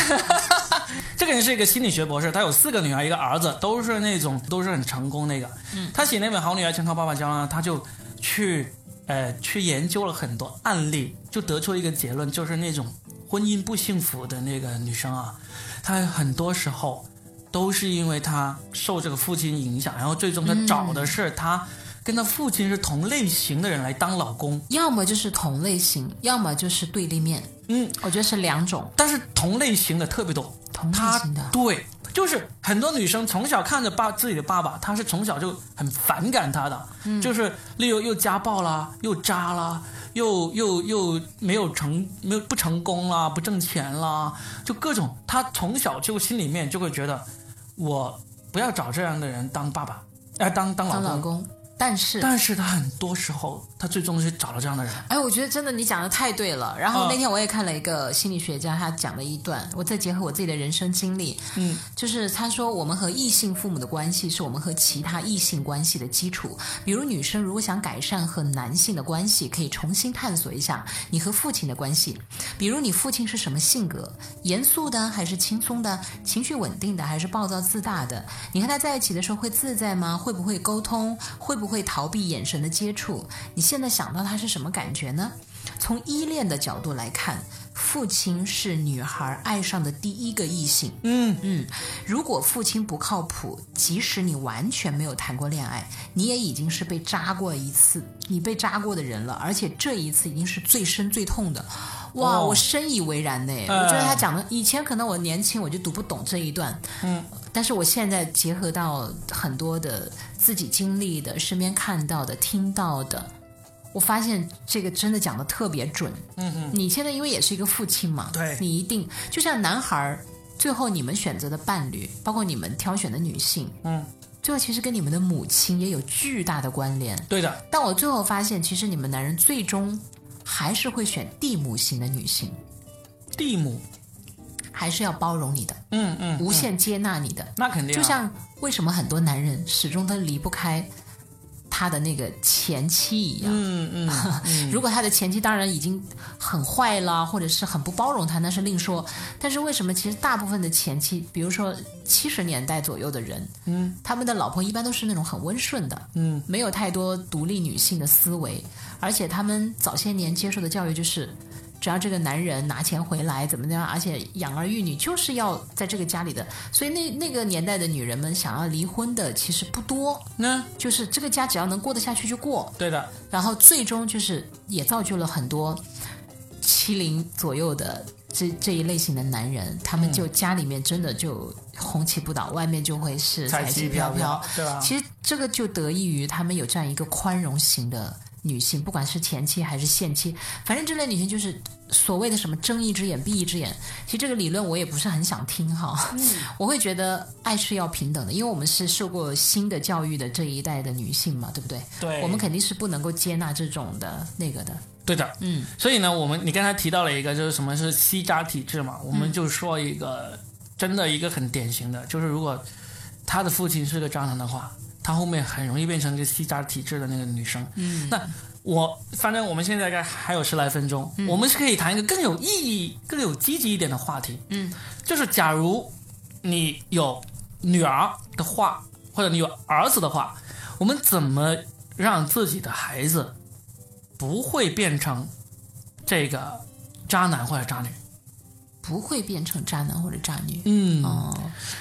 Speaker 3: 这个人是一个心理学博士，他有四个女儿，一个儿子，都是那种都是很成功那个。嗯，他写那本《好女儿全靠爸爸教》呢，啊他就去呃去研究了很多案例，就得出一个结论，就是那种婚姻不幸福的那个女生啊，她很多时候都是因为她受这个父亲影响，然后最终她找的是她跟她父亲是同类型的人来当老公。
Speaker 2: 要么就是同类型，要么就是对立面。
Speaker 3: 嗯，
Speaker 2: 我觉得是两种
Speaker 3: 但是同类型的特别多，
Speaker 2: 同类
Speaker 3: 她
Speaker 2: 型的。
Speaker 3: 对，就是很多女生从小看着爸自己的爸爸，她是从小就很反感他的，
Speaker 2: 嗯
Speaker 3: 就是例如又家暴啦，又渣啦，又又又没有成没有不成功啦，不挣钱啦，就各种，她从小就心里面就会觉得，我不要找这样的人当爸爸，哎、当当老
Speaker 2: 当
Speaker 3: 公。
Speaker 2: 老公，但是
Speaker 3: 但是她很多时候，她最终是找了这样的人。
Speaker 2: 哎，我觉得真的你讲的太对了。然后
Speaker 3: 嗯
Speaker 2: 那天我也看了一个心理学家他讲的一段，我再结合我自己的人生经历，
Speaker 3: 嗯，
Speaker 2: 就是他说我们和异性父母的关系是我们和其他异性关系的基础。比如女生如果想改善和男性的关系，可以重新探索一下你和父亲的关系，比如你父亲是什么性格，严肃的还是轻松的，情绪稳定的还是暴躁自大的。你和他在一起的时候会自在吗？会不会沟通？会不会逃避眼神的接触？你现在想到他是什么感觉呢？从依恋的角度来看，父亲是女孩爱上的第一个异性。
Speaker 3: 嗯
Speaker 2: 嗯，如果父亲不靠谱，即使你完全没有谈过恋爱，你也已经是被扎过一次，你被扎过的人了，而且这一次已经是最深最痛的。哇，
Speaker 3: 哦
Speaker 2: 我深以为然呢。我觉得他讲的，以前可能我年轻我就读不懂这一段，嗯，但是我现在结合到很多的自己经历的、身边看到的、听到的，我发现这个真的讲的特别准。嗯嗯，你现在因为也是一个父亲嘛，
Speaker 3: 对
Speaker 2: 你一定就像男孩儿，最后你们选择的伴侣，包括你们挑选的女性，
Speaker 3: 嗯，
Speaker 2: 最后其实跟你们的母亲也有巨大的关联。
Speaker 3: 对的，
Speaker 2: 但我最后发现，其实你们男人最终还是会选地母型的女性，
Speaker 3: 蒂姆，
Speaker 2: 还是要包容你的，
Speaker 3: 嗯嗯，
Speaker 2: 无限接纳你的。
Speaker 3: 那肯定啊、
Speaker 2: 就像为什么很多男人始终都离不开他的那个前妻一样。
Speaker 3: 嗯嗯，
Speaker 2: 如果他的前妻当然已经很坏了，或者是很不包容他，那是另说。但是为什么其实大部分的前妻，比如说七十年代左右的人，嗯，他们的老婆一般都是那种很温顺的，嗯，没有太多独立女性的思维，而且他们早些年接受的教育就是。只要这个男人拿钱回来，怎么怎么样，而且养儿育女就是要在这个家里的，所以那那个年代的女人们想要离婚的其实不多，
Speaker 3: 那
Speaker 2: 就是这个家只要能过得下去就过，
Speaker 3: 对的，
Speaker 2: 然后最终就是也造就了很多七零左右的这这一类型的男人，他们就家里面真的就红旗不倒，外面就会是
Speaker 3: 彩旗
Speaker 2: 旗
Speaker 3: 飘
Speaker 2: 飘。，
Speaker 3: 对吧？
Speaker 2: 其实这个就得益于他们有这样一个宽容型的女性，不管是前妻还是现妻，反正这类女性就是所谓的什么睁一只眼闭一只眼。其实这个理论我也不是很想听哈，我会觉得爱是要平等的，因为我们是受过新的教育的这一代的女性嘛，对不对？
Speaker 3: 对，
Speaker 2: 我们肯定是不能够接纳这种的那个的。
Speaker 3: 对的，
Speaker 2: 嗯，
Speaker 3: 所以呢，我们你刚才提到了一个，就是什么是
Speaker 2: 嗯
Speaker 3: 吸渣体质嘛，我们就说一个、真的一个很典型的，就是如果她的父亲是个渣男的话，她后面很容易变成一个吸渣体质的那个女生。嗯，那我反正我们现在大概还有十来分钟，
Speaker 2: 嗯
Speaker 3: 我们是可以谈一个更有意义、更有积极一点的话题。
Speaker 2: 嗯，
Speaker 3: 就是假如你有女儿的话，或者你有儿子的话，我们怎么让自己的孩子不会变成这个渣男或者渣女？
Speaker 2: 不会变成渣男或者渣女。
Speaker 3: 嗯
Speaker 2: 哦，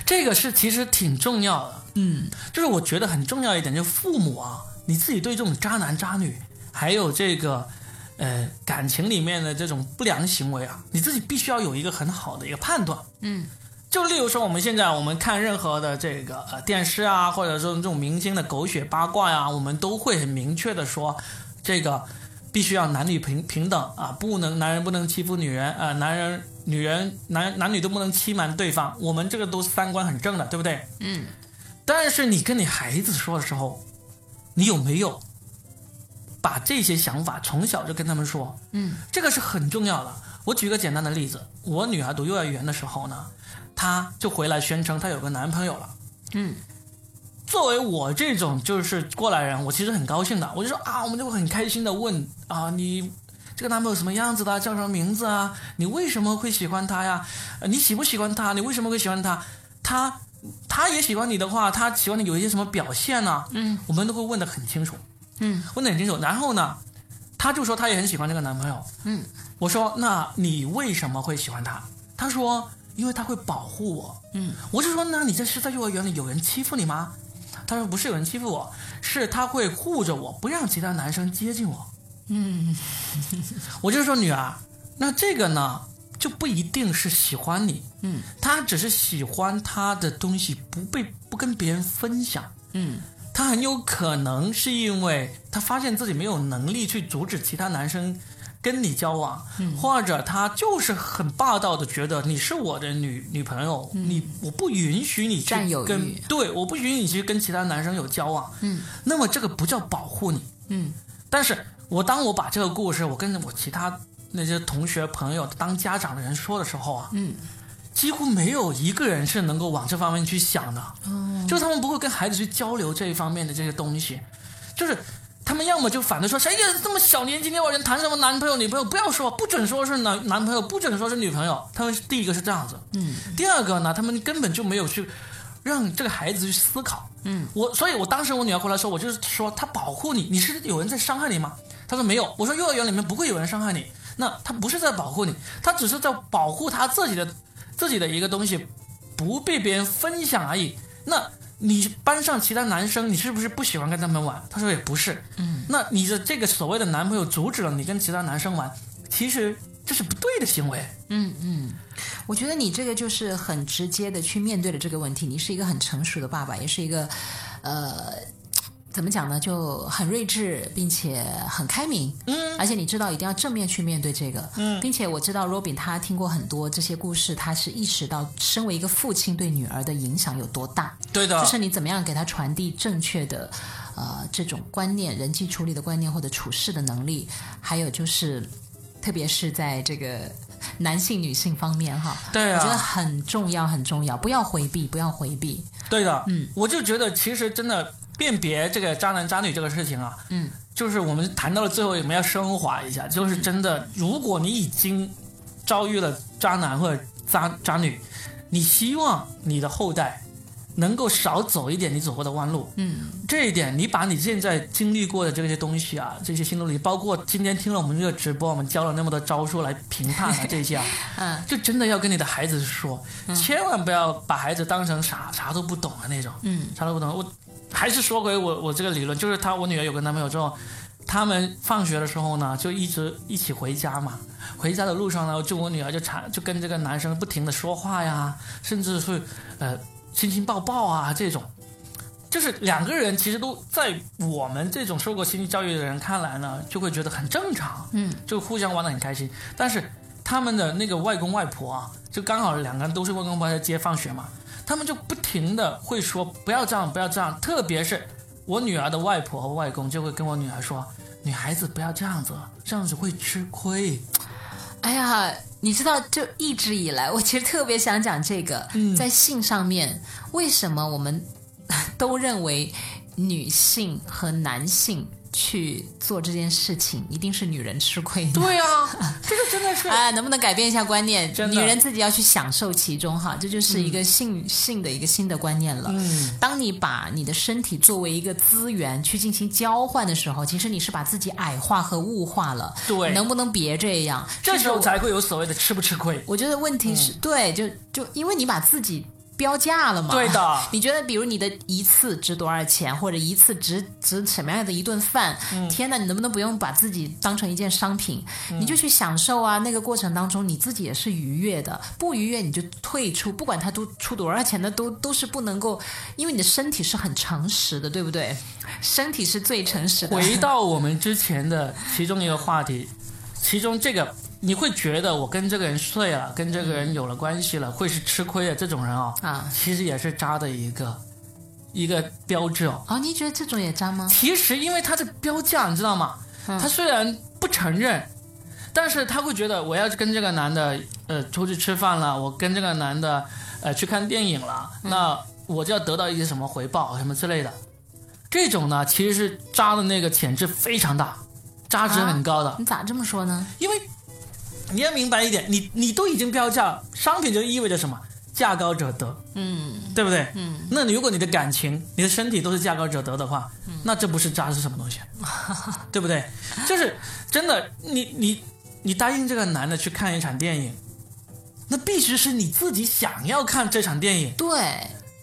Speaker 3: 这个是其实挺重要的，
Speaker 2: 嗯，
Speaker 3: 就是我觉得很重要一点，就是父母啊，你自己对这种渣男渣女，还有这个呃感情里面的这种不良行为啊，你自己必须要有一个很好的一个判断。
Speaker 2: 嗯，
Speaker 3: 就例如说我们现在我们看任何的这个呃电视啊，或者说这种明星的狗血八卦呀、我们都会很明确的说这个。必须要男女平平等啊，不能男人不能欺负女人啊、男人女人男男女都不能欺瞒对方，我们这个都是三观很正的，对不对？
Speaker 2: 嗯，
Speaker 3: 但是你跟你孩子说的时候，你有没有把这些想法从小就跟他们说？
Speaker 2: 嗯，
Speaker 3: 这个是很重要的。我举个简单的例子，我女儿读幼儿园的时候呢，她就回来宣称她有个男朋友了。
Speaker 2: 嗯，
Speaker 3: 作为我这种就是过来人，我其实很高兴的，我就说啊，我们就会很开心的问啊，你这个男朋友什么样子的啊，叫什么名字啊？你为什么会喜欢他呀？呃你喜不喜欢他？你为什么会喜欢他？他他也喜欢你的话，他喜欢你有一些什么表现呢、
Speaker 2: 嗯，
Speaker 3: 我们都会问得很清楚，
Speaker 2: 嗯，
Speaker 3: 问得很清楚。然后呢，他就说他也很喜欢这个男朋友，
Speaker 2: 嗯，
Speaker 3: 我说那你为什么会喜欢他？他说因为他会保护我，
Speaker 2: 嗯，
Speaker 3: 我就说那你这是在幼儿园里有人欺负你吗？他说不是有人欺负我，是他会护着我，不让其他男生接近我。
Speaker 2: 嗯
Speaker 3: 我就说女儿，那这个呢就不一定是喜欢你，
Speaker 2: 嗯，
Speaker 3: 他只是喜欢他的东西不被不跟别人分享，
Speaker 2: 嗯
Speaker 3: 他很有可能是因为他发现自己没有能力去阻止其他男生跟你交往，
Speaker 2: 嗯
Speaker 3: 或者他就是很霸道的觉得你是我的女女朋友，你我不允许你去
Speaker 2: 嗯占有欲
Speaker 3: 跟对，我不允许你去跟其他男生有交往，
Speaker 2: 嗯
Speaker 3: 那么这个不叫保护你，
Speaker 2: 嗯
Speaker 3: 但是我当我把这个故事我跟我其他那些同学朋友当家长的人说的时候啊，
Speaker 2: 嗯，
Speaker 3: 几乎没有一个人是能够往这方面去想的，
Speaker 2: 哦，
Speaker 3: 就是他们不会跟孩子去交流这一方面的这些东西，就是。他们要么就反对说，谁呀这么小年纪幼儿园谈什么男朋友女朋友，不要说，不准说是男男朋友，不准说是女朋友。他们第一个是这样子，
Speaker 2: 嗯
Speaker 3: 第二个呢，他们根本就没有去让这个孩子去思考。
Speaker 2: 嗯，
Speaker 3: 我所以，我当时我女儿回来说，我就是说她保护你，你是有人在伤害你吗？她说没有。我说幼儿园里面不会有人伤害你，那她不是在保护你，她只是在保护她自己的自己的一个东西，不被别人分享而已。那你班上其他男生，你是不是不喜欢跟他们玩？她说也不是。
Speaker 2: 嗯，
Speaker 3: 那你的这个所谓的男朋友阻止了你跟其他男生玩，其实这是不对的行为。
Speaker 2: 嗯嗯，我觉得你这个就是很直接的去面对了这个问题。你是一个很成熟的爸爸，也是一个，呃，怎么讲呢，就很睿智，并且很开明。
Speaker 3: 嗯，
Speaker 2: 而且你知道一定要正面去面对这个。嗯，并且我知道 Robin 他听过很多这些故事，他是意识到身为一个父亲对女儿的影响有多大。
Speaker 3: 对的
Speaker 2: 就是你怎么样给他传递正确的，呃，这种观念、人际处理的观念或者处事的能力，还有就是，特别是在这个男性、女性方面哈，
Speaker 3: 对啊
Speaker 2: 我觉得很重要，很重要，不要回避，不要回避，
Speaker 3: 对的，
Speaker 2: 嗯，
Speaker 3: 我就觉得其实真的辨别这个渣男渣女这个事情啊，
Speaker 2: 嗯，
Speaker 3: 就是我们谈到了最后，我们要升华一下，就是真的，如果你已经遭遇了渣男或者渣渣女，你希望你的后代能够少走一点你走过的弯路，
Speaker 2: 嗯
Speaker 3: 这一点，你把你现在经历过的这些东西啊，这些心路历，包括今天听了我们这个直播，我们教了那么多招数来评判 啊这些啊，
Speaker 2: 嗯，
Speaker 3: 就真的要跟你的孩子说，千万不要把孩子当成啥啥都不懂的那种，
Speaker 2: 嗯，
Speaker 3: 啥都不懂。我还是说回我我这个理论，就是她我女儿有个男朋友之后，他们放学的时候呢，就一直一起回家嘛。回家的路上呢，就我女儿就缠就跟这个男生不停的说话呀，甚至是呃亲亲抱抱啊这种。就是两个人其实都在我们这种受过心理教育的人看来呢，就会觉得很正常，
Speaker 2: 嗯，
Speaker 3: 就互相玩的很开心。但是他们的那个外公外婆啊，就刚好两个人都是外公外婆在接放学嘛，他们就不停的会说不要这样，不要这样。特别是我女儿的外婆和外公就会跟我女儿说，女孩子不要这样子，这样子会吃亏。
Speaker 2: 哎呀，你知道，就
Speaker 3: 嗯
Speaker 2: 一直以来，我其实特别想讲这个，在性上面，为什么我们都认为女性和男性去做这件事情一定是女人吃亏的。
Speaker 3: 对啊， 这个真的是
Speaker 2: 啊，能不能改变一下观念？
Speaker 3: 真
Speaker 2: 女
Speaker 3: 的嗯
Speaker 2: 人自己要去享受其中哈，这就是一个性、性的一个新的观念了。嗯，当你把你的身体作为一个资源去进行交换的时候，其实你是把自己矮化和物化了。
Speaker 3: 对
Speaker 2: 能不能别这样？
Speaker 3: 这时
Speaker 2: 是
Speaker 3: 候
Speaker 2: 我
Speaker 3: 才会有所谓的吃不吃亏。
Speaker 2: 我觉得问
Speaker 3: 嗯
Speaker 2: 题是、对，就就因为你把自己标价了嘛。
Speaker 3: 对的
Speaker 2: 你觉得比如你的一次值多少钱，或者一次值值什么样的一顿饭？
Speaker 3: 嗯
Speaker 2: 天哪，你能不能不用把自己当成一件商品，你就去享受啊？那个过程当中，你自己也是愉悦的，不愉悦你就退出，不管他都出多少钱的，都都是不能够，因为你的身体是很诚实的，对不 对？身体是最诚实的。
Speaker 3: 回到我们之前的其中一个话题，其中这个你会觉得我跟这个人睡了，跟这个人有了关系了，会是吃亏的这种人哦，
Speaker 2: 啊
Speaker 3: 其实也是渣的一个一个标志哦。
Speaker 2: 哦，你觉得这种也渣吗？
Speaker 3: 其实因为他的标价，你知道吗？
Speaker 2: 嗯
Speaker 3: 他虽然不承认，但是他会觉得我要是跟这个男的呃出去吃饭了，我跟这个男的呃去看电影了，
Speaker 2: 嗯
Speaker 3: 那我就要得到一些什么回报什么之类的。这种呢，其实是渣的那个潜质非常
Speaker 2: 啊
Speaker 3: 大，渣值很高的，
Speaker 2: 你咋这么说呢？
Speaker 3: 因为你要明白一点，你你都已经标价了，商品就意味着什么？价高者得，
Speaker 2: 嗯
Speaker 3: 对不对？
Speaker 2: 嗯，
Speaker 3: 那如果你的感情、你的身体都是价高者得的话，那这不是渣是什么东西？啊 对不对？就是真的，你你你答应这个男的去看一场电影，那必须是你自己想要看这场电影，
Speaker 2: 对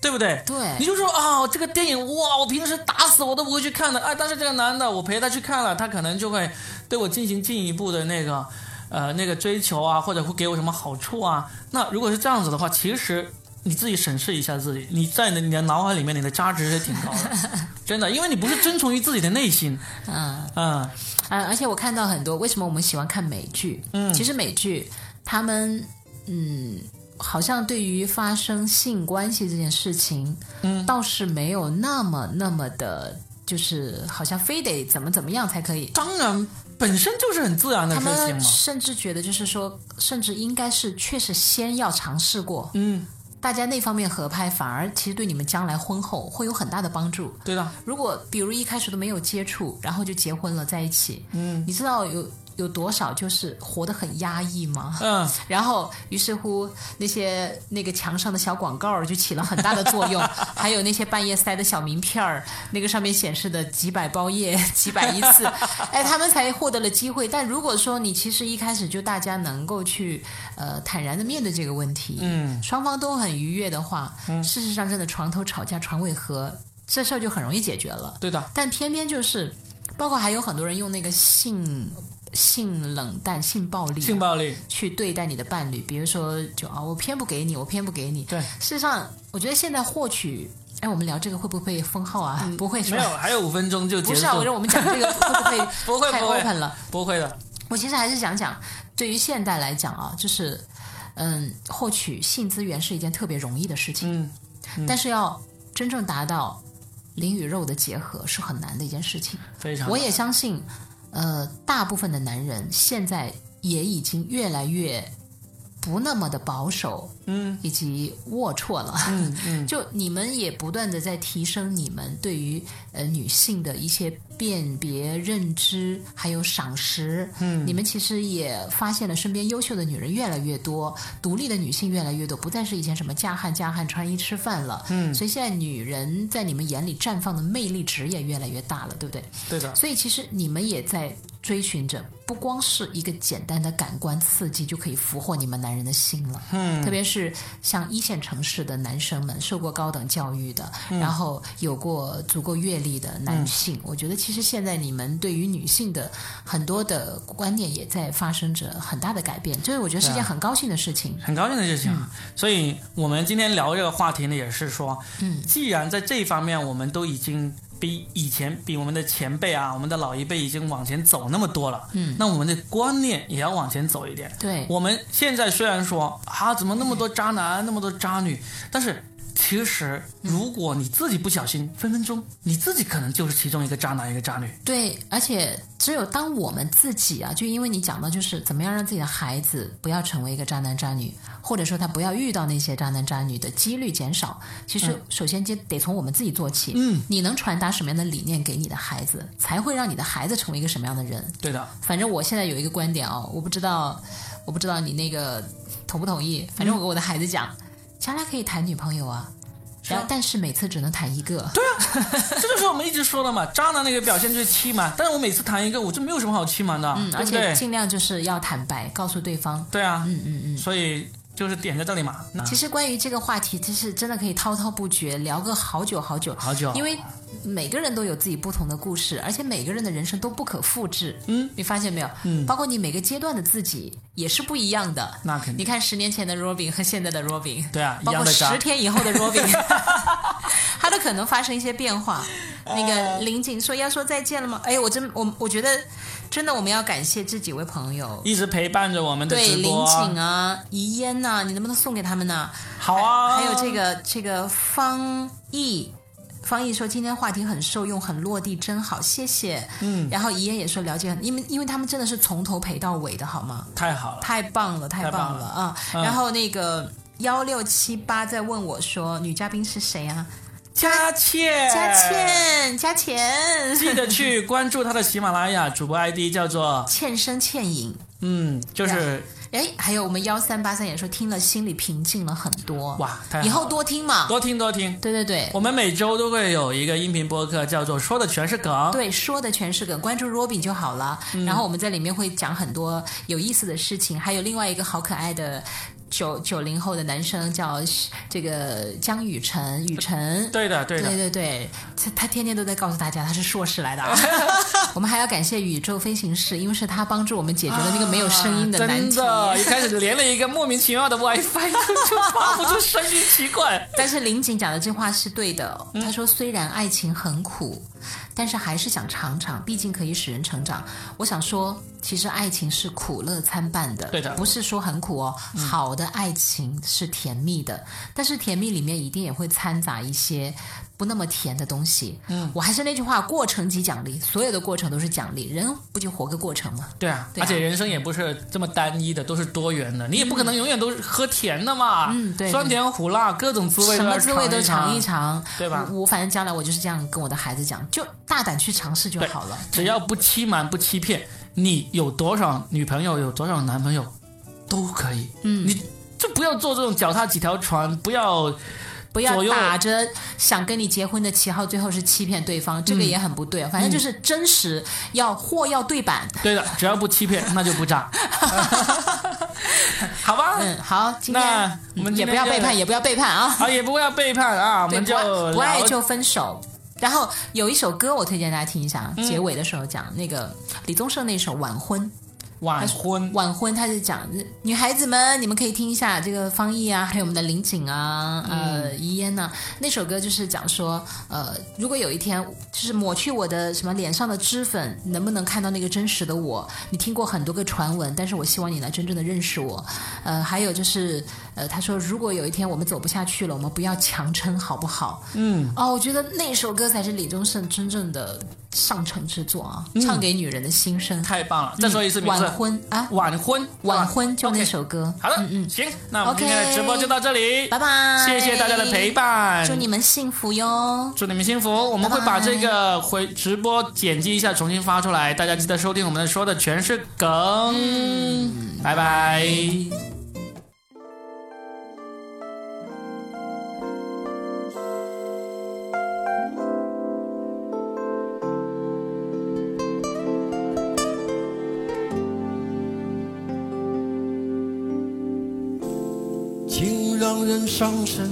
Speaker 3: 对不对？
Speaker 2: 对。
Speaker 3: 你就说啊、这个电影哇，我平时打死我都不会去看的，哎，但是这个男的，我陪他去看了，他可能就会对我进行进一步的那个，呃，那个追求啊，或者会给我什么好处啊。那如果是这样子的话，其实你自己审视一下自己，你在你的你的脑海里面，你的价值是挺 高的，真的，因为你不是遵从于自己的内心，
Speaker 2: 嗯，
Speaker 3: 嗯，
Speaker 2: 啊，而且我看到很多，为什么我们喜欢看美剧？嗯，其实美剧他们嗯，好像对于发生性关系这件事情，嗯，倒是没有那么那么的，就是好像非得怎么怎么样才可以。
Speaker 3: 当然本身就是很自然的
Speaker 2: 他
Speaker 3: 事情
Speaker 2: 们
Speaker 3: 嘛，
Speaker 2: 甚至觉得，就是说，甚至应该是确实先要尝试过，
Speaker 3: 嗯，
Speaker 2: 大家那方面合拍，反而其实对你们将来婚后会有很大的帮助。
Speaker 3: 对的，
Speaker 2: 如果比如一开始都没有接触，然后就结婚了在一起，嗯，你知道有有多少就是活得很压抑吗？
Speaker 3: 嗯，
Speaker 2: 然后，于是乎，那些那个墙上的小广告儿就起了很大的作用，还有那些半夜塞的小名片儿，那个上面显示的几百包夜、 几百一次，哎，他们才获得了机会。但如果说你其实一开始就大家能够去呃坦然的面对这个问题，嗯，双方都很愉悦的话，事实上真的床头吵架床尾和，这事儿就很容易解决了。
Speaker 3: 对的，
Speaker 2: 但偏偏就是，包括还有很多人用那个性性冷淡、性暴力、啊
Speaker 3: 性暴力，
Speaker 2: 去对待你的伴侣，比如说就啊，我偏不给你，我偏不给你。
Speaker 3: 对
Speaker 2: 事实上，我觉得现在获取，哎，我们聊这个会不会被封号啊？不会是
Speaker 3: 嗯没
Speaker 2: 吧？
Speaker 3: 有，还有五分钟就结
Speaker 2: 不是啊，我
Speaker 3: 束
Speaker 2: 说，我们讲这个 会
Speaker 3: 不
Speaker 2: 不
Speaker 3: 会
Speaker 2: 会太
Speaker 3: 不会
Speaker 2: open 了？
Speaker 3: 不会的，
Speaker 2: 我其实还是想讲，对于现代来讲啊，就是嗯，获取性资源是一件特别容易的事情，
Speaker 3: 嗯，
Speaker 2: 但是要真正达到灵与肉的结合是很难的一件事情。
Speaker 3: 非常，
Speaker 2: 我也相信，呃，大部分的男人现在也已经越来越不那么的保守，
Speaker 3: 嗯，
Speaker 2: 以及龌龊了。
Speaker 3: 嗯 嗯，
Speaker 2: 就你们也不断的在提升你们对于呃女性的一些辨别、认知，还有赏识。嗯，你们其实也发现了身边优秀的女人越来越多，独立的女性越来越多，不再是以前什么嫁汉嫁汉穿衣吃饭了。嗯，所以现在女人在你们眼里绽放的魅力值也越来越大了，对不对？
Speaker 3: 对的，
Speaker 2: 所以其实你们也在追寻着，不光是一个简单的感官刺激就可以俘获你们男人的心了。嗯，特别是像一线城市的男生们，受过高等教育的，
Speaker 3: 嗯
Speaker 2: 然后有过足够阅历的男性，我觉得其实现在你们对于女性的很多的观念也在发生着很大的改变，这是我觉得是
Speaker 3: 对
Speaker 2: 件
Speaker 3: 啊
Speaker 2: 很高兴的事情。
Speaker 3: 很高兴的事情。啊
Speaker 2: 嗯
Speaker 3: 所以我们今天聊这个话题呢，也是说，嗯，既然在这一方面我们都已经比以前比我们的前辈啊，我们的老一辈已经往前走那么多了，嗯，那我们的观念也要往前走一点。
Speaker 2: 对，嗯
Speaker 3: 我们现在虽然说啊，怎么那么多渣男，那么多渣女，但是。其实如果你自己不小心，分分钟你自己可能就是其中一个渣男，一个渣女。
Speaker 2: 对，而且只有当我们自己啊，就因为你讲到就是怎么样让自己的孩子不要成为一个渣男渣女，或者说他不要遇到那些渣男渣女的几率减少，其
Speaker 3: 嗯
Speaker 2: 实首先就得从我们自己做起。嗯，你能传达什么样的理念给你的孩子，才会让你的孩子成为一个什么样的人？
Speaker 3: 对 的，
Speaker 2: 反正我现在有一个观点哦，我不知道，我不知道你那个同不同意。反正我跟我的孩子讲，将来可以谈女朋友啊，
Speaker 3: 啊
Speaker 2: 然后但是每次只能谈一个。
Speaker 3: 这就是我们一直说的嘛，渣男那个表现就是欺瞒。但是我每次谈一个，我就没有什么好欺瞒的，
Speaker 2: 嗯，
Speaker 3: 对
Speaker 2: 而
Speaker 3: 不
Speaker 2: 且
Speaker 3: 对？
Speaker 2: 尽量就是要坦白，告诉对方。
Speaker 3: 对啊，
Speaker 2: 嗯嗯嗯。
Speaker 3: 所以就是点在这里嘛。那
Speaker 2: 其实关于这个话题，其实真的可以滔滔不绝，聊个好久好久。
Speaker 3: 好久，
Speaker 2: 因为每个人都有自己不同的故事，而且每个人的人生都不可复制。嗯，你发现没有？嗯，包括你每个阶段的自己也是不一样的。
Speaker 3: 那肯定
Speaker 2: 你看十年前的 Robin 和现在的 Robin，
Speaker 3: 对啊
Speaker 2: 包括
Speaker 3: 一样的渣
Speaker 2: 十天以后的 Robin，他都可能发生一些变化。
Speaker 3: 呃
Speaker 2: 那个林景说要说再见了吗？哎，我真我我觉得真的我们要感谢这几位朋友。
Speaker 3: 一直陪伴着我们的
Speaker 2: 对
Speaker 3: 直
Speaker 2: 林
Speaker 3: 播。
Speaker 2: 景啊，怡嫣呐、你能不能送给他们呢？
Speaker 3: 好啊，
Speaker 2: 还有这个这个方毅。方毅说：“今天话题很受用，很落地，真好，谢谢。”嗯，然后怡妍也说：“了解很，因为因为他们真的是从头陪到尾的，好吗？
Speaker 3: 太好了，
Speaker 2: 太棒了，太
Speaker 3: 嗯太棒
Speaker 2: 棒了
Speaker 3: 了
Speaker 2: 啊！”
Speaker 3: 嗯
Speaker 2: 然后那个幺六七八在问我说：“女嘉宾是谁啊？”
Speaker 3: 佳倩，
Speaker 2: 佳。倩，佳倩，
Speaker 3: 记得去关注他的喜马拉雅主播 ID 叫做
Speaker 2: 倩声倩影。
Speaker 3: 嗯，就是
Speaker 2: 哎，还有我们幺三八三也说听了心里平静了很多。
Speaker 3: 哇太好了
Speaker 2: 以后多听嘛。
Speaker 3: 多听多听。
Speaker 2: 对对对，
Speaker 3: 我们每周都会有一个音频播客，叫做“说的全是梗
Speaker 2: 对，说的全是梗，关注 Robin 就好了。
Speaker 3: 嗯
Speaker 2: 然后我们在里面会讲很多有意思的事情，还有另外一个好可爱的九九零后的男生叫这个江雨晨，雨”晨。
Speaker 3: 对的，对
Speaker 2: 对
Speaker 3: 的，
Speaker 2: 对对，他他天天都在告诉大家他是硕士来的、啊。 我们还要感谢宇宙飞行士，因为是他帮助我们解决了那个没有声音的难
Speaker 3: 啊真
Speaker 2: 题。
Speaker 3: 的，呃一开始连了一个莫名其妙的 WiFi，就发不出声音，奇 怪。
Speaker 2: 但是林景讲的这话是对的，他说虽然爱情很苦，但是还是想尝尝，毕竟可以使人成长。我想说，其实爱情是苦乐参半的，
Speaker 3: 对的嗯
Speaker 2: 不是说很苦哦。好的爱情是甜蜜的，但是甜蜜里面一定也会掺杂一些。不那么甜的东西，嗯，我还是那句话，过程即奖励，所有的过程都是奖励，人不就活个过程吗？
Speaker 3: 对啊，
Speaker 2: 对啊
Speaker 3: 而且人生也不是这么单一的，都是多元的，你也不可能永远都是喝甜的嘛。
Speaker 2: 嗯对
Speaker 3: 酸甜苦辣各种滋味，
Speaker 2: 什么滋味都尝一
Speaker 3: 尝，
Speaker 2: 尝，
Speaker 3: 对吧
Speaker 2: 我我反正将来我就是这样跟我的孩子讲，就大胆去尝试就
Speaker 3: 对
Speaker 2: 好了。
Speaker 3: 只要不欺瞒、不欺骗，你有多少女朋友、有多少男朋友都可以。嗯，你就不要做这种脚踏几条船，不要
Speaker 2: 不
Speaker 3: 左
Speaker 2: 要
Speaker 3: 右
Speaker 2: 打着想跟你结婚的旗号，最后是欺骗对方，这个
Speaker 3: 嗯
Speaker 2: 也很不对。啊反正就是真实，要货要对版。
Speaker 3: 对的，只要不欺骗，那就不渣。好吧，
Speaker 2: 嗯，好，今天嗯
Speaker 3: 那我们
Speaker 2: 也
Speaker 3: 今天
Speaker 2: 不要
Speaker 3: 就
Speaker 2: 背叛，也不要背叛啊！
Speaker 3: 啊，也不要背叛啊，我
Speaker 2: 对，
Speaker 3: 们
Speaker 2: 不
Speaker 3: 就
Speaker 2: 爱不爱
Speaker 3: 聊
Speaker 2: 就分手。然后有一首歌我推荐大家听一下，
Speaker 3: 嗯
Speaker 2: 结尾的时候讲那个李宗盛那首《晚婚》。
Speaker 3: 晚婚。
Speaker 2: 晚婚，他是讲女孩子们，你们可以听一下这个方毅啊，还有我们的林景啊，呃，
Speaker 3: 嗯
Speaker 2: 怡嫣呐，那首歌就是讲说，呃，如果有一天就是抹去我的什么脸上的脂粉，能不能看到那个真实的我？你听过很多个传闻，但是我希望你来真正的认识我。呃，还有就是，呃，他说如果有一天我们走不下去了，我们不要强撑，好不好？嗯，哦，我觉得那首歌才是李宗盛真正的上乘之作啊，唱给女人的心声。
Speaker 3: 太棒了！嗯再说一次名字，
Speaker 2: 晚婚啊，
Speaker 3: 晚婚，
Speaker 2: 晚婚就那
Speaker 3: OK
Speaker 2: 首歌。
Speaker 3: 好了，
Speaker 2: 嗯嗯，
Speaker 3: 行，啊那我们
Speaker 2: OK
Speaker 3: 今天的直播就到这里，
Speaker 2: 拜拜，
Speaker 3: 谢谢大家的陪，伴，
Speaker 2: 祝你们幸福哟。
Speaker 3: 祝你们幸福。我们会把这
Speaker 2: 嗯
Speaker 3: 个回直播剪辑一下，重新发出来，大家记得收听我们说的全是梗，拜拜。
Speaker 4: 情让人伤身，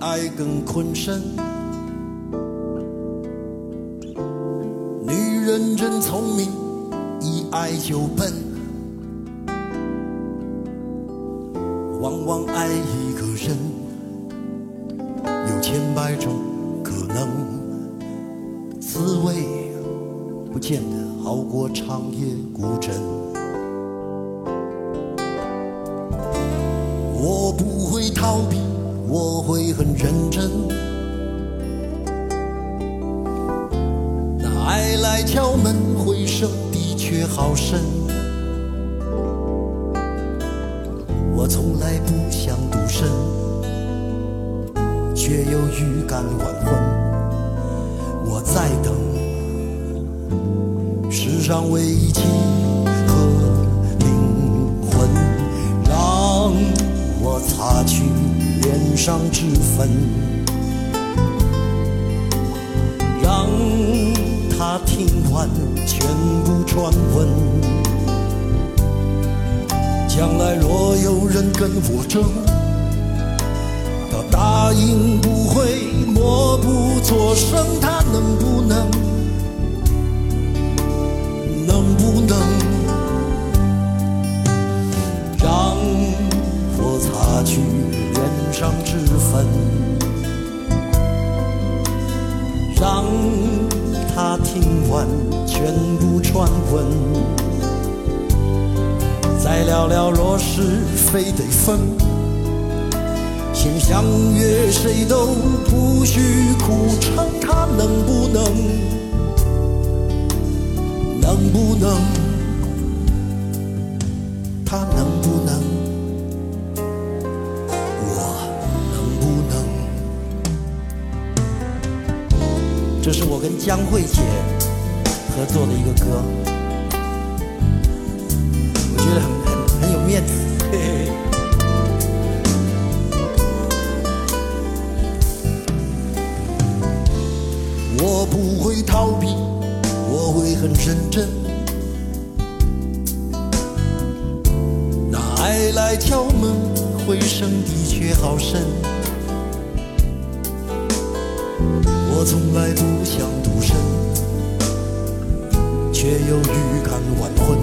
Speaker 4: 爱更困身。女人真聪明，一爱就笨。往往爱一个人，有千百种可能，滋味不见得好过长夜孤枕。我不会逃避，我会很认真。那爱来敲门回声的确好深，我从来不想独身，却又预感晚婚。我在等世上唯一契合灵魂，让我擦去脸上脂粉，让他听完全部传闻。将来若有人跟我争，他答应不会默不作声，他能不能，能不能让我擦去脸上脂粉，让他听完全部传闻，再聊聊若是非得分。心相约，谁都不许苦撑，他能不能，能不能，他能不能，我能不能？这是我跟江慧姐合作的一个歌，我觉得很很很有面子。嘿嘿嘿我不会逃避，我会很认真。那爱来敲门，回声的确好深。我从来不想独身，却又预感晚婚。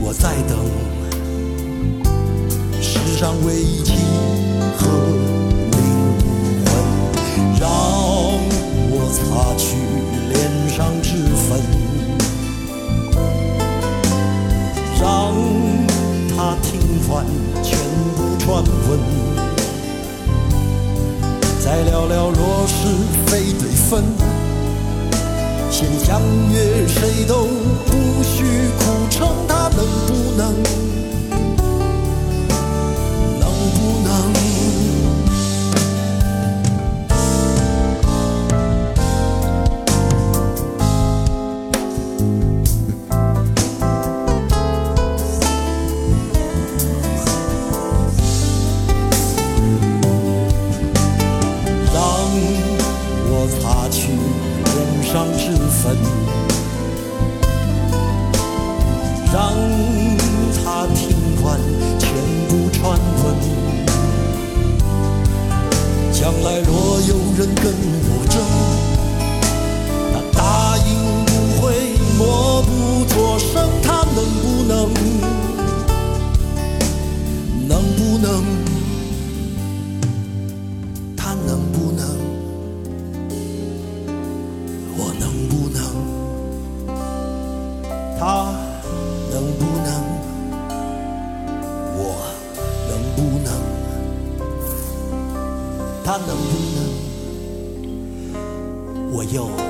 Speaker 4: 我在等世上唯一契合灵魂。让我擦去脸上脂粉，让他听完全部传闻，再聊聊若是非对分。先相约，谁都不许苦撑，他能不能？能不能？让我擦去脸上脂粉，让他听完全部传闻。将来若有人跟我争，他答应不会默不作声，他能不能，能不能？他能不能，我能不能，他能不能，我能不能，他能不能，我又。